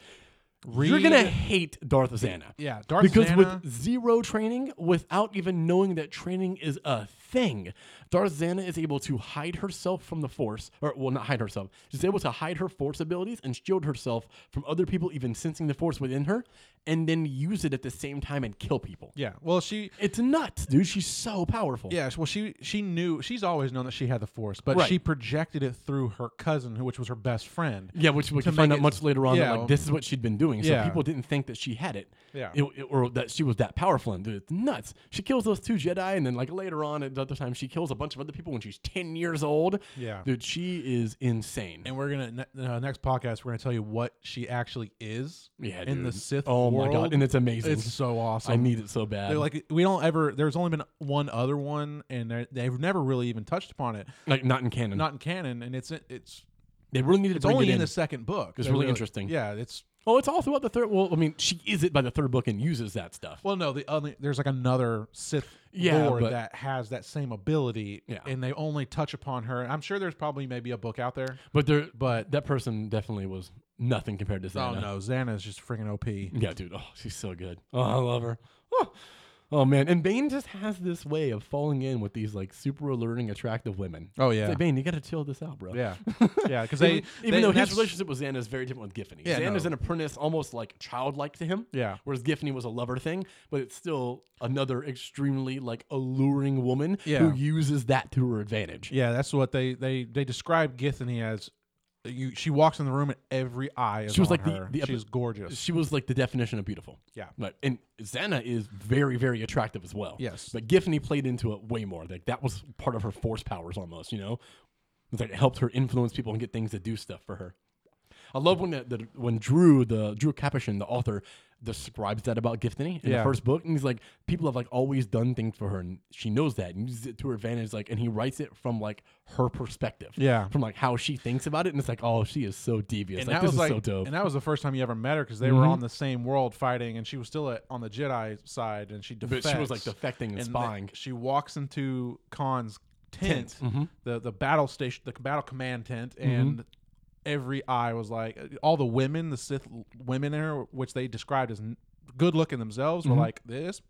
[SPEAKER 2] You're
[SPEAKER 3] Read-
[SPEAKER 2] gonna hate Darth Xana.
[SPEAKER 3] Yeah, Darth
[SPEAKER 2] Because
[SPEAKER 3] Xana-
[SPEAKER 2] with zero training, without even knowing that training is a thing, Darth Xana is able to hide herself from the Force, or well, not hide herself. She's able to hide her Force abilities and shield herself from other people even sensing the Force within her, and then use it at the same time and kill people.
[SPEAKER 3] Yeah, well, she
[SPEAKER 2] It's nuts, dude. She's so powerful.
[SPEAKER 3] Yeah, well, she she knew she's always known that she had the force, but
[SPEAKER 2] Right.
[SPEAKER 3] she projected it through her cousin, who which was her best friend.
[SPEAKER 2] Yeah, which we
[SPEAKER 3] To
[SPEAKER 2] can find
[SPEAKER 3] make
[SPEAKER 2] out
[SPEAKER 3] it-
[SPEAKER 2] much later on.
[SPEAKER 3] yeah.
[SPEAKER 2] That, like this is what she'd been doing, so
[SPEAKER 3] Yeah.
[SPEAKER 2] people didn't think that she had it.
[SPEAKER 3] Yeah.
[SPEAKER 2] It- it- or that she was that powerful. And dude, it's nuts. She kills those two Jedi, and then like later on, at other time, she kills a bunch of other people when she's ten years old.
[SPEAKER 3] Yeah.
[SPEAKER 2] dude, she is insane.
[SPEAKER 3] And we're gonna ne- uh, next podcast we're gonna tell you what she actually is.
[SPEAKER 2] Yeah,
[SPEAKER 3] in the
[SPEAKER 2] dude.
[SPEAKER 3] Sith.
[SPEAKER 2] oh my
[SPEAKER 3] world.
[SPEAKER 2] god, and it's amazing.
[SPEAKER 3] it's so awesome.
[SPEAKER 2] I need it so bad.
[SPEAKER 3] They're like we don't ever. There's only been one other one, and they're- they've never really even touched upon it.
[SPEAKER 2] Like, not in canon.
[SPEAKER 3] Not in canon, and it's it's
[SPEAKER 2] they really needed
[SPEAKER 3] it's
[SPEAKER 2] to bring
[SPEAKER 3] only
[SPEAKER 2] it
[SPEAKER 3] in,
[SPEAKER 2] in.
[SPEAKER 3] the second book.
[SPEAKER 2] It's
[SPEAKER 3] They
[SPEAKER 2] really interesting.
[SPEAKER 3] Yeah, it's
[SPEAKER 2] oh, it's all throughout the third. Well, I mean, she is it by the third book and uses that stuff.
[SPEAKER 3] well, no, the only there's like another Sith
[SPEAKER 2] Yeah,
[SPEAKER 3] lord
[SPEAKER 2] but-
[SPEAKER 3] that has that same ability,
[SPEAKER 2] Yeah.
[SPEAKER 3] and they only touch upon her. I'm sure there's probably maybe a book out there.
[SPEAKER 2] But there,
[SPEAKER 3] But-
[SPEAKER 2] that person definitely was nothing compared to
[SPEAKER 3] Oh
[SPEAKER 2] Xana.
[SPEAKER 3] no, Xana is just freaking OP.
[SPEAKER 2] Yeah, dude. Oh, she's so good. Oh, I love her. Oh, oh, man. And Bane just has this way of falling in with these like super alluring, attractive women.
[SPEAKER 3] Oh
[SPEAKER 2] It's
[SPEAKER 3] yeah,
[SPEAKER 2] like, Bane, you got to chill this out, bro.
[SPEAKER 3] yeah, yeah. Because they
[SPEAKER 2] even, even
[SPEAKER 3] they-
[SPEAKER 2] though his
[SPEAKER 3] that's-
[SPEAKER 2] relationship with Xana is very different with Giffany.
[SPEAKER 3] Yeah,
[SPEAKER 2] Xana's
[SPEAKER 3] no.
[SPEAKER 2] an apprentice, almost like childlike to him.
[SPEAKER 3] Yeah.
[SPEAKER 2] Whereas Giffany was a lover thing, but it's still another extremely like alluring woman
[SPEAKER 3] Yeah.
[SPEAKER 2] who uses that to her advantage.
[SPEAKER 3] yeah, that's what they they they describe Githany as. You, she walks in the room and every eye is
[SPEAKER 2] She was
[SPEAKER 3] on
[SPEAKER 2] like the-
[SPEAKER 3] her.
[SPEAKER 2] the epi-
[SPEAKER 3] She's gorgeous.
[SPEAKER 2] She was like the definition of beautiful.
[SPEAKER 3] Yeah.
[SPEAKER 2] Like, and Xana is very, very attractive as well.
[SPEAKER 3] Yes.
[SPEAKER 2] But Giffany played into it way more. Like that was part of her force powers almost, you know? It's like it helped her influence people and get things to do stuff for her. I love when that the, when Drew, the Drew Capuchin, the author, describes that about Giffany in
[SPEAKER 3] Yeah.
[SPEAKER 2] the first book. And he's like, people have like always done things for her and she knows that and uses it to her advantage, like and he writes it from like her perspective.
[SPEAKER 3] Yeah.
[SPEAKER 2] From like how she thinks about it. And it's like, oh, she is so devious.
[SPEAKER 3] And
[SPEAKER 2] like
[SPEAKER 3] that
[SPEAKER 2] this
[SPEAKER 3] was
[SPEAKER 2] is
[SPEAKER 3] like,
[SPEAKER 2] so dope. Mm-hmm.
[SPEAKER 3] and that was the first time you ever met her because they were on the same world fighting, and she was still at, on the Jedi side, and she
[SPEAKER 2] But
[SPEAKER 3] defects.
[SPEAKER 2] she was like defecting and,
[SPEAKER 3] and
[SPEAKER 2] spying. mm-hmm.
[SPEAKER 3] they- she walks into Khan's tent, the the battle station, the battle command tent, and every eye was like all the women, the Sith women there, which they described as n- good looking themselves,
[SPEAKER 2] Mm-hmm.
[SPEAKER 3] were like this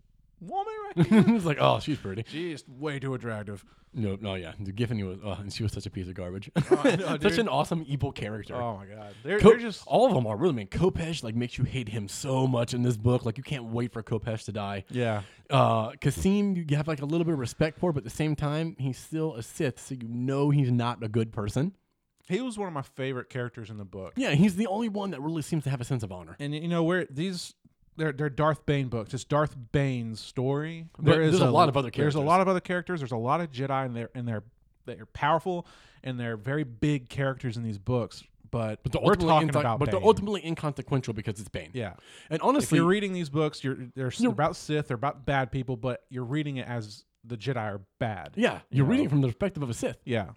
[SPEAKER 3] woman right here.
[SPEAKER 2] it's like, oh, she's pretty.
[SPEAKER 3] She's way too attractive.
[SPEAKER 2] No, no, yeah. Dude, Giffany was, oh, and she was such a piece of garbage.
[SPEAKER 3] Oh, I know,
[SPEAKER 2] such
[SPEAKER 3] dude.
[SPEAKER 2] an awesome evil character.
[SPEAKER 3] Oh my god, they're,
[SPEAKER 2] Co-
[SPEAKER 3] they're just
[SPEAKER 2] all of them are really. I mean, Kopesh like makes you hate him so much in this book. Like you can't wait for Kopesh to die.
[SPEAKER 3] yeah.
[SPEAKER 2] Uh, Kasim, you have like a little bit of respect for, but at the same time, he's still a Sith, so you know he's not a good person.
[SPEAKER 3] He was one of my favorite characters in the book.
[SPEAKER 2] Yeah, he's the only one that really seems to have a sense of honor.
[SPEAKER 3] and you know where these they're, they're Darth Bane books. It's Darth Bane's story.
[SPEAKER 2] But there's a lot of other
[SPEAKER 3] There's
[SPEAKER 2] characters.
[SPEAKER 3] a lot of other characters. There's a lot of Jedi, and they're and they're they're powerful, and they're very big characters in these books. But,
[SPEAKER 2] But they're
[SPEAKER 3] we're
[SPEAKER 2] ultimately
[SPEAKER 3] talking
[SPEAKER 2] inco-
[SPEAKER 3] about
[SPEAKER 2] but
[SPEAKER 3] Bane.
[SPEAKER 2] they're ultimately inconsequential because it's Bane.
[SPEAKER 3] yeah.
[SPEAKER 2] and
[SPEAKER 3] If
[SPEAKER 2] honestly,
[SPEAKER 3] you're reading these books, you're they're, they're about Sith, they're about bad people, but you're reading it as the Jedi are bad.
[SPEAKER 2] yeah, you're reading from the perspective of a Sith,
[SPEAKER 3] yeah.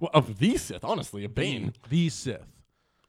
[SPEAKER 2] well, of the Sith, honestly, of Bane.
[SPEAKER 3] The Sith.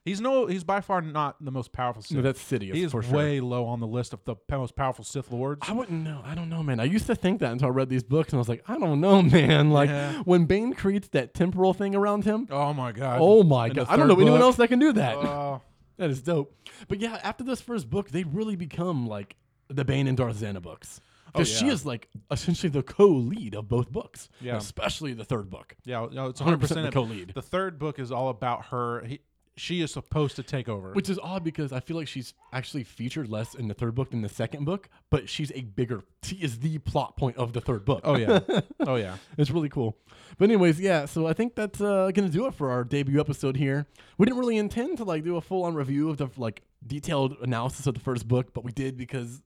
[SPEAKER 3] He's no. He's by far not the most powerful Sith.
[SPEAKER 2] No, that's Sidious.
[SPEAKER 3] he is
[SPEAKER 2] for sure.
[SPEAKER 3] way low on the list of the most powerful Sith lords.
[SPEAKER 2] I wouldn't know. I don't know, man. I used to think that until I read these books, and I was like, I don't know, man. Like
[SPEAKER 3] Yeah.
[SPEAKER 2] when Bane creates that temporal thing around him.
[SPEAKER 3] Oh my god.
[SPEAKER 2] Oh my
[SPEAKER 3] In the
[SPEAKER 2] god! I don't
[SPEAKER 3] third
[SPEAKER 2] know anyone
[SPEAKER 3] book.
[SPEAKER 2] else that can do that.
[SPEAKER 3] Oh.
[SPEAKER 2] that is dope. But yeah, after this first book, they really become like the Bane and Darth Xana books because she
[SPEAKER 3] Oh, yeah.
[SPEAKER 2] is like essentially the co-lead of both books.
[SPEAKER 3] Yeah.
[SPEAKER 2] especially the third book.
[SPEAKER 3] Yeah, no, it's 100
[SPEAKER 2] 100% the
[SPEAKER 3] percent
[SPEAKER 2] co-lead.
[SPEAKER 3] The third book is all about her. He, she is supposed to take over.
[SPEAKER 2] Which is odd because I feel like she's actually featured less in the third book than the second book, but she's a bigger. She is the plot point of the third book.
[SPEAKER 3] oh yeah, oh yeah.
[SPEAKER 2] It's really cool. But anyways, yeah. So I think that's uh, gonna do it for our debut episode here. We didn't really intend to like do a full on review of the like detailed analysis of the first book, but we did because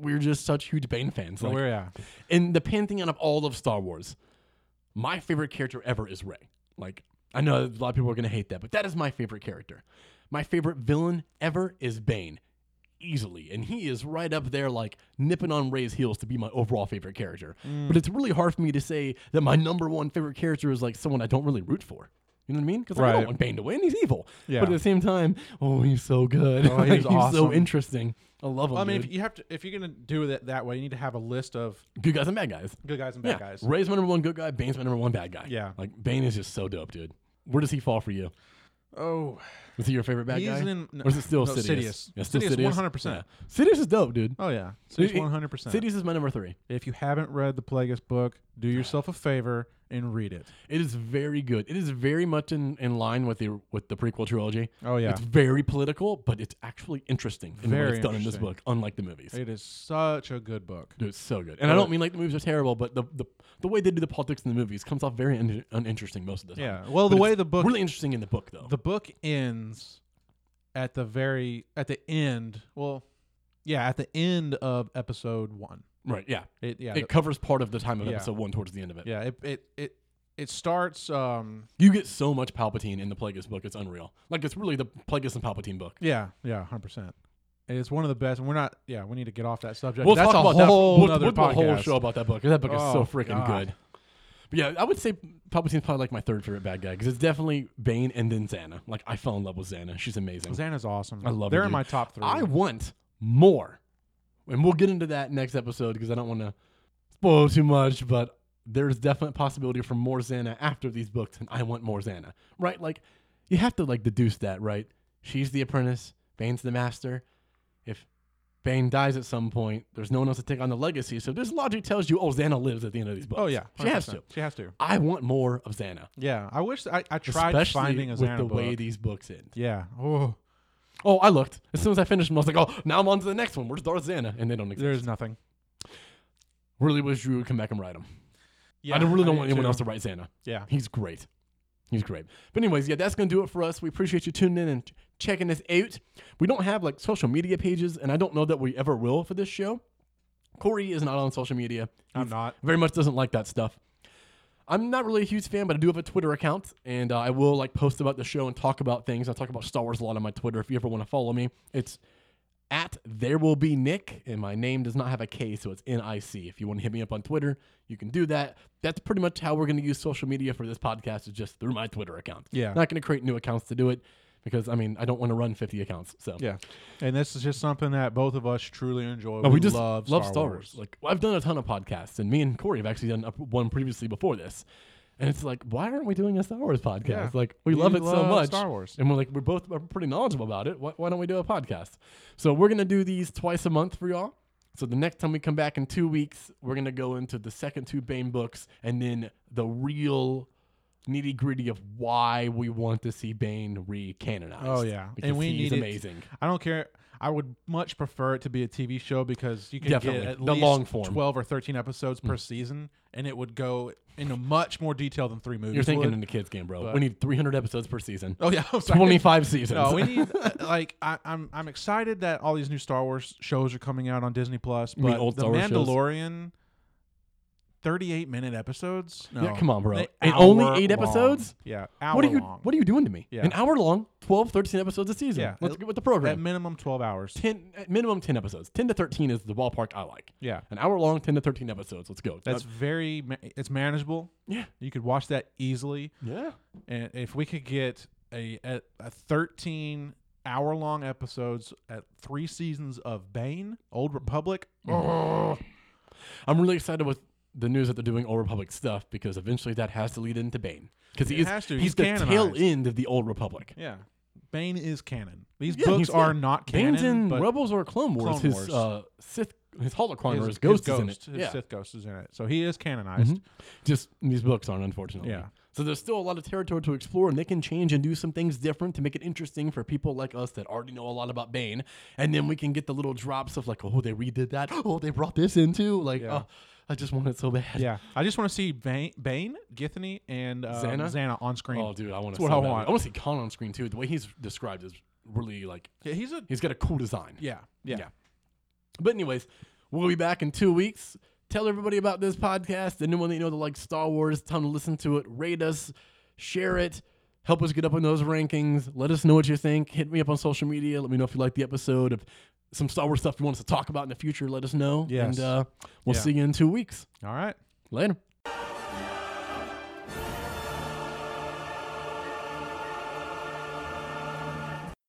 [SPEAKER 2] we're just such huge Bane fans.
[SPEAKER 3] So
[SPEAKER 2] Like,
[SPEAKER 3] we're yeah.
[SPEAKER 2] in the pantheon of all of Star Wars, my favorite character ever is Rey. Like I know a lot of people are gonna hate that, but that is my favorite character. My favorite villain ever is Bane. easily, and he is right up there, like nipping on Ray's heels to be my overall favorite character.
[SPEAKER 3] Mm.
[SPEAKER 2] But it's really hard for me to say that my number one favorite character is like someone I don't really root for. You know what I mean? Because I don't
[SPEAKER 3] Right.
[SPEAKER 2] want Bane to win. He's evil.
[SPEAKER 3] Yeah.
[SPEAKER 2] But at the same time, oh, he's so good.
[SPEAKER 3] Oh, he's
[SPEAKER 2] so
[SPEAKER 3] awesome.
[SPEAKER 2] interesting. I love him.
[SPEAKER 3] Well, I mean,
[SPEAKER 2] dude.
[SPEAKER 3] if you have to, if you're gonna do it that way, you need to have a list of
[SPEAKER 2] good guys and bad guys.
[SPEAKER 3] good guys and bad
[SPEAKER 2] yeah.
[SPEAKER 3] guys.
[SPEAKER 2] Ray's my number one good guy. Bane's my number one bad guy.
[SPEAKER 3] Yeah.
[SPEAKER 2] Like Bane is just so dope, dude. Where does he fall for you?
[SPEAKER 3] Oh,
[SPEAKER 2] Is he your favorite bad
[SPEAKER 3] He's
[SPEAKER 2] guy?
[SPEAKER 3] in- no,
[SPEAKER 2] or is it still
[SPEAKER 3] no,
[SPEAKER 2] Sidious?
[SPEAKER 3] Sidious. Sidious, 100%.
[SPEAKER 2] Yeah. Sidious is dope, dude.
[SPEAKER 3] oh yeah, so it's
[SPEAKER 2] It- it-
[SPEAKER 3] 100. percent
[SPEAKER 2] Sidious is my number three.
[SPEAKER 3] If you haven't read the Plagueis book, do yourself a favor and read it.
[SPEAKER 2] It is very good. It is very much in, in line with the with the prequel trilogy.
[SPEAKER 3] Oh yeah,
[SPEAKER 2] It's very political, but it's actually interesting in the way
[SPEAKER 3] Very
[SPEAKER 2] it's done in this
[SPEAKER 3] interesting.
[SPEAKER 2] book, unlike the movies.
[SPEAKER 3] it is such a good book.
[SPEAKER 2] Dude, it's so good. And I don't mean like the movies are terrible, but the, the, the way they do the politics in the movies comes off very un- uninteresting most of the time.
[SPEAKER 3] Yeah. Well, the
[SPEAKER 2] But
[SPEAKER 3] way
[SPEAKER 2] it's
[SPEAKER 3] the book
[SPEAKER 2] really interesting in the book though.
[SPEAKER 3] the book ends at the very at the end. Well, yeah, at the end of episode one.
[SPEAKER 2] right? Yeah,
[SPEAKER 3] It yeah
[SPEAKER 2] it
[SPEAKER 3] the-
[SPEAKER 2] covers part of the time of
[SPEAKER 3] Yeah.
[SPEAKER 2] episode one towards the end of it.
[SPEAKER 3] yeah it it it it starts um
[SPEAKER 2] You get so much Palpatine in the Plagueis book; it's unreal. Like it's really the Plagueis and Palpatine book.
[SPEAKER 3] yeah yeah hundred percent. It's one of the best, and we're not. Yeah, we need to get off that subject.
[SPEAKER 2] We'll
[SPEAKER 3] That's
[SPEAKER 2] talk
[SPEAKER 3] a
[SPEAKER 2] about
[SPEAKER 3] whole
[SPEAKER 2] that. We'll,
[SPEAKER 3] other
[SPEAKER 2] we'll do a whole
[SPEAKER 3] podcast.
[SPEAKER 2] show about that book. 'cause That book is so
[SPEAKER 3] Oh,
[SPEAKER 2] freaking
[SPEAKER 3] God.
[SPEAKER 2] good. But yeah, I would say Palpatine's probably like my third favorite bad guy because it's definitely Bane and then Xana. Like I fell in love with Xana. She's amazing.
[SPEAKER 3] Xana's awesome.
[SPEAKER 2] I love her,
[SPEAKER 3] They're in
[SPEAKER 2] dude.
[SPEAKER 3] my top three.
[SPEAKER 2] I want more, and we'll get into that next episode because I don't want to spoil too much. But there's definite possibility for more Xana after these books, and I want more Xana. Right? Like you have to like deduce that, right? She's the apprentice. Bane's the master. If Bane dies at some point. There's no one else to take on the legacy. So this logic tells you, oh, Xana lives at the end of these books.
[SPEAKER 3] oh yeah,
[SPEAKER 2] she has
[SPEAKER 3] 100%.
[SPEAKER 2] to.
[SPEAKER 3] She has to.
[SPEAKER 2] I want more of Xana.
[SPEAKER 3] Yeah, I wish I, I tried
[SPEAKER 2] especially
[SPEAKER 3] finding a
[SPEAKER 2] with
[SPEAKER 3] Xana
[SPEAKER 2] the
[SPEAKER 3] book.
[SPEAKER 2] way these books end.
[SPEAKER 3] yeah. Oh,
[SPEAKER 2] Oh, I looked. As soon as I finished them, I was like, oh, now I'm on to the next one. Where's Darth Xana? And they don't exist.
[SPEAKER 3] there's nothing.
[SPEAKER 2] really wish you would come back and write them.
[SPEAKER 3] Yeah,
[SPEAKER 2] I don't really don't
[SPEAKER 3] do
[SPEAKER 2] want anyone
[SPEAKER 3] too.
[SPEAKER 2] else to write Xana.
[SPEAKER 3] Yeah.
[SPEAKER 2] He's great. He's great. But anyways, yeah, that's gonna do it for us. We appreciate you tuning in and ch- checking us out. We don't have like social media pages, and I don't know that we ever will for this show. Corey is not on social media.
[SPEAKER 3] I'm not.
[SPEAKER 2] very much doesn't like that stuff. I'm not really a huge fan, but I do have a Twitter account, and uh, I will like post about the show and talk about things. I talk about Star Wars a lot on my Twitter. If you ever want to follow me, it's at there will be Nick, and my name does not have a K, so it's N I C. If you want to hit me up on Twitter, you can do that. That's pretty much how we're going to use social media for this podcast is just through my Twitter account.
[SPEAKER 3] Yeah.
[SPEAKER 2] not going to create new accounts to do it because I mean I don't want to run 50 accounts. So
[SPEAKER 3] Yeah, and this is just something that both of us truly enjoy.
[SPEAKER 2] but we, just love, Star, Wars. Like well, I've done a ton of podcasts, and me and Corey have actually done up one previously before this. And it's like, why aren't we doing a Star Wars podcast?
[SPEAKER 3] Yeah.
[SPEAKER 2] Like we
[SPEAKER 3] You
[SPEAKER 2] love it so
[SPEAKER 3] love
[SPEAKER 2] much,
[SPEAKER 3] Star Wars.
[SPEAKER 2] and we're like, we're both are pretty knowledgeable about it. Why, why don't we do a podcast? So we're gonna do these twice a month for y'all. So the next time we come back in two weeks, we're gonna go into the second two Bane books, and then the real nitty gritty of why we want to see Bane re-canonized.
[SPEAKER 3] Oh, yeah.
[SPEAKER 2] because
[SPEAKER 3] And we
[SPEAKER 2] he's
[SPEAKER 3] need it-
[SPEAKER 2] amazing.
[SPEAKER 3] I don't care. I would much prefer it to be a TV show because you can
[SPEAKER 2] Definitely.
[SPEAKER 3] get at
[SPEAKER 2] The
[SPEAKER 3] least
[SPEAKER 2] long form. Hmm.
[SPEAKER 3] twelve or thirteen episodes per season, and it would go into much more detail than three movies.
[SPEAKER 2] You're thinking
[SPEAKER 3] would.
[SPEAKER 2] in the kids game, bro. We
[SPEAKER 3] but-
[SPEAKER 2] need 300 episodes per season.
[SPEAKER 3] oh yeah, I'm sorry.
[SPEAKER 2] 25 seasons.
[SPEAKER 3] No, we need uh, like I, I'm I'm excited that all these new Star Wars shows are coming out on Disney Plus,
[SPEAKER 2] You mean
[SPEAKER 3] but
[SPEAKER 2] old
[SPEAKER 3] the
[SPEAKER 2] Star Wars shows?
[SPEAKER 3] Mandalorian, 38 minute episodes. No,
[SPEAKER 2] Yeah, come on, bro.
[SPEAKER 3] They-
[SPEAKER 2] And
[SPEAKER 3] hour
[SPEAKER 2] only eight
[SPEAKER 3] long.
[SPEAKER 2] episodes?
[SPEAKER 3] Yeah, hour
[SPEAKER 2] what are you
[SPEAKER 3] long.
[SPEAKER 2] What are you doing to me?
[SPEAKER 3] Yeah.
[SPEAKER 2] An hour long, 12, 13 episodes a season.
[SPEAKER 3] Yeah.
[SPEAKER 2] Let's get with the
[SPEAKER 3] At
[SPEAKER 2] program.
[SPEAKER 3] minimum 12 hours.
[SPEAKER 2] 10 at minimum 10 episodes. 10 to 13 is the ballpark I like.
[SPEAKER 3] Yeah,
[SPEAKER 2] An hour long, 10 to 13 episodes. Let's go.
[SPEAKER 3] that's
[SPEAKER 2] Uh,
[SPEAKER 3] very ma- it's manageable.
[SPEAKER 2] yeah.
[SPEAKER 3] You could watch that easily.
[SPEAKER 2] Yeah.
[SPEAKER 3] And if we could get a a, a 13 hour long episodes at three seasons of Bane, Old Republic,
[SPEAKER 2] Mm-hmm.
[SPEAKER 3] oh,
[SPEAKER 2] I'm really excited with the news that they're doing Old Republic stuff because eventually that has to lead into Bane because he
[SPEAKER 3] It
[SPEAKER 2] is
[SPEAKER 3] has to.
[SPEAKER 2] he's
[SPEAKER 3] He's
[SPEAKER 2] the tail
[SPEAKER 3] canonized.
[SPEAKER 2] end of the Old Republic.
[SPEAKER 3] yeah. Bane is canon. These
[SPEAKER 2] Yeah,
[SPEAKER 3] books
[SPEAKER 2] he's-
[SPEAKER 3] are
[SPEAKER 2] yeah.
[SPEAKER 3] not canon.
[SPEAKER 2] Bane's in
[SPEAKER 3] but
[SPEAKER 2] Rebels or Clone Wars.
[SPEAKER 3] Clone
[SPEAKER 2] his
[SPEAKER 3] Wars.
[SPEAKER 2] Uh, Sith, his Holocron or
[SPEAKER 3] his,
[SPEAKER 2] his ghost, is in it.
[SPEAKER 3] ghost- his
[SPEAKER 2] yeah. Mm-hmm.
[SPEAKER 3] Sith ghost is in it. So he is canonized.
[SPEAKER 2] Just these books aren't, unfortunately.
[SPEAKER 3] Yeah.
[SPEAKER 2] So there's still a lot of territory to explore, and they can change and do some things different to make it interesting for people like us that already know a lot about Bane. And then we can get the little drops of like, oh, they redid that. Oh, they brought this in too. Like,
[SPEAKER 3] Yeah.
[SPEAKER 2] oh, I just want it so bad.
[SPEAKER 3] Yeah. I just want to see Bane, Bane Githany, and um,
[SPEAKER 2] Xana?
[SPEAKER 3] Xana? on screen.
[SPEAKER 2] Oh, dude, I want to.
[SPEAKER 3] That's what I want.
[SPEAKER 2] I want to see Khan on screen too. The way he's described is really like
[SPEAKER 3] yeah, he's a.
[SPEAKER 2] he's got a cool design.
[SPEAKER 3] Yeah. Yeah.
[SPEAKER 2] Yeah. But anyways, we'll be back in two weeks. Tell everybody about this podcast. Anyone that you know that likes Star Wars, tell them to listen to it. Rate us, share it, help us get up in those rankings. Let us know what you think. Hit me up on social media. Let me know if you like the episode. If some Star Wars stuff you want us to talk about in the future, let us know.
[SPEAKER 3] Yes.
[SPEAKER 2] And uh, we'll
[SPEAKER 3] Yeah.
[SPEAKER 2] see you in two weeks.
[SPEAKER 3] All right.
[SPEAKER 2] Later.